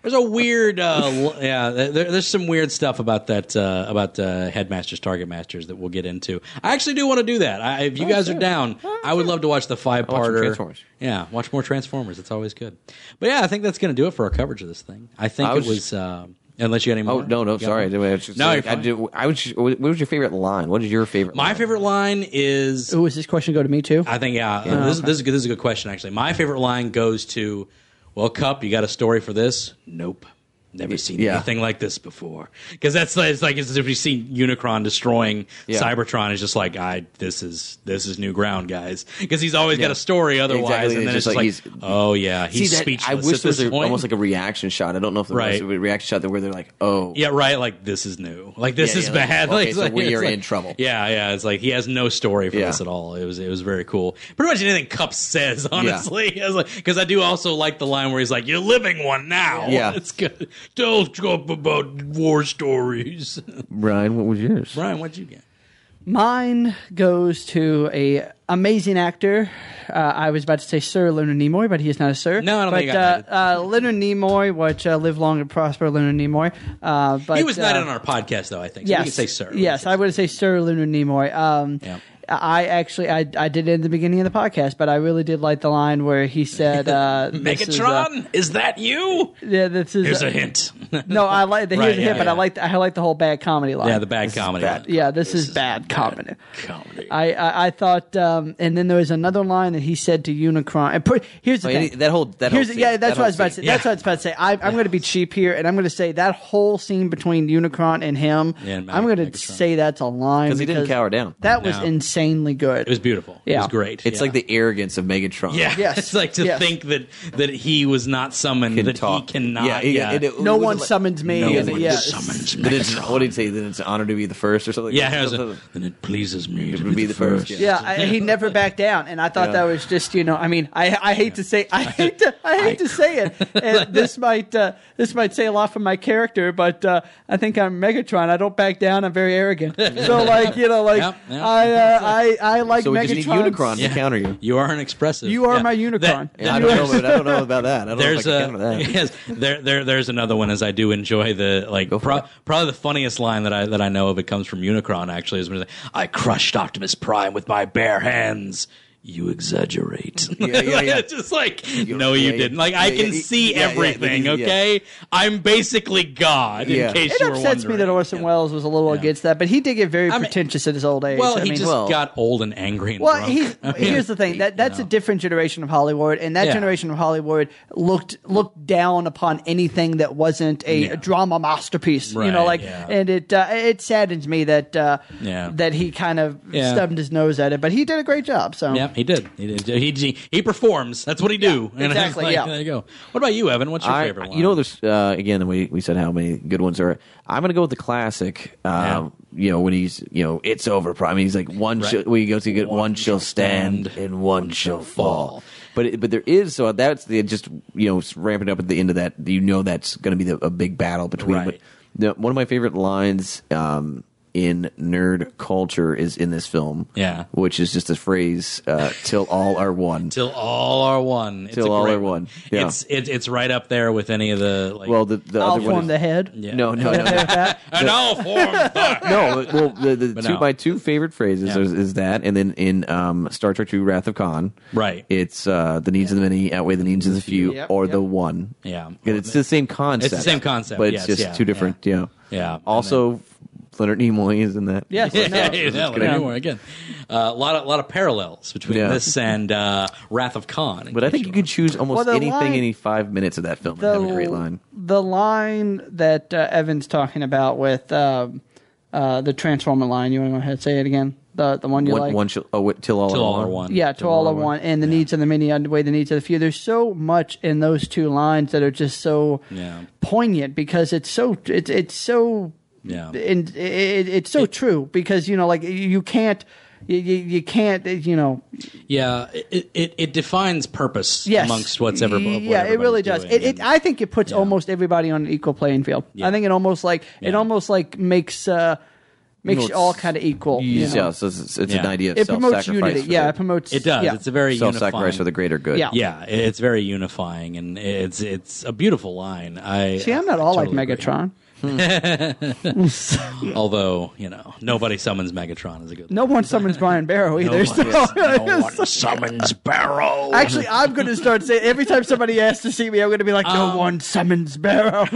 S1: There's a weird, uh, l- yeah. There, there's some weird stuff about that uh, about uh, headmasters, target masters that we'll get into. I actually do want to do that. I,
S4: Oh,
S1: if you guys are down, I would love to watch the five
S2: watch some
S1: parter.
S2: Transformers.
S1: Yeah, watch more Transformers. It's always good. But yeah, I think that's going to do it for our coverage of this thing. I think
S2: I was
S1: it was.
S2: just-
S1: um unless you got any
S2: Oh
S1: more.
S2: no no
S1: You got
S2: sorry I
S1: more?
S2: didn't- I was just
S1: No,
S2: saying,
S1: you're
S2: I did, I was just, what was your favorite line? What is your favorite?
S1: My
S2: line?
S1: favorite line is
S4: Ooh, is this question go to me too?
S1: I think yeah. this, this is good. This is a good question actually. My favorite line goes to, "Well, Cup, you got a story for this?" Nope. Never seen
S2: yeah.
S1: anything like this before. Because that's like- it's like it's as if you've seen Unicron destroying
S2: Yeah.
S1: Cybertron. It's just like I this is this is new ground, guys. Because he's always got
S2: Yeah.
S1: a story otherwise,
S2: Exactly.
S1: and then it's just
S2: It's
S1: like,
S2: just like he's-
S1: oh yeah, he's
S2: See, that,
S1: speechless.
S2: I wish
S1: at
S2: there was
S1: this
S2: a,
S1: point.
S2: almost like a reaction shot. I don't know if there
S1: Right.
S2: was a reaction shot there where they're like, oh
S1: Yeah, right. Like this is new. Like this
S2: Yeah,
S1: is
S2: yeah, like,
S1: bad.
S2: okay,
S1: it's
S2: so we
S1: it's
S2: are
S1: like-
S2: in trouble.
S1: Yeah, yeah. It's like he has no story for
S2: Yeah.
S1: this at all. It was it was very cool. Pretty much anything Cup says, honestly. Because I do also like the line where he's like, "You're living one now."
S2: Yeah.
S1: it's good. Don't talk about war stories.
S2: Brian, what was yours?
S1: Brian, what'd you get?
S4: Mine goes to a amazing actor. Uh, I was about to say Sir Leonard Nimoy, but he is not a sir.
S1: No, I don't
S4: but,
S1: think I got it.
S4: uh, uh, Leonard Nimoy, which uh, live long and prosper, Leonard Nimoy. Uh, but
S1: He was not
S4: uh,
S1: on our podcast though. I think. So
S4: Yes,
S1: we can say sir.
S4: Yes, I would say Sir Leonard Nimoy. Um,
S1: Yeah.
S4: I actually I, I did it in the beginning of the podcast, but I really did like the line where he said, uh, this is, uh,
S1: Megatron, is that you?
S4: yeah, this is
S1: Here's
S4: uh,
S1: a hint.
S4: no. I like the here's
S1: Right,
S4: a
S1: yeah,
S4: hit, but I
S1: yeah.
S4: like the, I like the whole bad comedy line.
S1: yeah, the bad comedy.
S2: bad.
S1: line.
S4: yeah, this, is, bad comedy.
S1: Comedy.
S4: I, I, I thought, um, and then there was another line that he said to Unicron. And put, here's the
S2: Oh,
S4: thing.
S2: and that whole- that whole
S4: Here's-
S2: scene-
S4: yeah, that's
S2: that
S4: what I was
S2: whole
S4: about to say.
S1: scene.
S4: That's what I was about to say. I, I'm going to be cheap here, and I'm going to say that whole scene between Unicron and him.
S1: Yeah, and Meg-
S4: I'm going
S1: Megatron.
S4: to say that's a line
S2: 'Cause he didn't cower down.
S4: That was
S1: No.
S4: insanely good.
S1: It was beautiful. It
S4: Yeah.
S1: was great.
S2: It's
S1: Yeah.
S2: like the arrogance of Megatron.
S1: Yeah,
S4: Yes.
S1: it's like to
S4: Yes.
S1: think that that he was not summoned,
S2: Can
S1: that
S2: talk.
S1: he cannot. Yeah,
S2: Yeah, it- it- it-
S4: no
S2: was
S4: one
S2: like-
S4: summons me.
S1: no
S4: Yeah,
S1: one
S4: yeah.
S1: summons
S2: Then it's,
S1: Megatron.
S2: what did he say? Then it's an honor to be the first or something.
S1: yeah, it was
S2: Something-
S1: a, then it pleases me to
S2: would be the first, yeah.
S4: Yeah, I, he never backed down, and I thought
S2: Yeah.
S4: that was just you know. I mean, I I hate to say I hate to I hate to say it. And this might uh, this might say a lot for my character, but uh, I think I'm Megatron. I don't back down. I'm very arrogant. So like you know like
S1: Yep, yep.
S4: I uh, I I like
S2: So we
S4: Megatron.
S2: just need Unicron
S1: Yeah.
S2: to counter you.
S1: You are an expressive.
S4: You are my Unicron.
S1: That-
S2: Yeah,
S1: that-
S2: I don't know. But I don't know about that. I don't
S1: there's
S2: know if I
S1: a
S2: can counter that.
S1: yes. There, there, there's another one. As I do enjoy the like
S2: Go for
S1: pro-
S2: it.
S1: probably the funniest line that I that I know of. It comes from Unicron actually. Is when he's like, I crushed Optimus Prime with my bare hands. You exaggerate.
S2: Yeah, yeah, yeah.
S1: It's just like no, you
S2: way-
S1: didn't. Like I
S2: yeah, yeah,
S1: can
S2: yeah,
S1: see
S2: yeah, yeah,
S1: everything.
S2: yeah.
S1: okay, I'm basically God.
S2: Yeah.
S1: In case
S4: It
S1: you were
S4: upsets me that
S1: wondering.
S4: Orson Welles was a little against that, but he did get very
S1: mean-
S4: pretentious at his old age.
S1: Well,
S4: I
S1: he
S4: mean,
S1: just
S2: Well-
S1: got old and angry and
S4: Well,
S1: drunk.
S4: he's,
S1: I mean,
S4: here's the thing that that's a different generation of Hollywood, and that
S1: Yeah.
S4: generation of Hollywood looked looked down upon anything that wasn't a,
S1: Yeah.
S4: drama masterpiece. you know,
S1: Right,
S4: like,
S1: yeah.
S4: and it uh, it saddens me that uh,
S1: Yeah.
S4: that he kind of
S1: Yeah.
S4: stubbed his nose at it, but he did a great job. So
S1: Yeah, he did. He did. He, he, he performs. That's what he do. And it's
S4: exactly,
S1: like,
S4: yeah.
S1: There you go. What about you, Evan? What's your
S2: I-
S1: favorite one?
S2: You know, there's uh, again. We we said how many good ones there are. I'm gonna go with the classic. Um, You know, when he's you know, it's over. Prime. He's like one.
S1: Right.
S2: Shall, when he goes to get one, shall stand and one shall fall. But it, but there is so that's the just you know ramping up at the end of that. You know that's gonna be the, a big battle between.
S1: Right.
S2: the- one of my favorite lines um, in nerd culture is in this film.
S1: Yeah.
S2: Which is just a phrase, uh, till all are one.
S1: Till all are one. It's
S2: Till
S1: a
S2: all
S1: great
S2: are one. Yeah.
S1: It's it, it's right up there with any of the like.
S2: well, the, the
S4: I'll
S2: other one.
S4: form
S2: Is,
S4: the head.
S1: yeah.
S2: No, no, no. no.
S1: and all forms. the-
S2: no, but- well, the, the
S1: But
S2: two,
S1: no.
S2: my two favorite phrases
S1: Yeah.
S2: is, is that, and then in um, Star Trek II: Wrath of Khan,
S1: Right.
S2: It's uh, the needs of the many outweigh the needs of the few,
S4: Yep,
S2: or
S4: yep.
S2: the one.
S1: Yeah.
S2: And it's the same concept.
S1: same concept,
S2: but
S1: yes,
S2: it's just
S1: yeah,
S2: two different. Yeah,
S1: Yeah, and
S2: Also, Leonard Nimoy is in that.
S4: Yes.
S1: yeah,
S4: no.
S1: yeah, yeah, yeah,
S2: good.
S1: don't worry, again, uh, a lot of lot of parallels between
S2: Yeah.
S1: this and uh, Wrath of Khan. in
S2: But I
S1: case
S2: think you could choose almost
S4: Well, the
S2: anything,
S4: line-
S2: any five minutes of that film, and have a great line.
S4: The line that uh, Evan's talking about with um, uh, the Transformer line. You want to go ahead and say it again? The the one you
S2: One,
S4: like.
S2: one shall, oh, wait, till all
S1: Till
S2: are
S1: all
S2: one.
S1: are one.
S4: yeah, to all of one, and the needs of the many outweigh the needs of the few. There's so much in those two lines that are just so
S1: Yeah.
S4: poignant because it's so it's it's so
S1: Yeah.
S4: and it, it's so true because you know like you can't you, you, you can't you know
S1: Yeah, it, it, it defines purpose
S4: yes.
S1: amongst what's ever. what
S4: yeah it really
S1: everybody's
S4: does
S1: doing.
S4: it, it i think it puts almost everybody on an equal playing field i think it almost like it
S1: Yeah.
S4: almost like makes uh makes
S2: Well,
S4: you all
S2: it's-
S4: kind of equal you
S2: Yeah,
S4: know?
S2: so it's, it's an
S1: Yeah.
S2: idea of
S4: it promotes
S2: self-sacrifice
S4: unity
S2: for
S4: yeah
S2: the-
S4: it promotes
S1: It does.
S4: yeah.
S1: It's a very
S2: self-sacrifice
S1: unifying-
S2: for the greater good.
S4: Yeah.
S1: Yeah, it- it's very unifying, and it's it's a beautiful line. I
S4: see i'm not
S1: I
S4: all
S1: totally
S4: like
S1: agree.
S4: megatron
S1: Although you know, nobody summons Megatron is a good.
S4: no one summons brian barrow either so-
S1: no one summons Barrow.
S4: Actually, I'm going to start saying every time somebody asks to see me, I'm going to be like, "No one summons Barrow."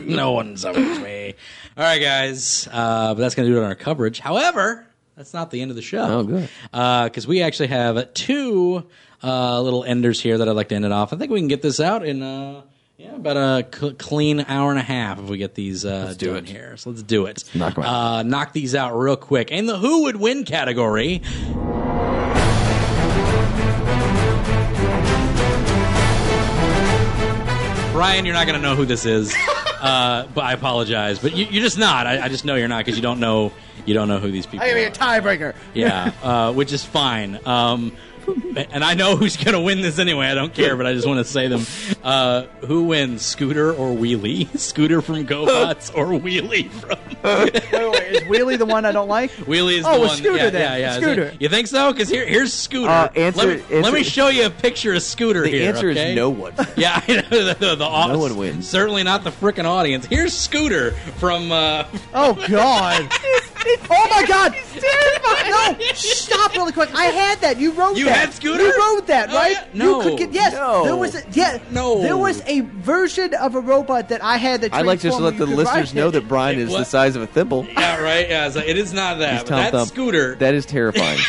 S1: no one summons me. All right, guys, uh, but that's going to do it on our coverage. However, that's not the end of the show.
S2: Oh, good.
S1: Because we actually have two uh, little enders here that I'd like to end it off. I think we can get this out in uh, yeah about a cl- clean hour and a half if we get these uh,
S2: do
S1: done
S2: it.
S1: here. So let's do it.
S2: knock 'em out.
S1: uh, knock these out real quick. In the Who Would Win category, Brian, you're not going to know who this is, uh, but I apologize. But you, you're just not. I, I just know you're not because you don't know you don't know who these people
S4: I mean,
S1: are.
S4: a tiebreaker.
S1: yeah, uh, which is fine. Um, and I know who's going to win this anyway. I don't care, but I just want to say them. Uh, who wins, Scooter or Wheelie? Scooter from GoBots or Wheelie from
S4: Oh, Wait, wait, is Wheelie the one I don't like?
S1: Wheelie is
S4: Oh,
S1: the
S4: well,
S1: one.
S4: Scooter
S1: yeah,
S4: then.
S1: yeah, yeah.
S4: Scooter.
S1: You think so? Because here, here's Scooter.
S2: Uh, answer-
S1: let, me, let
S2: answer-
S1: me show you a picture of Scooter
S2: The
S1: here.
S2: answer
S1: okay?
S2: is no one.
S1: Yeah, I know the, the, the audience.
S2: one wins.
S1: Certainly not the frickin' audience. Here's Scooter from. Uh,
S4: Oh God! oh my God! No, stop really quick. I had that. You wrote
S1: You
S4: that.
S1: had Scooter?
S4: You wrote that,
S1: Oh,
S4: right?
S1: yeah. No.
S4: You could get yes.
S2: No.
S4: There was a, yeah.
S1: No.
S4: There was a version of a robot that I had that.
S2: I'd like just to let the
S4: transformed you could
S2: listeners
S4: ride
S2: know
S4: it.
S2: that Brian is the
S1: What?
S2: size of a thimble.
S1: yeah, right. Yeah, so it is not that.
S2: He's
S1: but
S2: Tom
S1: that's
S2: Thumb.
S1: Scooter.
S2: That is terrifying.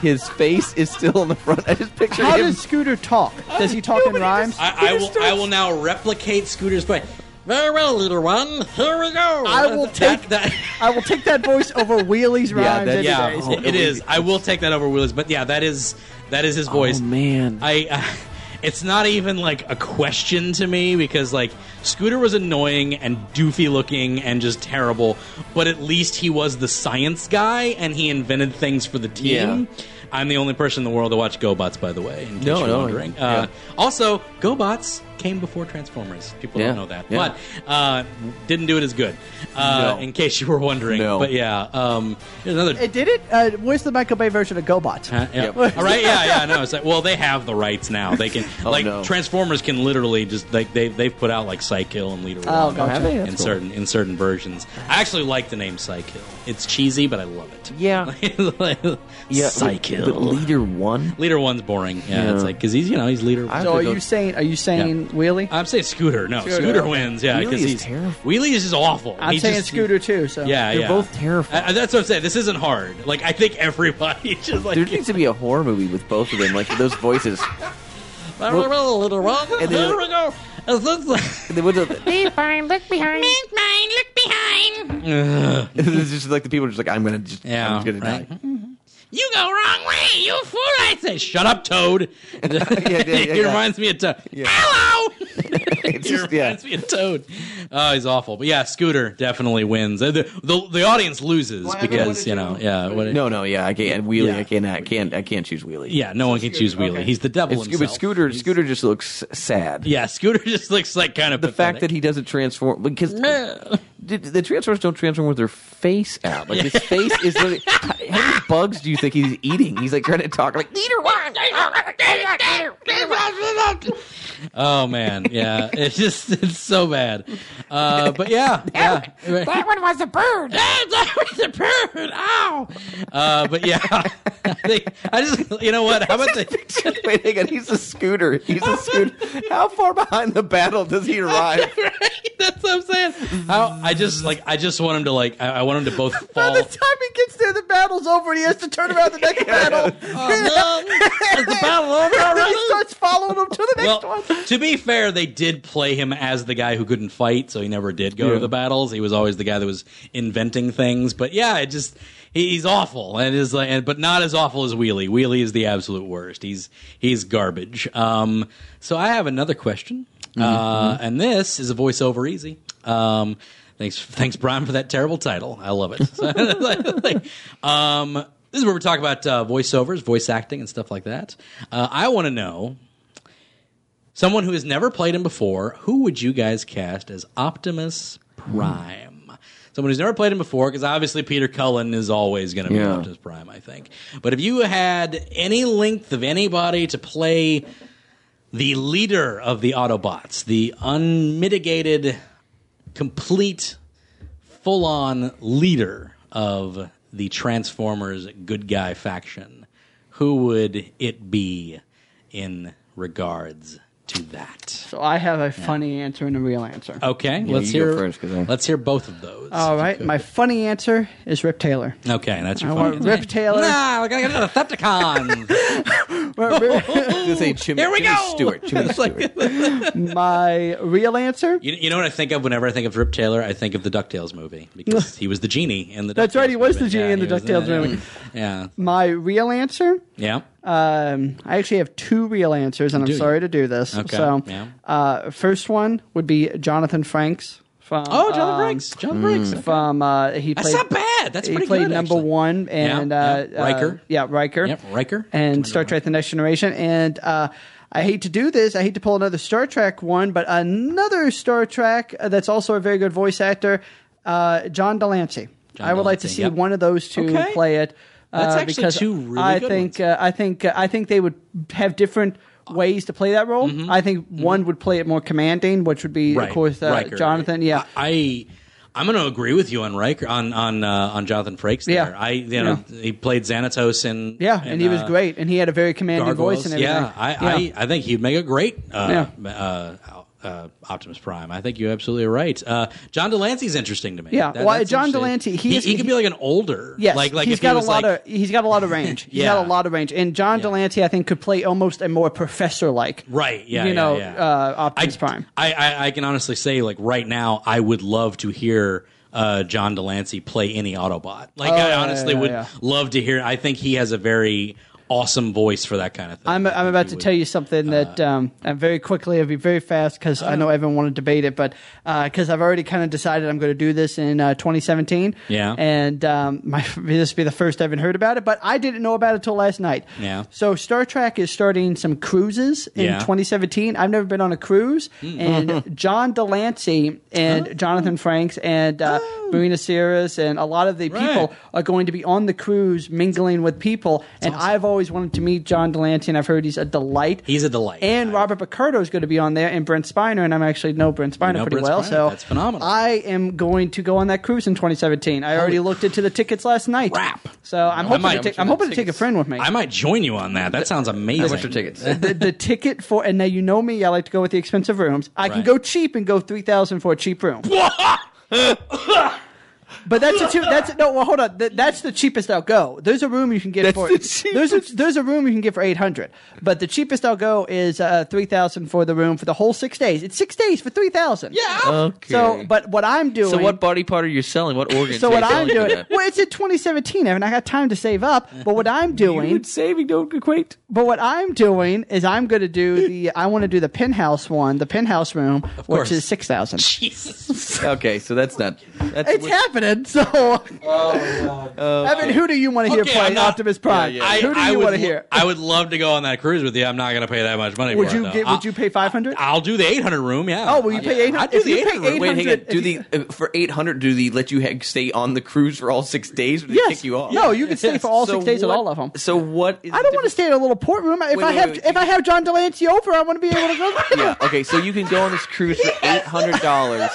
S2: His face is still on the front. I just picture
S4: How
S2: him.
S4: does Scooter talk? Does he talk in rhymes?
S1: I, I will. I will now replicate Scooter's voice. Very well, little one. Here we go.
S4: I will
S1: that.
S4: take-
S1: that
S4: I will take that voice over Wheelie's rhymes.
S2: that's-
S4: any
S1: yeah,
S4: day.
S2: amazing.
S1: it is. I will take that over Willis, but yeah, that is that is his
S2: Oh,
S1: voice.
S2: man.
S1: I. Uh, it's not even like a question to me because like Scooter was annoying and doofy looking and just terrible, but at least he was the science guy and he invented things for the team. I'm the only person in the world to watch GoBots, by the way. In case
S2: No,
S1: you're
S2: no,
S1: wondering.
S2: yeah.
S1: Uh, also, GoBots came before Transformers. People
S2: Yeah,
S1: don't know that,
S2: yeah.
S1: but uh, didn't do it as good. Uh,
S2: No.
S1: In case you were wondering,
S2: No.
S1: but yeah, um, there's another
S4: It did it. Uh, where's the Michael Bay version of GoBots?
S1: Huh? Yeah.
S2: Yep.
S1: All right. Yeah. Yeah. No. It's like, well, they have the rights now. They can
S2: Oh,
S1: like
S2: no.
S1: Transformers can literally just like they they've put out like Psykill and Leader
S4: Oh,
S1: One
S4: gotcha.
S2: have they?
S1: in
S2: That's cool.
S1: certain in certain versions. I actually like the name Psykill. It's cheesy, but I love it.
S2: Yeah. Yeah,
S1: Psykill.
S2: But leader one.
S1: leader One's boring. Yeah. It's
S2: Yeah.
S1: like because he's you know he's leader. One.
S2: I-
S4: So
S2: have
S4: are
S2: to go-
S4: you saying? Are you saying Wheelie?
S1: I'm saying Scooter. No, Scooter,
S4: Scooter, okay.
S1: wins. Yeah,
S2: Wheelie
S1: because
S2: is
S1: he's
S2: terriful.
S1: Wheelie is just awful.
S4: I'm
S1: He
S4: saying
S1: just-
S4: Scooter too. So
S1: Yeah,
S2: They're
S1: yeah.
S2: both terrifying.
S1: I- I- that's what I'm saying. This isn't hard. Like I think everybody just like
S2: There needs to be a horror movie with both of them, like those voices.
S1: little rock.
S2: And then-
S1: Here we go. Is this-
S2: And then what the-
S5: Be fine, look behind. Be fine, look behind.
S2: it's just like the people are just like, I'm gonna, just,
S1: Yeah,
S2: I'm just gonna
S1: right.
S2: die.
S1: You go wrong way, you fool! I say, shut up, Toad.
S2: yeah, yeah,
S1: he
S2: yeah.
S1: reminds me of Toad. Hello.
S2: It's
S1: he
S2: just yeah.
S1: reminds me of Toad. Oh, he's awful. But yeah, Scooter definitely wins. The the, the audience loses because you know, yeah, what,
S2: No, no, yeah, I can't. Wheelie,
S1: Yeah.
S2: I can't, I can't, I can't choose wheelie.
S1: yeah. No one can choose Wheelie. He's the devil
S2: It's- but
S1: himself.
S2: Scooter, Scooter just looks sad.
S1: yeah, Scooter just looks like kind of
S2: The fact that he doesn't transform because the, the Transformers don't transform with their face out. Like his face is literally. How many bugs do you think he's eating? He's like trying to talk like eater one.
S1: Oh man, yeah, it's just it's so bad. Uh, but yeah, yeah.
S5: That one was a bird.
S1: that was a bird. Ow. Uh, but yeah, I, think, I just you know what? How about the
S2: Wait, hang on. He's a scooter. He's a scooter. How far behind the battle does he arrive?
S1: that's what I'm saying. How I just like I just want him to like I, I want him to both
S4: By
S1: fall.
S4: the time he gets there, the battle's over. and He has to turn around the next battle.
S1: Oh, no. Is the battle over already?
S4: he starts following him to the next
S1: Well,
S4: one.
S1: to be fair, they did play him as the guy who couldn't fight, so he never did go
S2: Yeah.
S1: to the battles. He was always the guy that was inventing things. But yeah, it just he- he's awful, and is like, and- but not as awful as Wheelie. Wheelie is the absolute worst. He's he's garbage. Um, so I have another question, uh, and this is a voiceover easy. Um, thanks, thanks, Brian, for that terrible title. I love it. um, this is where we talk about uh, voiceovers, voice acting, and stuff like that. Uh, I want to know Someone who has never played him before, who would you guys cast as Optimus Prime? Someone who's never played him before, because obviously Peter Cullen is always going to be
S2: Yeah.
S1: Optimus Prime, I think. But if you had any length of anybody to play the leader of the Autobots, the unmitigated, complete, full on leader of the Transformers good guy faction, who would it be in regards to that?
S4: So I have a funny answer and a real answer.
S1: Okay, let's
S2: you go
S1: hear
S2: first, 'cause I-
S1: let's hear both of those.
S4: All right, my funny answer is Rip Taylor.
S1: okay, that's your
S4: I
S1: final
S4: want
S1: answer.
S4: Rip Taylor.
S1: Nah, we're gonna get the Decepticons.
S2: Just say Jimmy,
S1: Here we
S2: Jimmy
S1: go.
S2: Stewart. Jimmy Stewart.
S4: my real answer.
S1: you, you know what I think of whenever I think of Rip Taylor? I think of the Ducktales movie because he was the genie in the.
S4: That's
S1: DuckTales
S4: right, he was
S1: movie.
S4: the genie in the
S1: he was
S4: DuckTales
S1: yeah,
S4: movie.
S1: Yeah,
S4: My real answer.
S1: yeah.
S4: Um, I actually have two real answers, and I'm
S1: you?
S4: sorry to do this.
S1: Okay,
S4: So,
S1: yeah.
S4: uh, first one would be Jonathan Franks from
S1: Oh, John
S4: um,
S1: Briggs. John
S2: Mm,
S1: Briggs. okay.
S4: From uh, he
S1: That's
S4: played,
S1: not bad. That's
S4: he
S1: pretty
S4: played
S1: good,
S4: number
S1: actually.
S4: one and
S1: Yeah,
S4: uh,
S1: yeah. Riker.
S4: uh, yeah, Riker.
S1: Yep, Riker.
S4: and Star Trek: The Next Generation. And uh, I hate to do this. I hate to pull another Star Trek one, but another Star Trek uh, that's also a very good voice actor, uh, John Delancey.
S1: John
S4: I would like to
S1: Delancey,
S4: see
S1: yep.
S4: one of those two
S1: Okay.
S4: play it.
S1: That's
S4: uh,
S1: actually
S4: because
S1: two really
S4: I
S1: good
S4: think
S1: ones.
S4: Uh, I think uh, I think they would have different ways to play that role.
S1: Mm-hmm.
S4: I think one would play it more commanding, which would be of course uh,
S1: Riker.
S4: Jonathan. Yeah,
S1: I. I am going to agree with you on Riker on on uh, on Jonathan Frakes. There,
S4: Yeah.
S1: I you know he played Xanatos in
S4: yeah, and, he was
S1: uh,
S4: great, and he had a very commanding voice and everything.
S1: Yeah, I, I, I think he'd make a great uh, uh, uh, Optimus Prime. I think you're absolutely right. Uh, John Delancey's interesting to me.
S4: Yeah, well,
S1: that's
S4: John
S1: interesting.
S4: Delancey,
S1: he,
S4: he's-
S1: he could be like an older.
S4: Yes,
S1: like like
S4: he's
S1: if
S4: got
S1: he
S4: a
S1: was
S4: lot
S1: like,
S4: of he's got a lot of range. He's
S1: Yeah.
S4: got a lot of range, and John Delancey, I think, could play almost a more professor like.
S1: Right. Yeah.
S4: you
S1: yeah,
S4: know,
S1: yeah.
S4: Uh, Optimus
S1: I,
S4: Prime.
S1: I, I, I can honestly say, like right now, I would love to hear uh, John Delancey play any Autobot. Like I
S4: Oh, yeah,
S1: honestly
S4: yeah,
S1: would
S4: yeah.
S1: love to hear. I think he has a very awesome voice for that kind of thing.
S4: I'm,
S1: I
S4: I'm
S1: think
S4: about
S1: he
S4: to
S1: would- uh,
S4: tell you something that um, and very quickly. I'll be very fast because I know
S1: Uh-huh.
S4: everyone want to debate it, but because I've already kind of decided I'm going to do this in uh, 2017.
S1: Yeah.
S4: and um, my, this will be the first I haven't heard about it, but I didn't know about it till last night.
S1: Yeah.
S4: So Star Trek is starting some cruises in
S1: Yeah. Mm.
S4: 2017. I've never been on a cruise, and John Delancey and
S1: Oh.
S4: Jonathan Franks and uh, Marina Sirtis and a lot of the
S1: Right.
S4: people are going to be on the cruise mingling with people. and I've always wanted to meet John Delancey, and I've heard he's a delight.
S1: He's a delight.
S4: And Robert Picardo is going to be on there, and Brent Spiner, and I'm actually know Brent Spiner
S1: know
S4: pretty
S1: Brent
S4: well.
S1: Spiner.
S4: So
S1: That's phenomenal.
S4: I am going to go on that cruise in 2017. I already looked into the tickets last night.
S1: crap.
S4: So I'm hoping
S1: might-
S4: to take, I'm hoping to take a friend with me.
S1: I might join you on that. That sounds amazing.
S2: How much are tickets?
S4: the, the ticket for and now you know me. I like to go with the expensive rooms. I can
S1: Right.
S4: go cheap and go three thousand for a cheap room. But that's a two, that's no. Well, hold on. Th- that's the cheapest I'll go. There's a room you can get
S2: That's
S4: for
S2: the
S4: there's a, there's a room you can get for eight hundred. But the cheapest I'll go is uh, three thousand for the room for the whole six days. It's six days for three thousand. Yeah.
S2: Okay.
S4: So, but what I'm doing.
S2: So what body part are you selling? What organs?
S4: so
S2: are
S4: what
S2: you
S4: I'm
S2: selling for
S4: doing.
S2: that?
S4: Well, it's in 2017, Evan. I got time to save up. But what I'm doing.
S2: You would saving don't equate.
S4: But what I'm doing is I'm going to do the I want to do the penthouse one, the penthouse room, which
S1: course.
S4: is six thousand.
S1: Jesus.
S2: Okay, so that's not. That's
S4: It's happening. Evan. So, Evan, who do you want to hear
S1: Oh, Okay,
S4: play
S1: I'm not-
S4: Optimus Prime?
S2: Yeah, yeah,
S4: Who do
S1: I
S4: you
S1: would
S4: want to
S1: lo-
S4: hear?
S1: I would love to go on that cruise with you. I'm not going to pay that much money.
S4: Would
S1: for it,
S4: you
S1: though.
S4: get?
S1: I'll-
S4: Would you pay five hundred?
S1: I'll do the 800 room. Yeah.
S4: Oh, will you pay eight
S1: I'd
S4: hundred?
S1: do the 800.
S2: Wait, hang on. Do the uh, for eight hundred? Do the let you ha- stay on the cruise for all six days? Or do they
S4: yes.
S2: kick you off?
S4: No, you can stay for all
S2: So
S4: six days
S2: what-
S4: at all of them.
S2: So what? Is
S4: I don't want to stay in a little port room. If
S2: Wait,
S4: I
S2: wait,
S4: have
S2: wait.
S4: if I have John Delancey over, I want to be able to go.
S2: Yeah. Okay. So you can go on this cruise for eight hundred dollars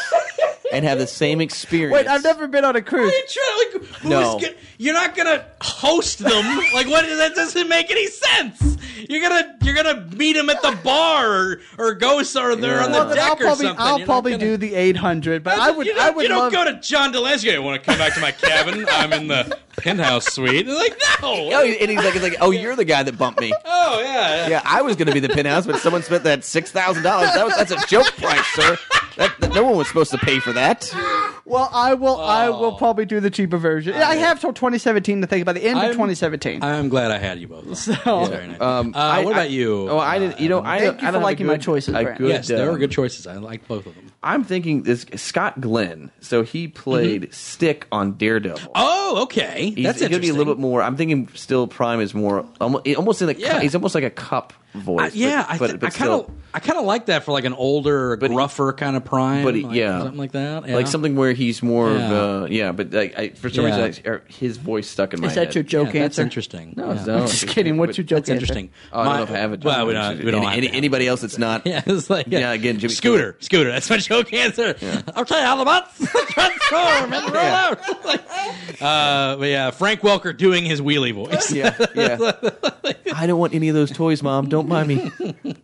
S2: and have the same experience.
S4: Wait, I've never been on a cruise.
S1: What are you trying- like, who's
S2: No.
S1: gonna- you're not gonna host them. like what? That doesn't make any sense. You're gonna you're gonna meet them at the bar or, or go somewhere there on the
S2: Well,
S4: Then
S1: deck
S4: I'll
S1: or
S4: probably
S1: something.
S4: I'll
S1: You're not
S4: probably
S1: gonna-
S4: do the eight hundred, but I would
S1: You don't,
S4: I would
S1: you don't
S4: love.
S1: go to John Delancey. You want to come back to my cabin? I'm in the penthouse suite. They're like no.
S2: Oh, and he's like, he's like, oh, you're the guy that bumped me.
S1: Oh, yeah. yeah.
S2: Yeah, I was going to be the penthouse, but someone spent that six thousand dollars. That was that's a joke price, sir. That, that- no one was supposed to pay for that.
S1: Uh,
S4: well, I will I
S1: Oh.
S4: will probably do the cheaper version. I, have till 2017 to think about the end
S1: I'm-
S4: of 2017.
S1: I'm glad I had you both. So, very nice.
S2: Um,
S1: uh,
S2: I-
S1: what
S2: I-
S1: about you?
S2: Oh, I didn't. You know, I
S4: Thank
S2: don't,
S4: you
S2: I
S4: for
S2: don't have a
S4: liking my
S2: good-
S4: choices,
S2: A
S4: Brent.
S2: good,
S1: yes, there
S2: um,
S1: were good choices. I like both of them.
S2: I'm thinking this Scott Glenn. So he played Stick on Daredevil.
S1: Mm-hmm. Oh, okay.
S2: He's,
S1: That's
S2: he's gonna be a
S1: interesting.
S2: little bit more. I'm thinking still Prime is more almost, almost in like
S1: Yeah.
S2: he's almost like a cup voice.
S1: I- yeah,
S2: but,
S1: I,
S2: but-
S1: th-
S2: but
S1: I kind of
S2: still-
S1: I kind of like that for like an older,
S2: But he-
S1: gruffer kind of prime,
S2: but he-
S1: like,
S2: yeah,
S1: something like that,
S2: like
S1: yeah.
S2: something where he's more
S1: Yeah.
S2: of a, yeah. But like, I, for some
S1: Yeah.
S2: reason, I, or his voice stuck in my
S4: Is that
S2: head.
S4: your
S1: Yeah,
S4: joke
S1: that's
S4: answer?
S1: interesting.
S2: No,
S1: Yeah.
S2: it's not.
S4: Just kidding. What's your joke?
S1: That's interesting.
S2: Oh, I
S1: My-
S2: don't know if I have a joke.
S1: Well, we don't. We don't.
S2: Any-
S1: have
S2: any-
S1: to.
S2: anybody else that's not.
S1: Yeah, it's like
S2: Yeah, again, Jimmy
S1: Scooter, Scooter. That's my joke answer. I'll tell you all about transform and roll
S2: Yeah.
S1: out. uh, but yeah, Frank Welker doing his wheelie voice.
S2: Yeah, yeah. I don't want any of those toys, Mom. Don't buy me.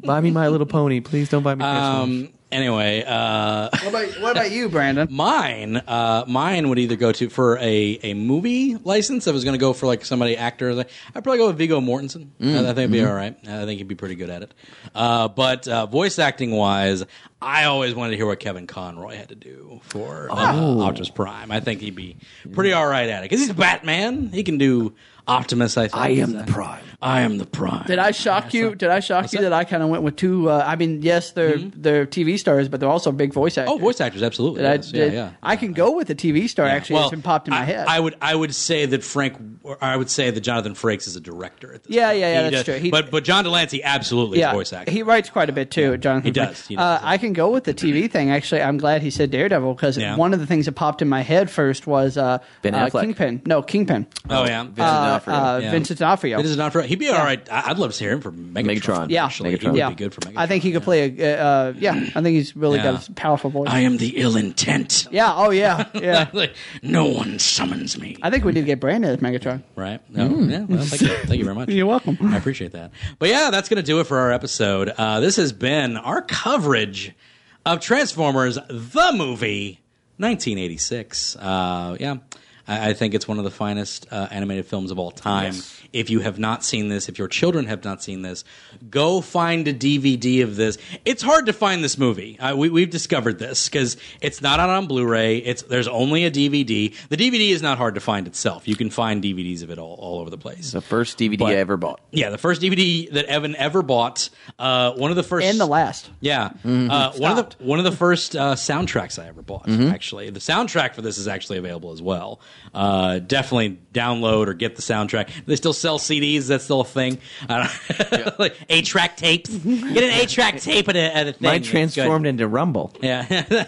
S2: buy me My Little Pony, please. Don't buy me.
S1: Um. Anyway, uh,
S4: What about, what about you, Brandon?
S1: mine, uh, mine would either go to for a, a movie license. I was going to go for like somebody actor. I'd probably go with Vigo Mortensen.
S4: Mm,
S1: I, I think it'd be
S4: mm-hmm.
S1: all right. I think he'd be pretty good at it. Uh, but uh, voice acting wise, I always wanted to hear what Kevin Conroy had to do for uh,
S4: Oh.
S1: Optimus Prime. I think he'd be pretty all right at it because he's Batman. He can do Optimus. I think
S2: I am the Prime.
S1: I am the Prime.
S4: Did I shock you? Did I shock you that, I kind of went with two? Uh, I mean, yes, they're they're TV stars, but they're also big voice actors.
S1: Hmm? Oh, voice actors, absolutely.
S4: That I,
S1: yes.
S4: did-
S1: yeah, yeah.
S4: I can go with a TV star. Actually, it's been popped in my
S1: I,
S4: head.
S1: I would I would say that Frank or I would say that Jonathan Frakes is a director at this.
S4: Yeah,
S1: point.
S4: yeah, yeah,
S1: He
S4: that's
S1: does-
S4: true. He-
S1: but but John Delancey absolutely is a voice actor.
S4: He writes quite a bit too,
S1: He
S4: Jonathan. Frank.
S1: does, he
S4: Uh,
S1: does, yeah. Mm-hmm.
S4: I can go with the TV thing. Actually, I'm glad he said Daredevil because
S1: Yeah.
S4: one of the things that popped in my head first was uh,
S2: Ben
S4: uh,
S2: Affleck.
S4: Kingpin. No, Kingpin.
S1: oh yeah,
S2: Vincent D'Onofrio.
S4: Uh,
S1: Yeah.
S4: Vincent D'Onofrio.
S1: it is not for. He'd be all right. I, I'd love to hear him for Megatron.
S2: Megatron.
S4: Yeah.
S1: actually, he
S2: Megatron.
S1: would
S4: yeah,
S1: be good for Megatron.
S4: I think he could play a. Uh, uh, yeah, I think he's really
S1: Yeah.
S4: got a powerful voice.
S1: I am the ill intent.
S4: yeah. Oh yeah. Yeah.
S1: Like, no one summons me.
S4: I think we did get Brandon as Megatron.
S1: right? No. Yeah, well, thank, you. thank you very much.
S4: You're welcome.
S1: I appreciate that. But yeah, that's going to do it for our episode. Uh, this has been our coverage of Transformers the movie 1986. Uh, yeah. I I think it's one of the finest uh, animated films of all time. If you have not seen this, if your children have not seen this, go find a DVD of this. It's hard to find this movie. Uh, we, we've discovered this because it's not out on Blu-ray. It's there's only a DVD. The DVD is not hard to find itself. You can find DVDs of it all, all over the place.
S2: The first DVD
S1: But-
S2: I ever bought.
S1: Yeah, the first DVD that Evan ever bought. Uh, one of the first
S4: And the last.
S1: Yeah, uh, one of the one of the first uh, soundtracks I ever bought. Actually, the soundtrack for this is actually available as well. Uh, definitely download or get the soundtrack. They still sell CDs. Is that still a thing. I don't like eight track tapes. Get an eight track tape at a, at a thing.
S2: Mine
S1: It's good.
S2: transformed into Rumble.
S1: Yeah.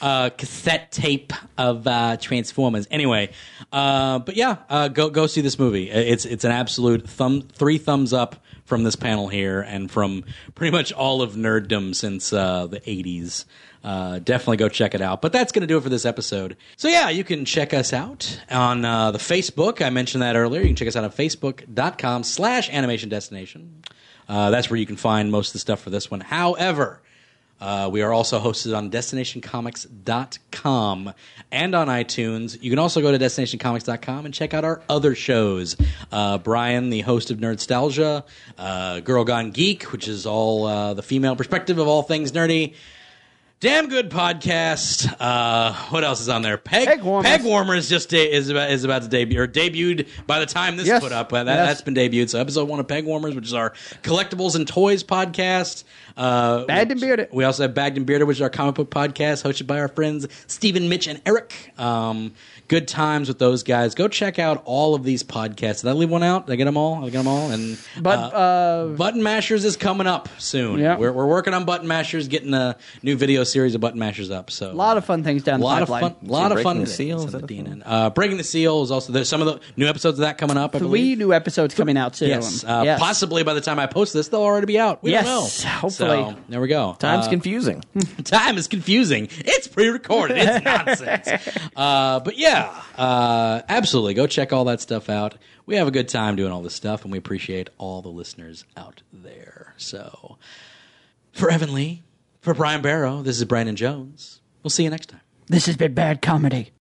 S1: uh, cassette tape of uh, Transformers. Anyway, uh, but yeah, uh, go go see this movie. Uh, It's it's an absolute thumb three thumbs up from this panel here and from pretty much all of nerddom since uh, the '80s. Uh, definitely go check it out. But that's going to do it for this episode. So, yeah, you can check us out on uh, the Facebook. I mentioned that earlier. You can check us out on facebook.com slash animation destination. Uh, that's where you can find most of the stuff for this one. However, uh, we are also hosted on destinationcomics.com and on iTunes. You can also go to destinationcomics.com and check out our other shows. Uh, Brian, the host of Nerdstalgia, uh, Girl Gone Geek, which is all uh, the female perspective of all things nerdy. Damn good podcast. Uh, what else is on there? Peg
S4: Peg Warmers.
S1: Warmers just de- is about is about to debut or debuted by the time this
S4: Yes.
S1: put up. That,
S4: Yes.
S1: That's been debuted. So episode one of Peg Warmers, which is our collectibles and toys podcast. Uh,
S4: Bagged and
S1: which-
S4: Bearded.
S1: We also have Bagged and Bearded, which is our comic book podcast hosted by our friends Stephen, Mitch, and Eric. Um, good times with those guys. Go check out all of these podcasts. Did I leave one out? Did I get them all? I get them all. And
S4: But
S1: uh,
S4: uh,
S1: Button Mashers is coming up soon.
S4: Yeah.
S1: We're, we're working on Button Mashers, getting a new video series of Button Mashers up. So a
S4: lot of fun things down
S1: a
S4: the
S1: lot of
S4: pipeline.
S1: fun, lot of
S2: Breaking
S1: fun
S2: the
S1: things
S2: Seal,
S1: on
S2: is
S1: the
S2: that the
S1: DNN. Uh, Breaking the Seal is also there's some of the new episodes of that coming up. I
S4: three
S1: believe.
S4: new episodes coming out soon.
S1: Yes, uh, possibly by the time I post this, they'll already be out. We
S4: Yes,
S1: don't know.
S4: hopefully.
S1: So, there we go.
S2: Time's
S1: Uh,
S2: confusing.
S1: time is confusing. It's pre-recorded. It's nonsense. Uh, but yeah, uh, absolutely. Go check all that stuff out. We have a good time doing all this stuff, and we appreciate all the listeners out there. So, for Evan Lee, for Brian Barrow, this is Brandon Jones. We'll see you next time.
S4: This has been bad comedy.